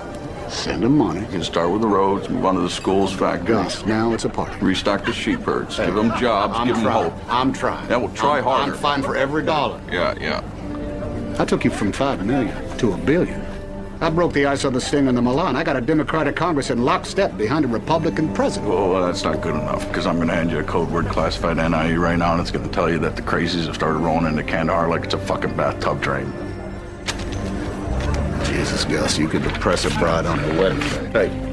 Speaker 13: Send them money.
Speaker 12: You start with the roads, move on to the schools, factories.
Speaker 13: Gus, now it's a party.
Speaker 12: Restock the sheep herds. Give them jobs.
Speaker 13: I'm
Speaker 12: give them
Speaker 13: trying.
Speaker 12: hope.
Speaker 13: I'm trying.
Speaker 12: Yeah, well, try
Speaker 13: I'm,
Speaker 12: harder.
Speaker 13: I'm fine for every dollar.
Speaker 12: Yeah, yeah.
Speaker 13: I took you from five million to a billion. I broke the ice on the sting in the Milan. I got a Democratic Congress in lockstep behind a Republican president.
Speaker 12: Oh, Well, well, that's not good enough because I'm going to hand you a code word classified NIE right now, and it's going to tell you that the crazies have started rolling into Kandahar like it's a fucking bathtub drain.
Speaker 13: Jesus, Gus, you could depress a bride on her wedding day. Hey,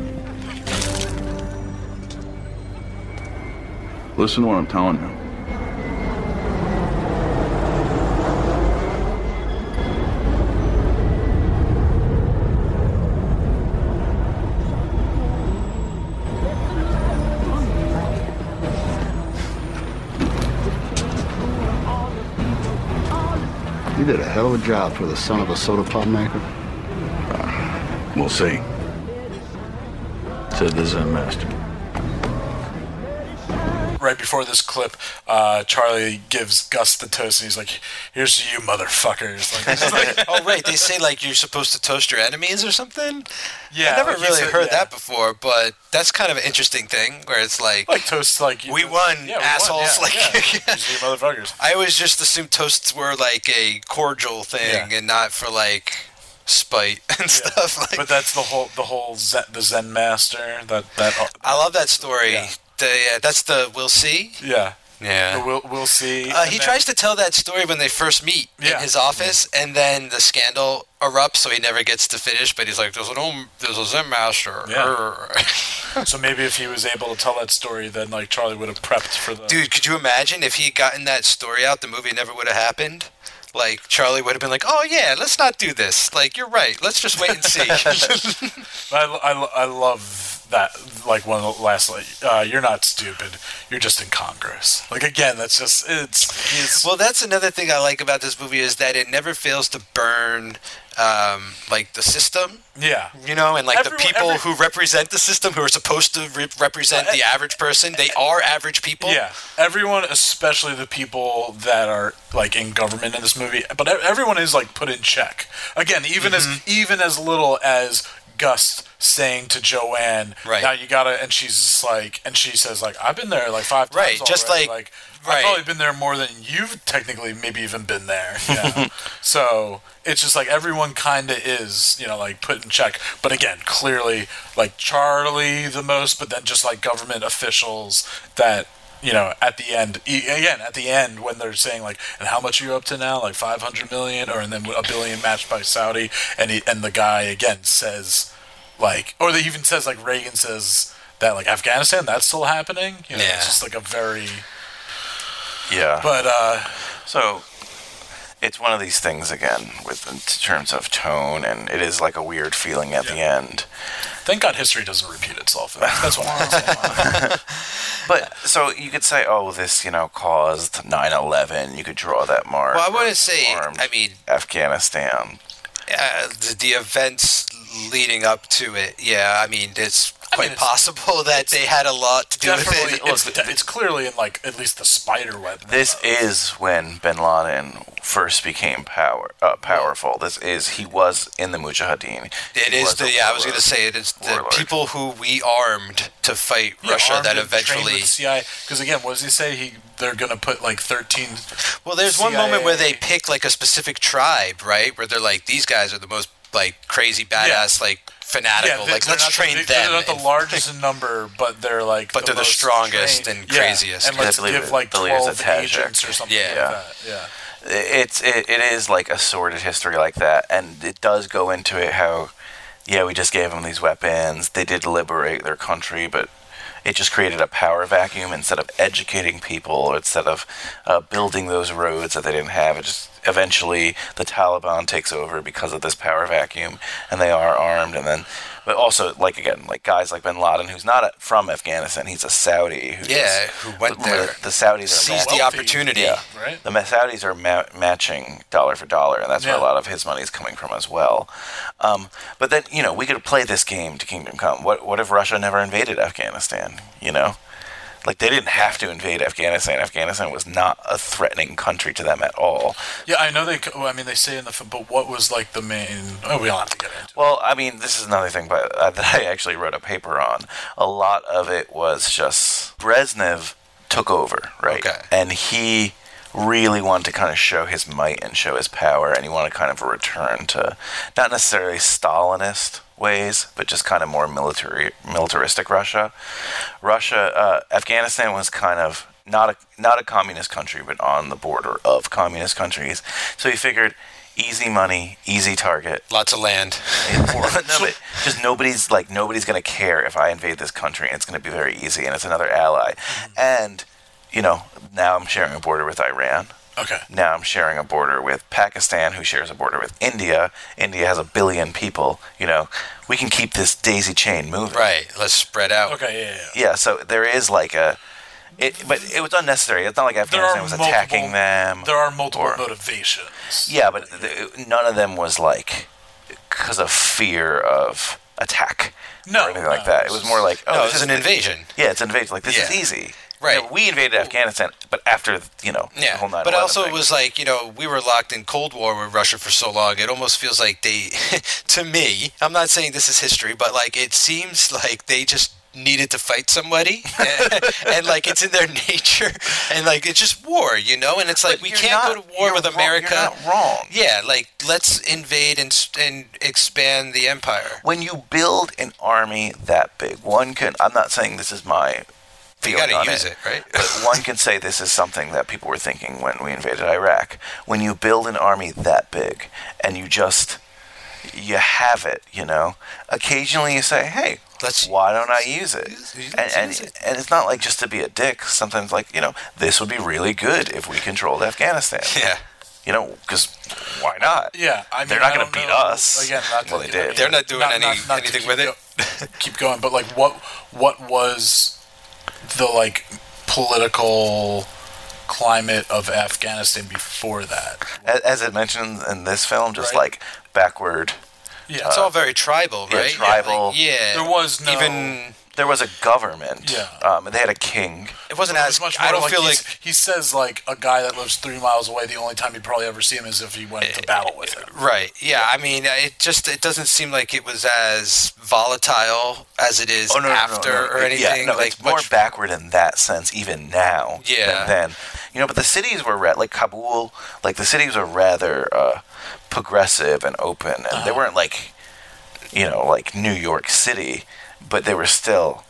Speaker 12: Listen to what I'm telling you.
Speaker 13: you did a hell of a job for the son of a soda pop maker.
Speaker 12: We'll see. Said the Zen master.
Speaker 3: Right before this clip, uh, Charlie gives Gus the toast, and he's like, "Here's to you, motherfuckers!" Like, it's like,
Speaker 9: yeah. oh right, they say like you're supposed to toast your enemies or something.
Speaker 3: Yeah,
Speaker 9: I never
Speaker 3: like you
Speaker 9: really
Speaker 3: said-
Speaker 9: heard
Speaker 3: yeah.
Speaker 9: that before, but that's kind of an interesting thing where it's like
Speaker 3: like toast, like
Speaker 9: we won,
Speaker 3: yeah, we won,
Speaker 9: assholes.
Speaker 3: yeah,
Speaker 9: like
Speaker 3: "Here's to you, motherfuckers."
Speaker 9: I always just assumed toasts were like a cordial thing and not for like spite and stuff. Like,
Speaker 3: But that's the whole, the whole Zen, the Zen master. That that
Speaker 9: I love that story. The, uh, that's the we'll see.
Speaker 3: yeah
Speaker 9: Yeah.
Speaker 3: We'll we'll see.
Speaker 9: Uh,
Speaker 3: And
Speaker 9: he
Speaker 3: then-
Speaker 9: tries to tell that story when they first meet in his office, and then the scandal erupts, so he never gets to finish. But he's like, "There's an old, there's a Zen master."
Speaker 3: Yeah. so maybe if he was able to tell that story, then like Charlie would have prepped for the
Speaker 9: Dude, could you imagine if he had gotten that story out, the movie never would have happened? Like Charlie would have been like, "Oh yeah, let's not do this. Like you're right. Let's just wait and see."
Speaker 3: I, I, I love that like one of the last like uh, you're not stupid you're just in congress like again that's just it's he's
Speaker 9: well that's another thing i like about this movie is that it never fails to burn um, like the system
Speaker 3: yeah
Speaker 9: you know and like
Speaker 3: Everyone-
Speaker 9: the people
Speaker 3: every- Uh,
Speaker 9: who represent the system who are supposed to re- represent the average person they are average people
Speaker 3: yeah everyone especially the people that are like in government in
Speaker 9: Mm-hmm.
Speaker 3: this movie but e- everyone is like put in check again even as even as little as Gus saying to Joanne,
Speaker 9: Right.
Speaker 3: now you gotta, and she's just like, and she says like, I've been there like five times,
Speaker 9: Right, just
Speaker 3: already.
Speaker 9: like-
Speaker 3: I've
Speaker 9: right.
Speaker 3: probably been there more than you've technically maybe even been there. You know? so it's just like everyone kind of is, you know, like put in check. But again, clearly like Charlie the most, but then just like government officials that. You know, at the end, e- again, at the end, when they're saying like, "And how much are you up to now? Like five hundred million, or and then a billion matched by Saudi," and he, and the guy again says, like or they even says like Reagan says that like Afghanistan that's still happening. You know,
Speaker 2: Yeah.
Speaker 3: it's just like a very
Speaker 2: Yeah.
Speaker 3: But uh
Speaker 2: so it's one of these things again with in terms of tone and it is like a weird feeling at the end.
Speaker 3: thank God history doesn't repeat itself. That's that's what I'm saying.
Speaker 2: But so you could say oh this, you know, caused 9/11. You could draw that mark.
Speaker 9: Well, I want to say,
Speaker 2: Armed
Speaker 9: I mean,
Speaker 2: Afghanistan.
Speaker 9: uh, the, the events leading up to it. Yeah, I mean, it's quite possible that they had a lot to do with
Speaker 3: Definitely,
Speaker 9: it.
Speaker 3: it's, it's clearly in like at least the spider web.
Speaker 2: This is when bin Laden first became power uh, powerful. This is he was in the Mujahideen.
Speaker 9: It
Speaker 2: He
Speaker 9: is
Speaker 2: was a
Speaker 9: the yeah. I
Speaker 2: warlord.
Speaker 9: was going to say it is the people who we armed to fight
Speaker 3: Yeah,
Speaker 9: Russia
Speaker 3: armed
Speaker 9: that
Speaker 3: and trained
Speaker 9: eventually.
Speaker 3: with CIA because again, what does he say? He they're gonna put like thirteen.
Speaker 9: Well, there's one moment where they pick like a specific tribe, right? Where they're like, these guys are the most like crazy badass, like fanatical.
Speaker 3: they-
Speaker 9: like
Speaker 3: they're
Speaker 9: let's
Speaker 3: not the
Speaker 9: train
Speaker 3: big-
Speaker 9: them.
Speaker 3: They're not the largest in number, but they're like.
Speaker 9: But they're the
Speaker 3: most
Speaker 9: strongest
Speaker 3: trained.
Speaker 9: and
Speaker 3: Yeah,
Speaker 9: craziest.
Speaker 3: And let's
Speaker 2: I believe
Speaker 3: give
Speaker 2: it-
Speaker 3: like
Speaker 2: the leader's
Speaker 3: twelve
Speaker 2: a Tajik.
Speaker 3: agents or something like
Speaker 2: Yeah.
Speaker 3: that. Yeah.
Speaker 2: it's it, it is like a sordid history like that and it does go into it how yeah we just gave them these weapons they did liberate their country but it just created a power vacuum instead of educating people or instead of uh, building those roads that they didn't have it just eventually the taliban takes over because of this power vacuum and they are armed and then but also like again like guys like bin laden who's not a, from afghanistan he's a saudi who's
Speaker 9: Yeah, who went
Speaker 2: remember,
Speaker 9: there,
Speaker 2: the saudis are
Speaker 9: seized the
Speaker 2: wealthy.
Speaker 9: opportunity,
Speaker 2: Yeah.
Speaker 9: right?
Speaker 2: The Saudis are ma- matching dollar for dollar, and that's where
Speaker 9: Yeah.
Speaker 2: a lot of his money is coming from as well. Um, but then, you know, we could play this game to Kingdom Come. What what if Russia never invaded Afghanistan? You know, like they didn't have to invade Afghanistan. Afghanistan was not a threatening country to them at all.
Speaker 3: Yeah, I know they. c- well, I mean, they say in the. f- But what was like the main? Oh, we don't have to get it.
Speaker 2: Well, I mean, this is another thing but, uh, that I actually wrote a paper on. A lot of it was just Brezhnev took over, right? And he really wanted to kind of show his might and show his power, and he wanted kind of a return to not necessarily Stalinist ways, but just kind of more military, militaristic Russia. Russia, uh, Afghanistan was kind of not a not a communist country, but on the border of communist countries. So he figured easy money, easy target,
Speaker 9: lots of land.
Speaker 2: no, but just nobody's like nobody's gonna care if I invade this country, and it's gonna be very easy, and it's another ally,
Speaker 3: Mm-hmm.
Speaker 2: and you know now I'm sharing a border with Iran.
Speaker 3: Okay.
Speaker 2: Now I'm sharing a border with Pakistan, who shares a border with India. India has a billion people. You know, we can keep this daisy chain moving.
Speaker 9: Right. Let's spread out.
Speaker 3: Okay. Yeah. yeah.
Speaker 2: Yeah. So there is like a, it, but it was unnecessary. It's not like Afghanistan was attacking them.
Speaker 3: There are multiple
Speaker 2: or-
Speaker 3: motivations.
Speaker 2: Yeah, but th- none of them was like because of fear of attack
Speaker 3: No,
Speaker 2: or anything like that. It was more like, oh,
Speaker 9: No,
Speaker 2: this
Speaker 9: it's
Speaker 2: is
Speaker 9: an invasion.
Speaker 2: Yeah, it's an invasion. Like this is
Speaker 9: Yeah.
Speaker 2: easy.
Speaker 9: Right.
Speaker 2: You know, we invaded Afghanistan, but after you know, the
Speaker 9: Yeah,
Speaker 2: whole 9/11
Speaker 9: but also
Speaker 2: thing.
Speaker 9: it was like you know we were locked in Cold War with Russia for so long. It almost feels like they, to me, I'm not saying this is history, but like it seems like they just needed to fight somebody, and, like it's in their nature, and like it's just war, you know. And it's like we can't go to war with America.
Speaker 2: not wrong.
Speaker 9: Yeah, like let's invade and s- and expand the empire.
Speaker 2: when you build an army that big, one can. I'm not saying this is my.
Speaker 9: You
Speaker 2: feeling
Speaker 9: gotta
Speaker 2: on
Speaker 9: use it, right?
Speaker 2: but one can say this is something that people were thinking when we invaded Iraq. When you build an army that big and you just you have it, you know. Occasionally you say, "Hey,
Speaker 9: let's
Speaker 2: why don't I use it?" and and, and it's not like just to be a dick. Sometimes like, you know, this would be really good if we controlled Afghanistan.
Speaker 9: Yeah.
Speaker 2: You know, cuz why not?
Speaker 3: Yeah, I mean,
Speaker 2: they're not
Speaker 3: I
Speaker 2: going to
Speaker 3: don't
Speaker 2: beat
Speaker 3: know.
Speaker 2: us.
Speaker 3: Again, not
Speaker 2: well,
Speaker 3: to-
Speaker 2: they did.
Speaker 3: They're not doing Not- any- not- not to anything
Speaker 9: with it.
Speaker 3: keep going but like what what was the like political climate of afghanistan before that
Speaker 2: as, as it mentioned in this film, just like backward.
Speaker 3: Yeah, Uh,
Speaker 9: it's all very tribal,
Speaker 2: uh, yeah,
Speaker 9: right?
Speaker 2: tribal.
Speaker 9: Yeah,
Speaker 3: there was no
Speaker 9: even
Speaker 2: there was a government.
Speaker 3: Yeah.
Speaker 2: Um, and they had a king.
Speaker 9: It wasn't as
Speaker 3: much.
Speaker 9: I
Speaker 3: more
Speaker 9: don't
Speaker 3: like
Speaker 9: feel
Speaker 3: he's- he says like a guy that lives three miles away. The only time you'd probably ever see him is if he went to battle with him.
Speaker 9: Right. Yeah. I mean, uh, it just it doesn't seem like it was as volatile as it is
Speaker 2: Oh, no, no, no,
Speaker 9: after
Speaker 2: no,
Speaker 9: or
Speaker 2: It-
Speaker 9: anything.
Speaker 2: Yeah, no,
Speaker 9: like
Speaker 2: it's more
Speaker 9: much-
Speaker 2: backward in that sense, even now.
Speaker 9: Yeah.
Speaker 2: Than then, you know, but the cities were ra- like Kabul, like the cities were rather uh, progressive and open, and
Speaker 9: Uh-huh.
Speaker 2: they weren't like, you know, like New York City, but they were still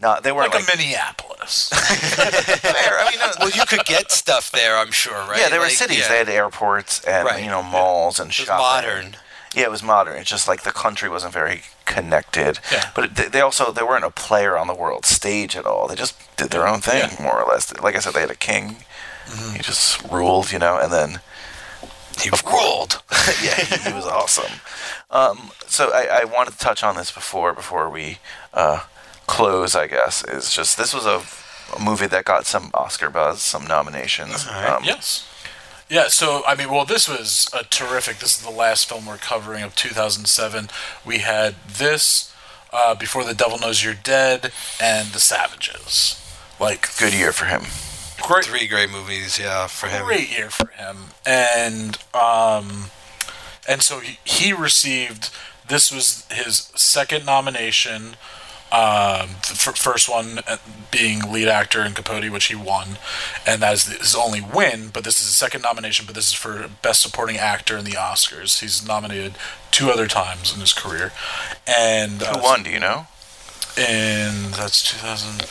Speaker 2: not. They weren't
Speaker 3: Like,
Speaker 2: like,
Speaker 3: a Minneapolis.
Speaker 9: I mean, no, well, you could get stuff there. I'm sure, right?
Speaker 2: Yeah, there were
Speaker 9: Like,
Speaker 2: cities.
Speaker 9: yeah.
Speaker 2: They had airports and
Speaker 9: Right.
Speaker 2: you know malls and shopping.
Speaker 9: modern.
Speaker 2: Yeah, it was modern. It's just like the country wasn't very connected.
Speaker 9: Yeah.
Speaker 2: But it, they- they also they weren't a player on the world stage at all. They just did their own thing more or less. Like I said, they had a king. He just ruled, you know, and then he ruled. yeah, he, he was awesome. Um, so I, I wanted to touch on this before before we uh, close. I guess is just this was a, a movie that got some Oscar buzz, some nominations. Um,
Speaker 3: yes. Yeah, so I mean, well, this was a terrific. This is the last film we're covering of 2007. We had this, uh, Before the Devil Knows You're Dead, and The Savages. Like
Speaker 2: good year for him.
Speaker 3: Great.
Speaker 9: Three great movies, yeah, for him.
Speaker 3: Great year for him. And um, and so he, he received. This was his second nomination. Um, the f- first one uh, being lead actor in Capote, which he won, and that is his only win. But this is his second nomination. But this is for best supporting actor in the Oscars. He's nominated two other times in his career. And
Speaker 2: Who won, do you know?
Speaker 3: And that's 2000.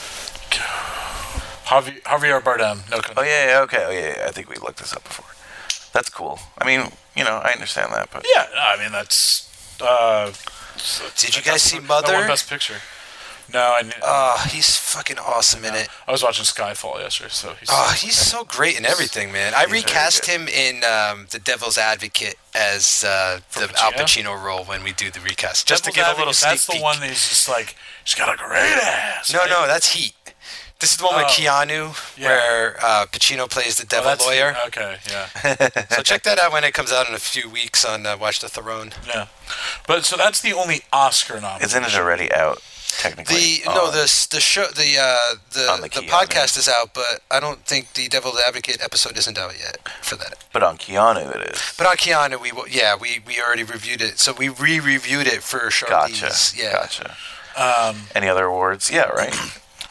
Speaker 3: Javi- Javier Bardem. No.
Speaker 2: Oh yeah, yeah, okay. Oh yeah, yeah, I think we looked this up before. That's cool. I mean, you know, I understand that, but
Speaker 3: Yeah, no, I mean that's. Uh,
Speaker 9: Did you guys see
Speaker 3: That
Speaker 9: Mother?
Speaker 3: won Best Picture. No, I knew.
Speaker 9: Oh, he's fucking awesome in it.
Speaker 3: I was watching Skyfall yesterday, so he's.
Speaker 9: Oh, he's so great in everything, man. I recast him in um, The Devil's Advocate as uh, the Al Pacino role when we do the recast, just to
Speaker 3: Devil's
Speaker 9: give a little
Speaker 3: Advocate,
Speaker 9: sneak
Speaker 3: That's the one that he's just like she's got a great ass.
Speaker 9: No, no, that's Heat. This is the one with
Speaker 3: Oh.
Speaker 9: Keanu, where uh, Pacino plays
Speaker 2: Oh,
Speaker 9: the devil
Speaker 3: that's-
Speaker 9: lawyer.
Speaker 3: Okay, yeah.
Speaker 9: so check that out when it comes out in a few weeks on uh, Watch the Throne.
Speaker 3: Yeah, but so that's the only Oscar nomination.
Speaker 2: isn't it already out technically?
Speaker 9: The
Speaker 2: on-
Speaker 9: no, the the show, the uh, the the, podcast is out, but I don't think the Devil's Advocate episode isn't out yet for that.
Speaker 2: but on Keanu it is.
Speaker 9: But on Keanu, we w- yeah, we we already reviewed it, so we re-reviewed it for Charlize.
Speaker 2: Gotcha.
Speaker 9: Yeah.
Speaker 2: Gotcha.
Speaker 3: Um,
Speaker 2: Any other awards? Yeah, right.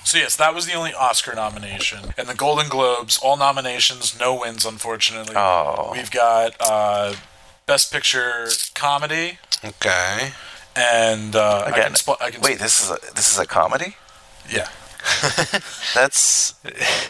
Speaker 3: So yes, that was the only Oscar nomination, and the Golden Globes, all nominations, no wins, unfortunately.
Speaker 2: Oh.
Speaker 3: We've got uh, Best Picture comedy,
Speaker 9: Okay.
Speaker 3: and uh, I
Speaker 2: Again,
Speaker 3: can spl- I can
Speaker 2: wait, this is a this is a comedy.
Speaker 3: Yeah.
Speaker 2: That's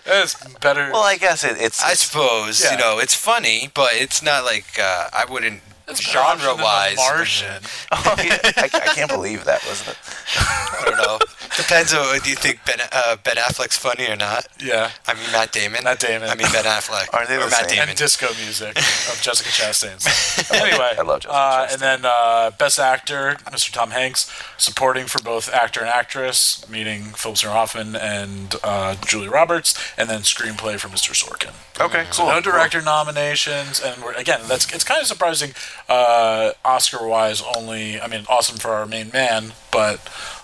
Speaker 3: It's better.
Speaker 2: Well, I guess it, it's.
Speaker 9: I suppose
Speaker 2: Yeah.
Speaker 9: you know it's funny, but it's not like uh, I wouldn't genre-wise.
Speaker 3: Martian.
Speaker 2: oh, yeah, I, I can't believe that wasn't it.
Speaker 9: I don't know. Depends on do you think Ben uh, Ben Affleck's funny or not.
Speaker 3: Yeah.
Speaker 9: I mean Matt Damon.
Speaker 3: Matt Damon.
Speaker 9: I mean Ben Affleck.
Speaker 2: Are they
Speaker 9: or
Speaker 2: the
Speaker 9: Matt
Speaker 2: same?
Speaker 9: Damon.
Speaker 3: and disco music of Jessica Chastain's. anyway,
Speaker 2: I love Jessica
Speaker 3: uh, and then uh, best actor, Mr. Tom Hanks, supporting for both actor and actress, meaning Philip Seymour Hoffman and uh, Julia Roberts, and then screenplay for Mr. Sorkin.
Speaker 2: Okay,
Speaker 3: So
Speaker 2: cool.
Speaker 3: no director nominations, and we're, again, that's it's kind of surprising. Uh, Oscar-wise, only I mean, awesome for our main man, but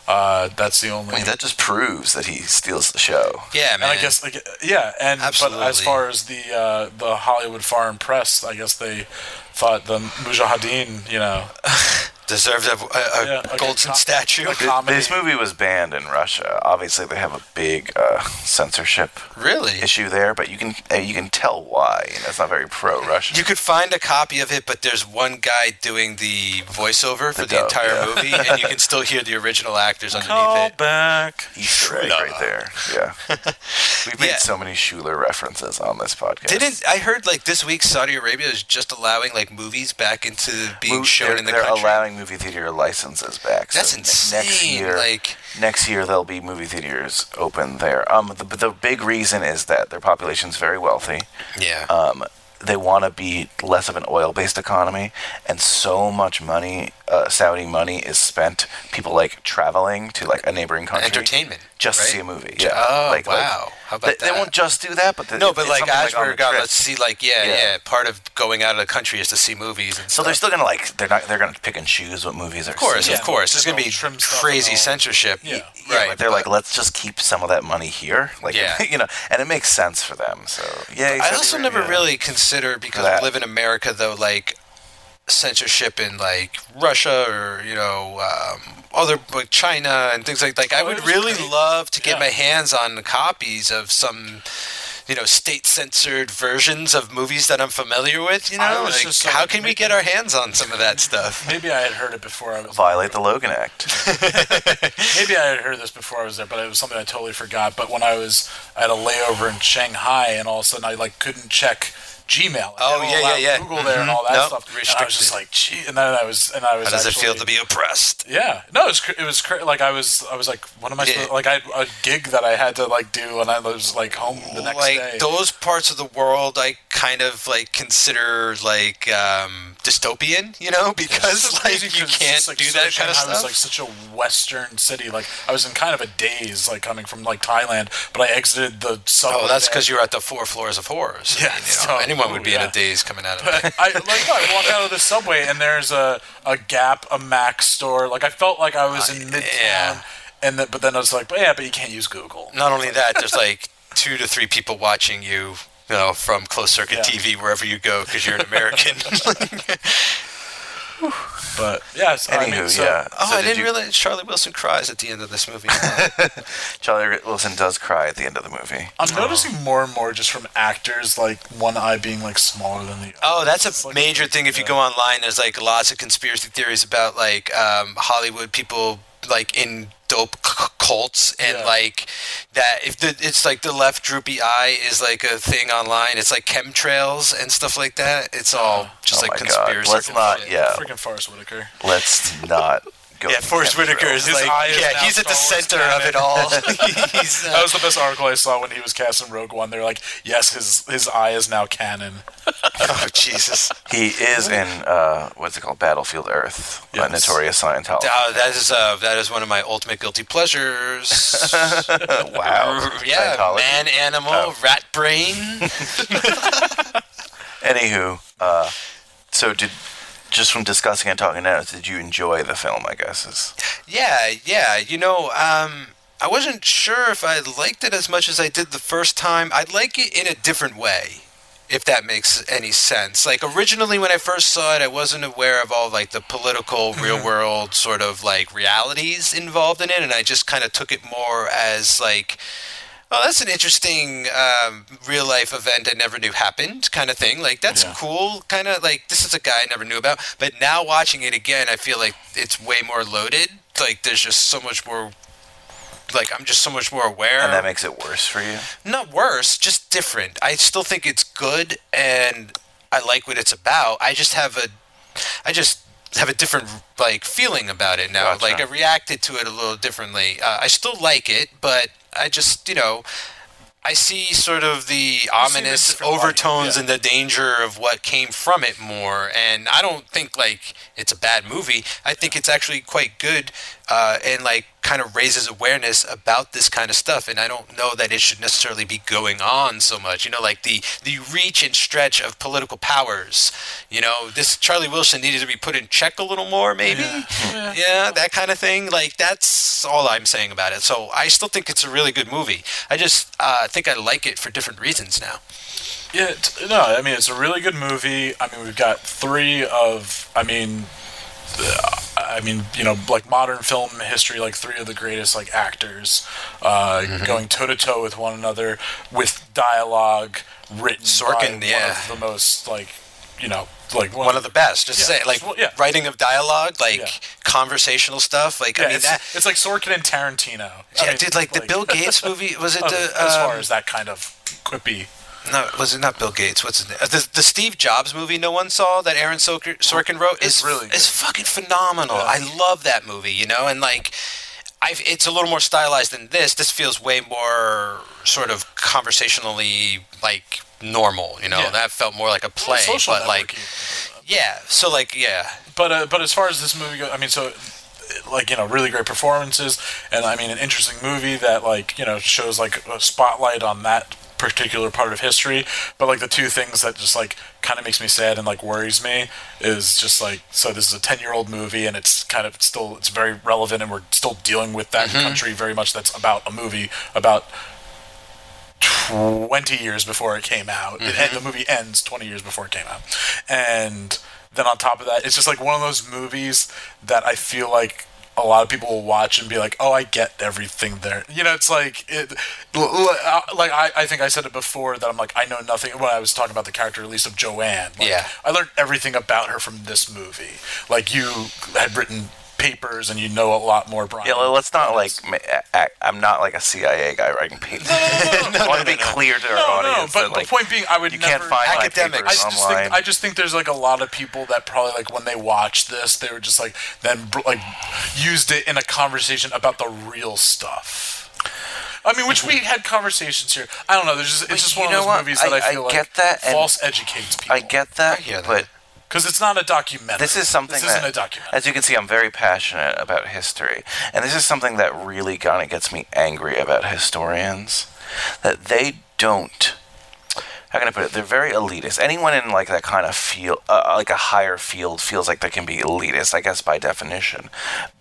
Speaker 3: uh, that's the only.
Speaker 2: I mean, that just proves that he steals the show.
Speaker 9: Yeah,
Speaker 3: man. And I guess like yeah, and but as
Speaker 2: Absolutely.
Speaker 3: far as the uh, the Hollywood Foreign Press, I guess they thought the Mujahideen, you know,
Speaker 9: Deserves a, a, a
Speaker 3: Yeah, like a
Speaker 9: golden
Speaker 3: co-
Speaker 9: statue.
Speaker 3: a comedy.
Speaker 2: This movie was banned in Russia. Obviously, they have a big uh, censorship
Speaker 9: Really?
Speaker 2: issue there, but you can uh, you can tell why. You know, it's not very pro-Russian.
Speaker 9: You could find a copy of it, but there's one guy doing the voiceover for the,
Speaker 2: dub,
Speaker 9: entire
Speaker 2: yeah.
Speaker 9: movie, and you can still hear the original actors underneath it.
Speaker 3: back.
Speaker 2: Easter egg right there. Yeah, we've made so many Schuler references on this podcast.
Speaker 9: Didn't I heard like this week Saudi Arabia is just allowing like movies back into being
Speaker 2: Mo-
Speaker 9: shown
Speaker 2: they're,
Speaker 9: in the
Speaker 2: they're
Speaker 9: country?
Speaker 2: allowing movie theater licenses back.
Speaker 9: That's
Speaker 2: ne- Next
Speaker 9: insane,
Speaker 2: year,
Speaker 9: like-
Speaker 2: next year there'll be movie theaters open there. Um, the, the big reason is that their population's very wealthy.
Speaker 9: Yeah.
Speaker 2: Um, they want to be less of an oil-based economy, and so much money uh, Saudi money is spent, people like traveling to like a neighboring country,
Speaker 9: Entertainment,
Speaker 2: just
Speaker 9: right?
Speaker 2: to see a movie.
Speaker 9: Ju-
Speaker 2: Yeah.
Speaker 9: oh,
Speaker 2: like, like-
Speaker 9: wow. How about
Speaker 2: they,
Speaker 9: that?
Speaker 2: They won't just do that, but they,
Speaker 9: no, but
Speaker 2: it's
Speaker 9: like
Speaker 2: something
Speaker 9: as
Speaker 2: on
Speaker 9: we're
Speaker 2: the
Speaker 9: gone,
Speaker 2: trip.
Speaker 9: let's see. Like, yeah, yeah,
Speaker 2: Yeah.
Speaker 9: Part of going out of the country is to see movies. And
Speaker 2: So they're still gonna like they're not they're gonna pick and choose what movies are.
Speaker 9: Of course,
Speaker 2: seen.
Speaker 9: of course. There's going to be crazy censorship.
Speaker 2: Yeah,
Speaker 9: right.
Speaker 2: but they're like, let's just keep some of that money here, like
Speaker 9: Yeah.
Speaker 2: you know, and it makes sense for them. So yeah,
Speaker 9: I also never really considered because
Speaker 2: That.
Speaker 9: I live in America though, like censorship in like Russia or you know um, other like China and things like like I would really love to get my hands on the copies of some. You know, state censored versions of movies that I'm familiar with. You
Speaker 3: I
Speaker 9: know,
Speaker 3: was
Speaker 9: like,
Speaker 3: just,
Speaker 9: how can we get our hands on some of that stuff?
Speaker 3: Maybe I had heard it before I was
Speaker 2: violate the Logan Act.
Speaker 3: Maybe I had heard this before I was there, but it was something I totally forgot. But when I was I had a layover in Shanghai, and all of a sudden I like couldn't check Gmail.
Speaker 9: Oh,
Speaker 3: They don't
Speaker 9: yeah,
Speaker 3: allow
Speaker 9: yeah, yeah.
Speaker 3: Google there and
Speaker 9: Mhm.
Speaker 3: all that
Speaker 9: Nope.
Speaker 3: stuff. And I was
Speaker 9: Restricted.
Speaker 3: just like, gee. And then I was and I was.
Speaker 9: How does it feel
Speaker 3: actually-
Speaker 9: to be oppressed?
Speaker 3: Yeah, no, it was cr- it was cr- like I was I was like, what am I
Speaker 9: Yeah.
Speaker 3: supposed like I had a gig that I had to like do, and I was like home the next
Speaker 9: like
Speaker 3: day.
Speaker 9: those parts of the world I kind of like consider like um, dystopian, you know, because like you can't do that kind of
Speaker 3: Shanghai was
Speaker 9: stuff.
Speaker 3: like such a Western city. Like I was in kind of a daze, like coming from like Thailand, but I exited the subway.
Speaker 9: oh, that's
Speaker 3: there.
Speaker 9: because you were at the four floors of horrors. I
Speaker 3: Yeah,
Speaker 9: mean, you
Speaker 3: so-
Speaker 9: know, anyone would be in
Speaker 3: yeah.
Speaker 9: a daze coming out of
Speaker 3: But
Speaker 9: that.
Speaker 3: I like no, I walked out of the subway and there's a a Gap, a Mac store. Like I felt like I was in
Speaker 9: Uh,
Speaker 3: Midtown, and then but then I was like, but yeah, but you can't use Google.
Speaker 9: Not only that, there's like two to three people watching you, you know, from closed circuit TV wherever you go because you're an American. Oh,
Speaker 3: but yes, I mean,
Speaker 2: Anywho,
Speaker 3: so,
Speaker 2: yeah.
Speaker 9: oh,
Speaker 2: So
Speaker 9: I
Speaker 2: did
Speaker 9: didn't
Speaker 2: you-
Speaker 9: realize Charlie Wilson cries at the end of this movie.
Speaker 2: Charlie Wilson does cry at the end of the movie.
Speaker 3: I'm noticing more and more just from actors, like one eye being like smaller than the other.
Speaker 9: Oh, that's a major thing. If you go online, there's like lots of conspiracy theories about like um, Hollywood people like in dope c- c- cults and like that. If the it's like the left droopy eye is like a thing online. It's like chemtrails and stuff like that. It's all just
Speaker 2: Oh
Speaker 9: like
Speaker 2: my God.
Speaker 9: conspiracy.
Speaker 2: Let's not-
Speaker 9: shit.
Speaker 2: yeah.
Speaker 3: Freaking Forrest Whitaker.
Speaker 2: Let's not go.
Speaker 9: Yeah,
Speaker 2: to
Speaker 9: Forrest
Speaker 2: Kemp
Speaker 9: Whitaker
Speaker 2: Drill.
Speaker 9: is like yeah, he's at the center of it all. he's, uh,
Speaker 3: that was the best article I saw when he was cast in Rogue One. They're like, yes, his his eye is now canon.
Speaker 9: oh Jesus!
Speaker 2: He is in uh, what's it called, Battlefield Earth, a notorious Scientologist.
Speaker 9: Uh, that is uh, that is one of my ultimate guilty pleasures.
Speaker 2: wow.
Speaker 9: yeah,
Speaker 2: Scientology.
Speaker 9: man, animal, rat brain.
Speaker 2: Anywho, uh, so did just from discussing and talking now, did you enjoy the film? I guess is
Speaker 9: Yeah, yeah. You know, um, I wasn't sure if I liked it as much as I did the first time. I like it in a different way, if that makes any sense. Like originally, when I first saw it, I wasn't aware of all like the political,
Speaker 2: Mm-hmm.
Speaker 9: real world sort of like realities involved in it, and I just kind of took it more as like. Oh, that's an interesting um, real life event I never knew happened, kind of thing. Like that's cool, kind of like this is a guy I never knew about. But now watching it again, I feel like it's way more loaded. Like there's just so much more. Like I'm just so much more aware.
Speaker 2: and that makes it worse for you.
Speaker 9: Not worse, just different. I still think it's good, and I like what it's about. I just have a, I just have a different like feeling about it now.
Speaker 2: Gotcha.
Speaker 9: Like I reacted to it a little differently. Uh, I still like it, but I just you know. I see sort of the ominous overtones and the danger of what came from it more, and I don't think like it's a bad movie. I think it's actually quite good, uh, and like kind of raises awareness about this kind of stuff. And I don't know that it should necessarily be going on so much. You know, like the the reach and stretch of political powers. You know, this Charlie Wilson needed to be put in check a little more, maybe. Yeah, that kind of thing. Like that's all I'm saying about it. So I still think it's a really good movie. I just uh, think I like it for different reasons now.
Speaker 3: Yeah, t- no, I mean it's a really good movie. I mean we've got three of, I mean, uh, I mean you know like modern film history, like three of the greatest like actors, uh,
Speaker 9: Mm-hmm.
Speaker 3: going toe to toe with one another with dialogue written
Speaker 9: Sorkin,
Speaker 3: by
Speaker 9: yeah.
Speaker 3: one of the most like you know like
Speaker 9: one, of the best. Just
Speaker 3: Yeah.
Speaker 9: say like
Speaker 3: Well, yeah.
Speaker 9: writing of dialogue, like
Speaker 3: Yeah.
Speaker 9: conversational stuff. Like
Speaker 3: Yeah,
Speaker 9: I mean
Speaker 3: it's,
Speaker 9: that.
Speaker 3: it's like Sorkin and Tarantino. I
Speaker 9: Yeah,
Speaker 3: mean,
Speaker 9: dude. Like, the Bill Gates movie was it?
Speaker 3: Oh,
Speaker 9: the,
Speaker 3: as far
Speaker 9: um,
Speaker 3: as that kind of quippy.
Speaker 9: No, was it not Bill Gates? What's his name? Uh, The, the Steve Jobs movie no one saw that Aaron Sorkin, Sorkin wrote is really is fucking phenomenal. I love that movie, you know, and like. I've, it's a little more stylized than this. This feels way more sort of conversationally like normal, you know.
Speaker 3: Yeah.
Speaker 9: That felt more like a play,
Speaker 3: social
Speaker 9: but like, Yeah. So like, yeah.
Speaker 3: But uh, but as far as this movie goes, I mean, so like you know, really great performances, and I mean, an interesting movie that like you know shows like a spotlight on that particular part of history. But like the two things that just like kind of makes me sad and like worries me is just like so this is a 10 year old movie and it's kind of still it's very relevant and we're still dealing with that
Speaker 9: Mhm.
Speaker 3: country very much that's about a movie about 20 years before it came out. It, and the movie ends 20 years before it came out. And then on top of that, it's just like one of those movies that I feel like a lot of people will watch and be like, "Oh, I get everything there." You know, it's like it, l- l- uh, like I, I think I said it before that I'm like I know nothing when I was talking about the character at least of Joanne. Like,
Speaker 9: Yeah.
Speaker 3: I learned everything about her from this movie. Like you had written papers and you know a lot more Brian.
Speaker 2: Yeah, le- let's not like. ma- I, I- I'm not like a CIA guy writing papers. I want to be clear to our
Speaker 3: no,
Speaker 2: audience.
Speaker 3: but
Speaker 2: that,
Speaker 3: the
Speaker 2: like,
Speaker 3: point being, I would
Speaker 2: you
Speaker 3: never,
Speaker 2: can't find my
Speaker 3: I
Speaker 2: papers
Speaker 3: just
Speaker 2: online.
Speaker 3: think I just think there's like a lot of people that probably like when they watched this, they were just like then br- like used it in a conversation about the real stuff. I mean, which we had conversations here. I don't know. There's just, it's just
Speaker 2: Mm-hmm. you
Speaker 3: one of those
Speaker 2: know what?
Speaker 3: movies that I,
Speaker 2: I- I
Speaker 3: feel
Speaker 2: get
Speaker 3: like
Speaker 2: that and-
Speaker 3: false educates people.
Speaker 2: I get that, but
Speaker 3: because it's not a documentary.
Speaker 2: this is something
Speaker 3: This isn't
Speaker 2: that,
Speaker 3: a documentary.
Speaker 2: as you can see, I'm very passionate about history, and this is something that really kind of gets me angry about historians, that they don't. How can I put it? They're very elitist. Anyone in like that kind of field, uh, like a higher field, feels like they can be elitist, I guess by definition.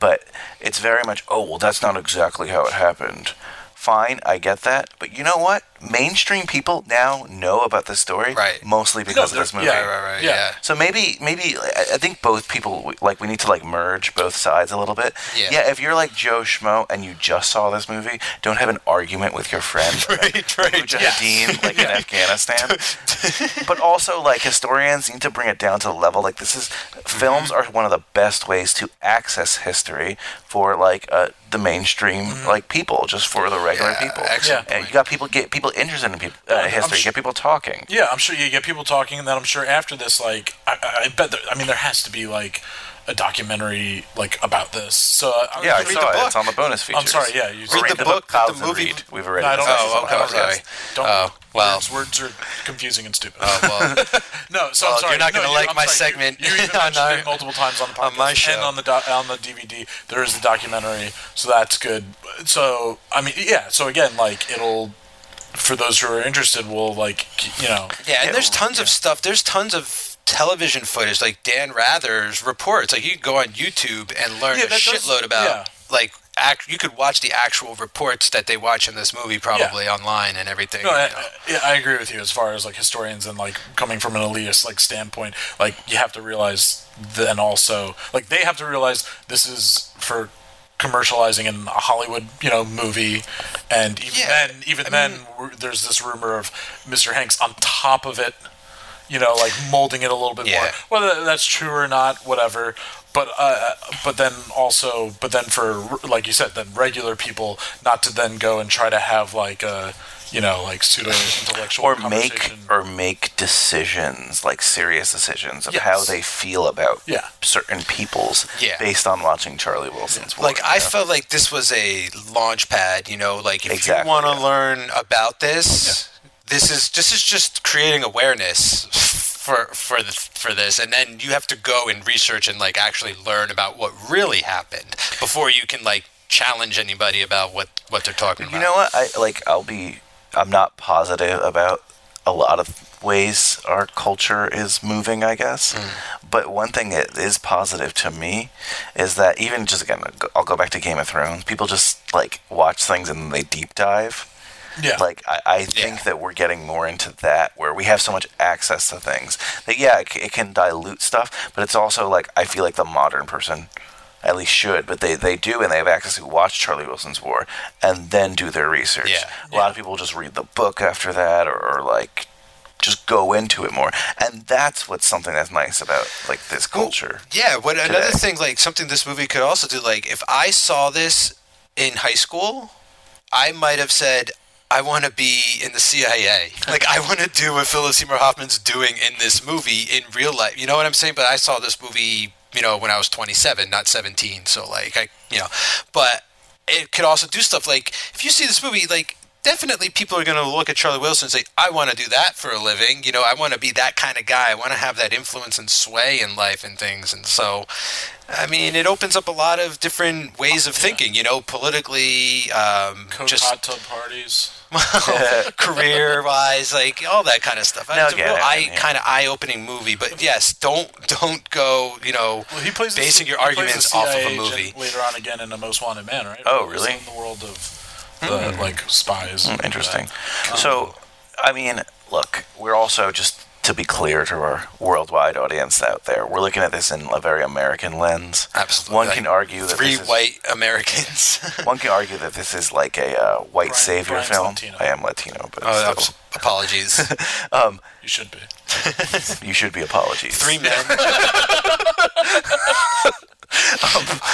Speaker 2: But it's very much, oh well, that's not exactly how it happened. Fine, I get that. But you know what? Mainstream people now know about this story, right? Mostly because of
Speaker 9: they're-
Speaker 2: this movie.
Speaker 9: yeah, right, right, Yeah. yeah.
Speaker 2: So maybe, maybe I I think both people like we need to like merge both sides a little bit.
Speaker 9: Yeah.
Speaker 2: If you're like Joe Schmo and you just saw this movie, don't have an argument with your friend,
Speaker 9: right? Right.
Speaker 2: Mujahideen, like in Afghanistan. but also, like historians need to bring it down to the level. Like this is films are one of the best ways to access history for like uh, the mainstream like people, just for the regular people.
Speaker 3: excellent
Speaker 2: And you got people get people interested in people, uh, history,
Speaker 3: sh-
Speaker 2: get people talking.
Speaker 3: Yeah, I'm sure you get people talking, and then I'm sure after this, like, I, I I bet. There, I mean, there has to be like a documentary like about this. So uh, I,
Speaker 2: Yeah, I saw it. It's on the bonus features.
Speaker 3: I'm sorry. Yeah, you
Speaker 2: Or read the book, but the movie. Read. We've already.
Speaker 3: No, I don't.
Speaker 2: discussed
Speaker 3: Oh,
Speaker 2: this on the podcast.
Speaker 3: okay. Don't. well, words, words are confusing and stupid.
Speaker 9: Oh, well.
Speaker 3: no, so
Speaker 9: Well,
Speaker 3: I'm sorry.
Speaker 9: you're not
Speaker 3: No,
Speaker 9: gonna
Speaker 3: you-
Speaker 9: like
Speaker 3: I'm
Speaker 9: my
Speaker 3: sorry. You-
Speaker 9: segment
Speaker 3: You, even
Speaker 9: on
Speaker 3: mentioned
Speaker 9: our-
Speaker 3: it multiple times on the podcast
Speaker 9: on my show.
Speaker 3: and on the doc on the DVD. There is the documentary, so that's good. So I mean, yeah. So again, like it'll for those who are interested, will like you know.
Speaker 9: Yeah, and there's tons of stuff. There's tons of television footage, like Dan Rather's reports. Like you could go on YouTube and learn
Speaker 3: Yeah,
Speaker 9: a
Speaker 3: that does-
Speaker 9: shitload about
Speaker 3: yeah.
Speaker 9: like. Act, you could watch the actual reports that they watch in this movie probably online and everything.
Speaker 3: No, I, I- yeah, I agree with you as far as like historians and like coming from an elitist like standpoint. Like you have to realize then also like they have to realize this is for commercializing in a Hollywood you know movie, and even then even then we're- there's this rumor of Mr. Hanks on top of it. You know, like molding it a little bit
Speaker 9: Yeah.
Speaker 3: more. Whether that's true or not, whatever. But uh, but then also, but then for like you said, then regular people not to then go and try to have like a you know like pseudo intellectual
Speaker 2: or make or make decisions like serious decisions of how
Speaker 9: Yes.
Speaker 2: they feel about
Speaker 9: Yeah.
Speaker 2: certain peoples
Speaker 9: Yeah.
Speaker 2: based on watching Charlie Wilson's work.
Speaker 9: like I
Speaker 2: you know?
Speaker 9: felt like this was a launch pad. You know, like if
Speaker 2: Exactly,
Speaker 9: you want to learn about this, this is this is just creating awareness for for the, for this, and then you have to go and research and like actually learn about what really happened before you can like challenge anybody about what what they're talking
Speaker 2: You
Speaker 9: about.
Speaker 2: know what? I like. I'll be. I'm not positive about a lot of ways our culture is moving. I guess, but one thing that is positive to me is that even just again, I'll go back to Game of Thrones. People just like watch things and they deep dive.
Speaker 3: Yeah.
Speaker 2: Like I, I think that we're getting more into that where we have so much access to things that yeah, it, c- it can dilute stuff, but it's also like I feel like the modern person at least should, but they, they do and they have access to watch Charlie Wilson's War and then do their research. Yeah. A lot of people just read the book after that or, or like just go into it more. And that's what's something that's nice about like this culture.
Speaker 9: Yeah, what another
Speaker 2: today.
Speaker 9: thing like something this movie could also do like if I saw this in high school, I might have said I want to be in the CIA. Like I want to do what Philip Seymour Hoffman's doing in this movie in real life. You know what I'm saying? But I saw this movie, you know, when I was 27, not 17. So like I, you know, but it could also do stuff like if you see this movie like definitely people are going to look at Charlie Wilson and say, I want to do that for a living. You know, I want to be that kind of guy. I want to have that influence and sway in life and things. And so, I mean, it opens up a lot of different ways of thinking, you know, politically, um,
Speaker 3: Coke
Speaker 9: just
Speaker 3: hot tub parties.
Speaker 9: career wise, like all that kind of stuff.
Speaker 3: No,
Speaker 9: it's a
Speaker 3: I get
Speaker 9: real
Speaker 3: it,
Speaker 9: eye,
Speaker 3: man, yeah.
Speaker 9: kind of eye opening movie. But yes, don't don't go, you know, basing your
Speaker 3: He plays
Speaker 9: arguments
Speaker 3: the
Speaker 9: off of
Speaker 3: CIA
Speaker 9: a movie.
Speaker 3: agent Later on, again in the Most Wanted Man, right?
Speaker 2: Oh,
Speaker 3: He was
Speaker 2: really?
Speaker 3: In the world of the
Speaker 9: Hmm.
Speaker 2: Mm.
Speaker 3: like spies.
Speaker 2: Mm,
Speaker 3: and uh,
Speaker 2: Interesting.
Speaker 3: that. Um,
Speaker 2: So, I mean, look, we're also just to be clear to our worldwide audience out there, we're looking at this in a very American lens.
Speaker 9: Absolutely.
Speaker 2: One can argue that
Speaker 9: Three
Speaker 2: this is,
Speaker 9: white Americans.
Speaker 2: one can argue that this is like a uh, white savior
Speaker 9: Brian's
Speaker 2: film.
Speaker 9: Latino.
Speaker 2: I am Latino, but
Speaker 9: Oh,
Speaker 2: still.
Speaker 9: apologies.
Speaker 2: um,
Speaker 3: you should be.
Speaker 2: you should be apologies.
Speaker 9: Three men.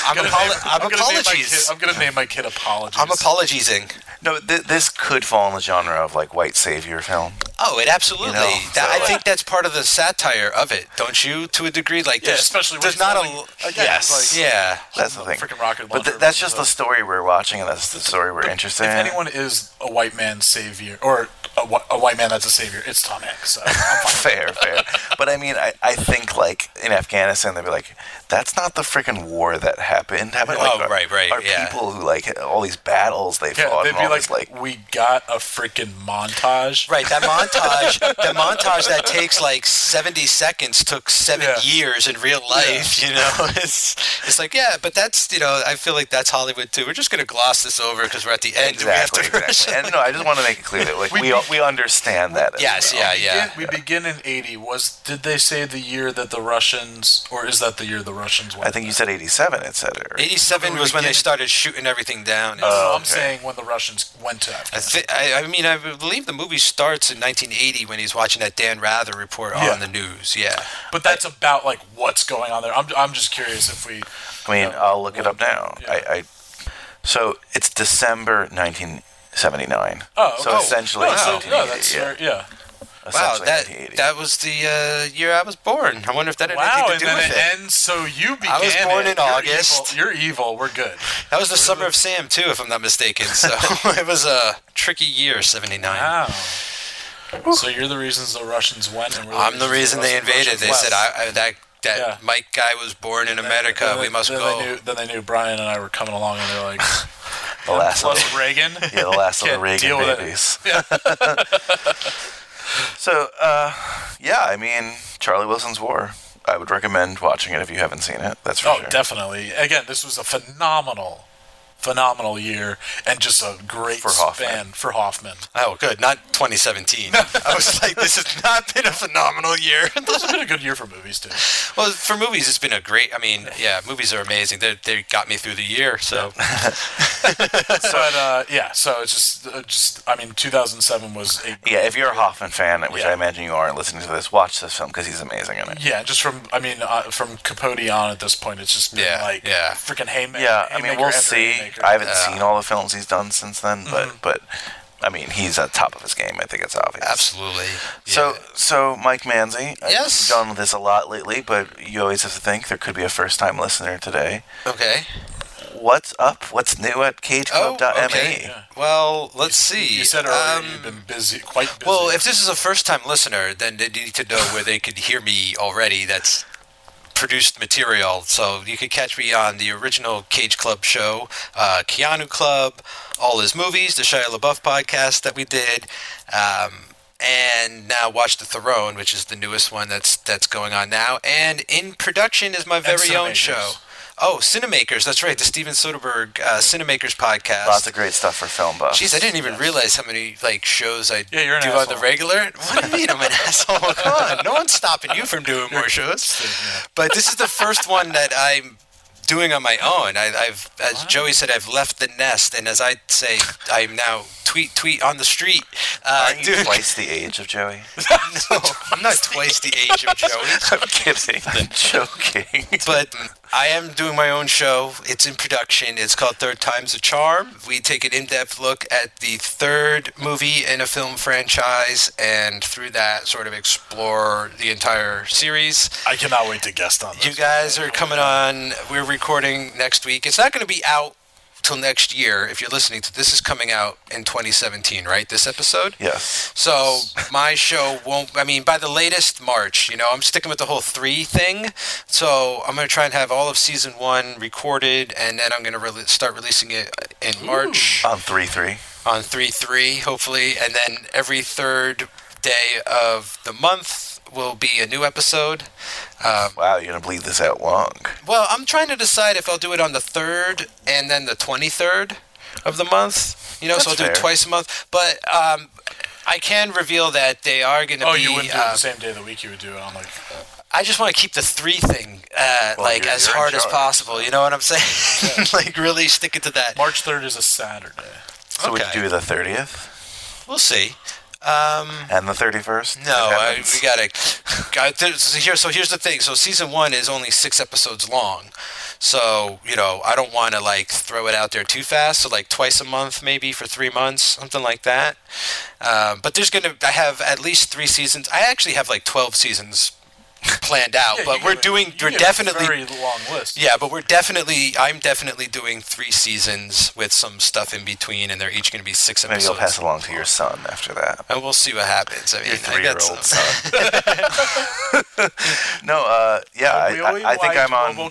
Speaker 3: I'm, gonna
Speaker 9: apolo-
Speaker 3: name-
Speaker 9: I'm
Speaker 3: gonna name my
Speaker 9: apologies.
Speaker 3: kid- I'm gonna name my kid apologies.
Speaker 9: I'm apologizing.
Speaker 2: No, th- this could fall in the genre of like white savior film.
Speaker 9: Oh, it absolutely.
Speaker 2: You know,
Speaker 9: that,
Speaker 2: so,
Speaker 9: I think that's part of the satire of it, don't you? To a degree, like
Speaker 3: Yeah,
Speaker 9: there's,
Speaker 3: especially when
Speaker 9: there's
Speaker 3: he's
Speaker 9: not a
Speaker 3: holding- again, it's
Speaker 9: yes,
Speaker 3: like-
Speaker 9: yeah.
Speaker 2: That's the thing.
Speaker 3: Freaking rocket
Speaker 2: But th-
Speaker 3: launcher
Speaker 2: that's just the
Speaker 3: versus
Speaker 2: story we're watching, and that's the story we're interested
Speaker 3: If
Speaker 9: Eh.
Speaker 2: in.
Speaker 3: anyone is a white man's savior, or a, whi- a white man that's a savior, it's Tom Hanks. So I'm fine.
Speaker 2: fair, fair. But I mean, I, I think like in Afghanistan, they'd be like, "That's not the freaking war that happened." Happened like
Speaker 9: Oh,
Speaker 2: our-
Speaker 9: right, right,
Speaker 2: Our
Speaker 9: yeah.
Speaker 2: people who like all these battles they
Speaker 3: yeah,
Speaker 2: fought.
Speaker 3: they'd
Speaker 2: and
Speaker 3: be
Speaker 2: all
Speaker 3: like,
Speaker 2: this, like
Speaker 3: we got a freaking montage.
Speaker 9: Right, that montage, the montage that takes like 70 seconds took seven years in real life. You know, it's it's like yeah, but that's you know, I feel like that's Hollywood too. We're just gonna gloss this over because we're at the end.
Speaker 2: exactly,
Speaker 9: and we have to
Speaker 2: exactly. And no, I just want to make it clear that like we we, all- we understand that. as
Speaker 9: Yes,
Speaker 2: well.
Speaker 9: yeah, yeah.
Speaker 3: We begin in '80. Was did they say the year that the Russians, or is that the year the Russians went?
Speaker 2: I think you said eighty-seven. It said it. right?
Speaker 9: 87 was when they started shooting everything down.
Speaker 3: No, no, no, I'm
Speaker 9: Oh, Okay.
Speaker 3: saying when the Russians went to
Speaker 9: I,
Speaker 3: Afghanistan.
Speaker 9: th- I, I mean, I believe the movie starts in 1980 when he's watching that Dan Rather report
Speaker 3: Yeah.
Speaker 9: on the news. Yeah.
Speaker 3: But that's about like what's going on there. I'm, I'm just curious if we.
Speaker 2: I mean, I'll look it up now. I, I so it's December nineteen seventy-nine.
Speaker 3: Oh,
Speaker 2: so
Speaker 3: okay.
Speaker 2: essentially,
Speaker 3: No, so- no,
Speaker 2: 1988,
Speaker 3: that's
Speaker 2: yeah.
Speaker 3: fair, yeah.
Speaker 9: Wow,
Speaker 2: Essentially
Speaker 9: that
Speaker 2: 1980.
Speaker 9: that was the uh, year I was born. I wonder if that had
Speaker 3: Wow,
Speaker 9: anything
Speaker 3: and
Speaker 9: to
Speaker 3: then
Speaker 9: do
Speaker 3: it,
Speaker 9: with it.
Speaker 3: ends. So you began.
Speaker 9: I was born
Speaker 3: it.
Speaker 9: in
Speaker 3: You're
Speaker 9: August.
Speaker 3: evil. You're evil. We're good.
Speaker 9: That was the summer of Sam too, if I'm not mistaken. So it was a tricky year, '79.
Speaker 3: Wow. So you're the reasons the Russians went. And we're
Speaker 9: I'm the reason
Speaker 3: Russians-
Speaker 9: they invaded.
Speaker 3: Russians
Speaker 9: They
Speaker 3: left.
Speaker 9: said I, I, that that
Speaker 3: Yeah.
Speaker 9: Mike guy was born in America.
Speaker 3: Then-
Speaker 9: we must
Speaker 3: then
Speaker 9: go.
Speaker 3: They knew, then they knew Brian and I were coming along, and they're like,
Speaker 2: the last of
Speaker 3: plus
Speaker 2: the-
Speaker 3: Reagan.
Speaker 2: Yeah, the last of the
Speaker 3: Can't
Speaker 2: Reagan
Speaker 3: deal with it.
Speaker 2: babies.
Speaker 3: Yeah.
Speaker 2: So, uh, yeah, I mean, Charlie Wilson's War. I would recommend watching it if you haven't seen it. That's for
Speaker 3: Oh,
Speaker 2: sure.
Speaker 3: definitely. Again, this was a phenomenal, phenomenal year, and just a great
Speaker 9: For Hoffman.
Speaker 3: span for Hoffman.
Speaker 9: Oh, good. Not 2017. I was like, this has not been a phenomenal year.
Speaker 3: It's been a good year for movies too.
Speaker 9: well, for movies, it's been a great. I mean, yeah, movies are amazing. They they got me through the year. So
Speaker 3: but uh, yeah, so it's just, uh, just I mean, 2007 was a
Speaker 2: Yeah, if you're a Hoffman fan, which
Speaker 3: Yeah.
Speaker 2: I imagine you are, and listening to this, watch this film because he's amazing in it.
Speaker 3: yeah, just from I mean, uh, from Capote on at this point, it's just been like
Speaker 2: yeah.
Speaker 3: freaking haymaker.
Speaker 2: Yeah, I mean,
Speaker 3: haymaker
Speaker 2: we'll
Speaker 3: after
Speaker 2: see.
Speaker 3: haymaker. Mm-hmm.
Speaker 2: I haven't seen all the films he's done since then, but but I mean, he's at top of his game. I think it's obvious.
Speaker 9: absolutely.
Speaker 2: So so Mike Manzi,
Speaker 9: Yes.
Speaker 2: I've done this a lot lately, but you always have to think there could be a first time listener today.
Speaker 9: Okay.
Speaker 2: What's up? What's new at CageClub.me?
Speaker 9: Oh,
Speaker 2: E?
Speaker 9: Well, let's see. um,
Speaker 3: You said earlier you've been busy, quite busy.
Speaker 9: Well, if this is a first-time listener, then they need to know where they could hear me already. That's produced material. So you could catch me on the original Cage Club show, uh, Keanu Club, all his movies, the Shia LaBeouf podcast that we did, um, and now Watch the Throne, which is the newest one that's that's going on now. And in production is my very own
Speaker 2: Cinemakers.
Speaker 9: show. Oh, Cinemakers. That's right, the Steven Soderbergh uh, Cinemakers podcast.
Speaker 2: Lots of great stuff for film buffs.
Speaker 9: Jeez, I didn't even realize how many like shows I
Speaker 2: you're an
Speaker 9: do on
Speaker 2: asshole.
Speaker 9: the regular. What do you mean I'm an asshole? Come on, no one's stopping you from doing more shows. But this is the first one that I'm doing on my own. I, I've, as Joey said, I've left the nest, and as I say, I'm now tweet tweet on the street. Uh,
Speaker 2: Aren't you
Speaker 9: doing-
Speaker 2: twice the age of Joey?
Speaker 9: no, I'm not twice the age of Joey.
Speaker 2: I'm kidding. I'm joking.
Speaker 9: but I am doing my own show. It's in production. It's called Third Time's a Charm. We take an in depth look at the third movie in a film franchise and through that sort of explore the entire series.
Speaker 3: I cannot wait to guest on.
Speaker 9: You guys are coming on. We're recording next week. It's not going to be out till next year, if you're listening to this, is coming out in 2017, right? This episode.
Speaker 2: Yes.
Speaker 9: So my show won't. I mean, by the latest March, you know, I'm sticking with the whole three thing. So I'm gonna try and have all of season one recorded, and then I'm gonna rele start releasing it in March
Speaker 2: on three three.
Speaker 9: on three three, hopefully, and then every third day of the month will be a new episode.
Speaker 2: wow, you're gonna bleed this out long.
Speaker 9: Well, I'm trying to decide if I'll do it on the third and then the twenty third of the month. You know, so I'll
Speaker 2: That's
Speaker 9: do it
Speaker 2: fair.
Speaker 9: twice a month. But um, I can reveal that they are going to
Speaker 3: Oh,
Speaker 9: be.
Speaker 3: you wouldn't do it
Speaker 9: uh,
Speaker 3: the same day of the week. You would do it on like.
Speaker 9: I just want to keep the three thing uh,
Speaker 3: Well,
Speaker 9: like
Speaker 3: you're-
Speaker 9: as
Speaker 3: you're in
Speaker 9: hard as
Speaker 3: charge,
Speaker 9: possible. You know what I'm saying? like really stick it to that.
Speaker 3: March third is a Saturday.
Speaker 2: So we
Speaker 9: Okay.
Speaker 2: do the thirtieth
Speaker 9: Well see. Um,
Speaker 2: and the thirty first.
Speaker 9: No, I, we gotta. I, th- so here, so here's the thing. So season one is only six episodes long, so you know I don't want to like throw it out there too fast. So like twice a month, maybe for three months, something like that. Um, but there's gonna. I have at least three seasons. I actually have like twelve seasons planned out,
Speaker 3: Yeah,
Speaker 9: but
Speaker 3: you
Speaker 9: we're
Speaker 3: get a-
Speaker 9: doing.
Speaker 3: you
Speaker 9: we're
Speaker 3: get a
Speaker 9: definitely
Speaker 3: very long list.
Speaker 9: yeah, but we're definitely. I'm definitely doing three seasons with some stuff in between, and they're each going to be six
Speaker 2: Maybe
Speaker 9: episodes.
Speaker 2: you'll pass along to your son after that.
Speaker 9: And we'll see what happens. I mean,
Speaker 2: Your
Speaker 9: I got
Speaker 2: three-year-old
Speaker 9: some-
Speaker 2: No, uh, yeah, I, I, I think I'm on. uh,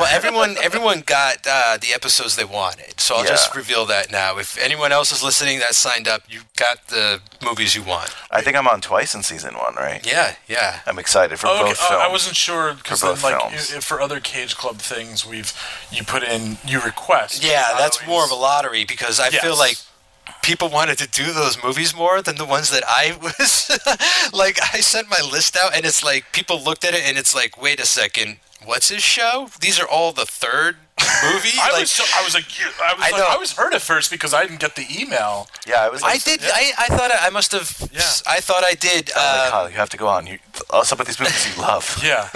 Speaker 9: Well, everyone, everyone got uh, the episodes they wanted, so I'll
Speaker 2: Yeah.
Speaker 9: just reveal that now. If anyone else is listening that signed up, you got the movies you want.
Speaker 2: I think I'm on twice in season one, right?
Speaker 9: Yeah, yeah.
Speaker 2: I'm excited for
Speaker 3: Oh, okay.
Speaker 2: both films.
Speaker 3: uh, I wasn't sure because
Speaker 2: For
Speaker 3: then,
Speaker 2: both
Speaker 3: like,
Speaker 2: films.
Speaker 3: i- if for other Cage Club things, we've you put in you request.
Speaker 9: Yeah, that's more of a lottery because I feel
Speaker 3: Yes.
Speaker 9: like people wanted to do those movies more than the ones that I was. like, I sent my list out, and it's like people looked at it, and it's like, wait a second, what's his show? These are all the third movie.
Speaker 3: I
Speaker 9: like,
Speaker 3: was so, I was like you- I was
Speaker 9: I
Speaker 3: like,
Speaker 9: know.
Speaker 3: I was hurt at first because I didn't get the email.
Speaker 2: Yeah, I was.
Speaker 9: I
Speaker 2: Like,
Speaker 9: did. I, I thought I, I must have. I thought I did.
Speaker 2: Oh,
Speaker 9: Uh,
Speaker 2: like, Kyle, you have to go on. You, oh, some of these movies you love.
Speaker 3: Yeah,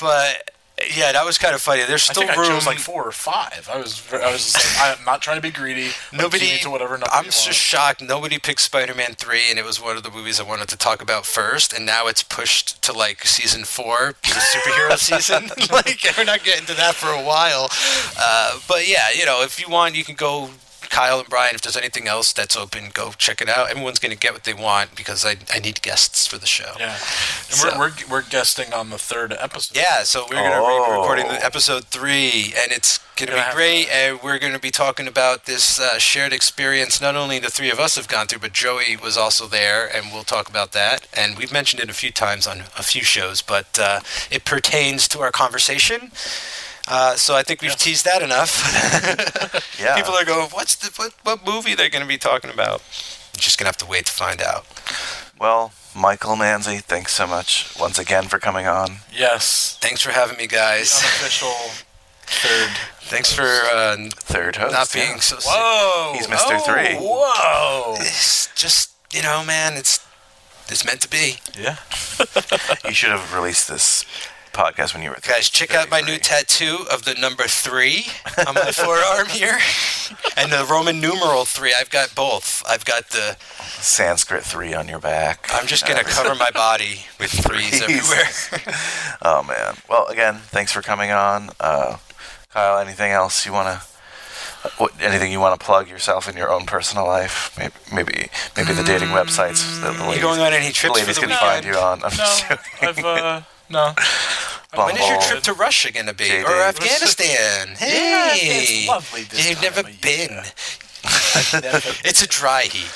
Speaker 9: but yeah, that was kind of funny. There's
Speaker 3: I
Speaker 9: still
Speaker 3: think I
Speaker 9: room.
Speaker 3: chose like four or five. I was I was just like I'm not trying to be greedy. like,
Speaker 9: Nobody-
Speaker 3: key to whatever. number
Speaker 9: I'm
Speaker 3: you
Speaker 9: just shocked nobody picked Spider-Man three, and it was one of the movies I wanted to talk about first, and now it's pushed to like season four, the superhero season. like we're not getting to that for a while. Uh, but yeah, you know, if you want, you can go. Kyle and Brian, if there's anything else that's open, go check it out. Everyone's going to get what they want because I, I need guests for the show.
Speaker 3: Yeah, and
Speaker 9: So-
Speaker 3: we're, we're we're guesting on the third episode.
Speaker 9: Yeah, so we're gonna
Speaker 2: Oh.
Speaker 9: be recording the episode three, and it's gonna
Speaker 3: Gonna
Speaker 9: be
Speaker 3: have
Speaker 9: great. And we're gonna be talking about this uh, shared experience. Not only the three of us have gone through, but Joey was also there, and we'll talk about that. And we've mentioned it a few times on a few shows, but uh, it pertains to our conversation. Uh, so I think we've teased that enough.
Speaker 2: Yeah.
Speaker 9: People are going, "What's the what, what movie they're gonna be talking about?" You're just gonna have to wait to find out.
Speaker 2: Well, Michael Nancy, thanks so much once again for coming on.
Speaker 3: Yes.
Speaker 9: Thanks for having me, guys.
Speaker 3: Unofficial third.
Speaker 9: Thanks for uh,
Speaker 2: Third host.
Speaker 9: not
Speaker 2: yeah.
Speaker 9: being so. sick.
Speaker 3: Whoa. Oh,
Speaker 2: He's Mr. Three.
Speaker 3: Whoa.
Speaker 9: It's just you know, man, it's it's meant to be.
Speaker 3: Yeah.
Speaker 2: You should have released this podcast when you were three.
Speaker 9: Guys, check out my new tattoo of the number three on my forearm here, and the Roman numeral three. I've got both. I've got the.
Speaker 2: Sanskrit three on your back.
Speaker 9: I'm just
Speaker 2: You know,
Speaker 9: gonna cover my body with
Speaker 2: Threes.
Speaker 9: threes everywhere.
Speaker 2: Oh man. Well, again, thanks for coming on, uh, Kyle. Anything else you wanna? uh, What, anything you want to plug yourself in your own personal life? Maybe, maybe, maybe the dating websites that the
Speaker 9: you
Speaker 2: ladies,
Speaker 9: going on any trips for
Speaker 2: ladies
Speaker 9: the
Speaker 2: can find you
Speaker 9: weekend?
Speaker 2: on. I'm just
Speaker 3: No,
Speaker 2: joking.
Speaker 3: I've uh, no.
Speaker 9: When is your
Speaker 2: Bumble.
Speaker 9: trip to Russia gonna be,
Speaker 2: JD.
Speaker 9: or Afghanistan?
Speaker 3: Yeah,
Speaker 9: Hey,
Speaker 3: it's lovely this
Speaker 9: you've
Speaker 3: time
Speaker 9: never been. it's a dry heat.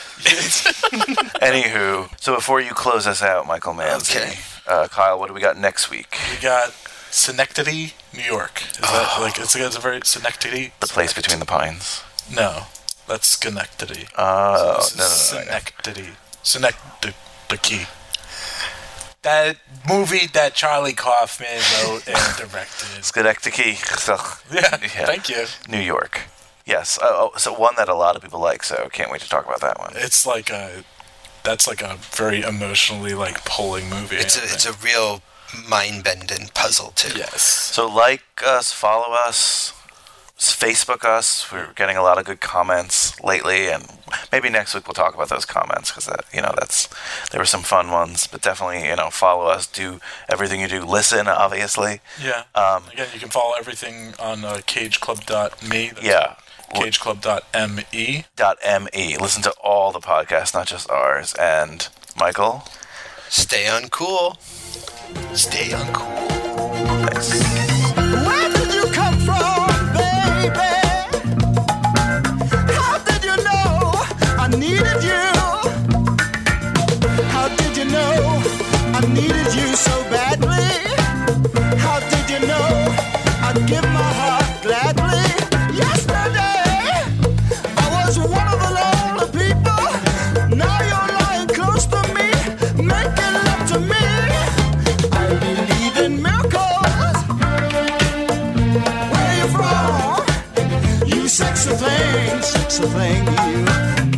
Speaker 2: Anywho, so before you close us out, Michael Manzi,
Speaker 9: Okay.
Speaker 2: uh, Kyle, what do we got next week?
Speaker 3: We got Synecdoche, New York. Is that like it's, it's a very Synecdoche?
Speaker 2: Oh. The place between the pines.
Speaker 3: No, that's Schenectady.
Speaker 2: Uh,
Speaker 3: this
Speaker 2: no,
Speaker 3: is
Speaker 2: no, no, no, no.
Speaker 3: Synecdoche. Synecdoche. That movie that Charlie Kaufman wrote and directed.
Speaker 2: Schenectady. So,
Speaker 3: Yeah,
Speaker 2: Yeah.
Speaker 3: thank you.
Speaker 2: New York. Yes. Oh, oh, so one that a lot of people like. So can't wait to talk about that one.
Speaker 3: It's like a, that's like a very emotionally like pulling movie.
Speaker 9: It's a
Speaker 3: I
Speaker 9: it's
Speaker 3: think.
Speaker 9: a real mind bending puzzle too.
Speaker 3: yes.
Speaker 2: So like us, follow us, s- Facebook us. We're getting a lot of good comments lately, and maybe next week we'll talk about those comments because that you know that's there were some fun ones. But definitely you know follow us. Do everything you do. Listen, obviously.
Speaker 3: Yeah.
Speaker 2: Um,
Speaker 3: Again, you can follow everything on uh, cageclub.me. That's
Speaker 2: Yeah.
Speaker 3: cageclub.me.
Speaker 2: Dot me. Listen to all the podcasts, not just ours. And Michael,
Speaker 14: stay uncool. Stay uncool.
Speaker 9: Where did you come from, baby? How did you know I needed you? How did you know I needed you so badly? How did you know I'd give my heart gladly? Yesterday, I was one of the lonely people. Now you're lying close to me, making love to me. I believe in miracles. Where you from? You sexy thing, sexy thing, you.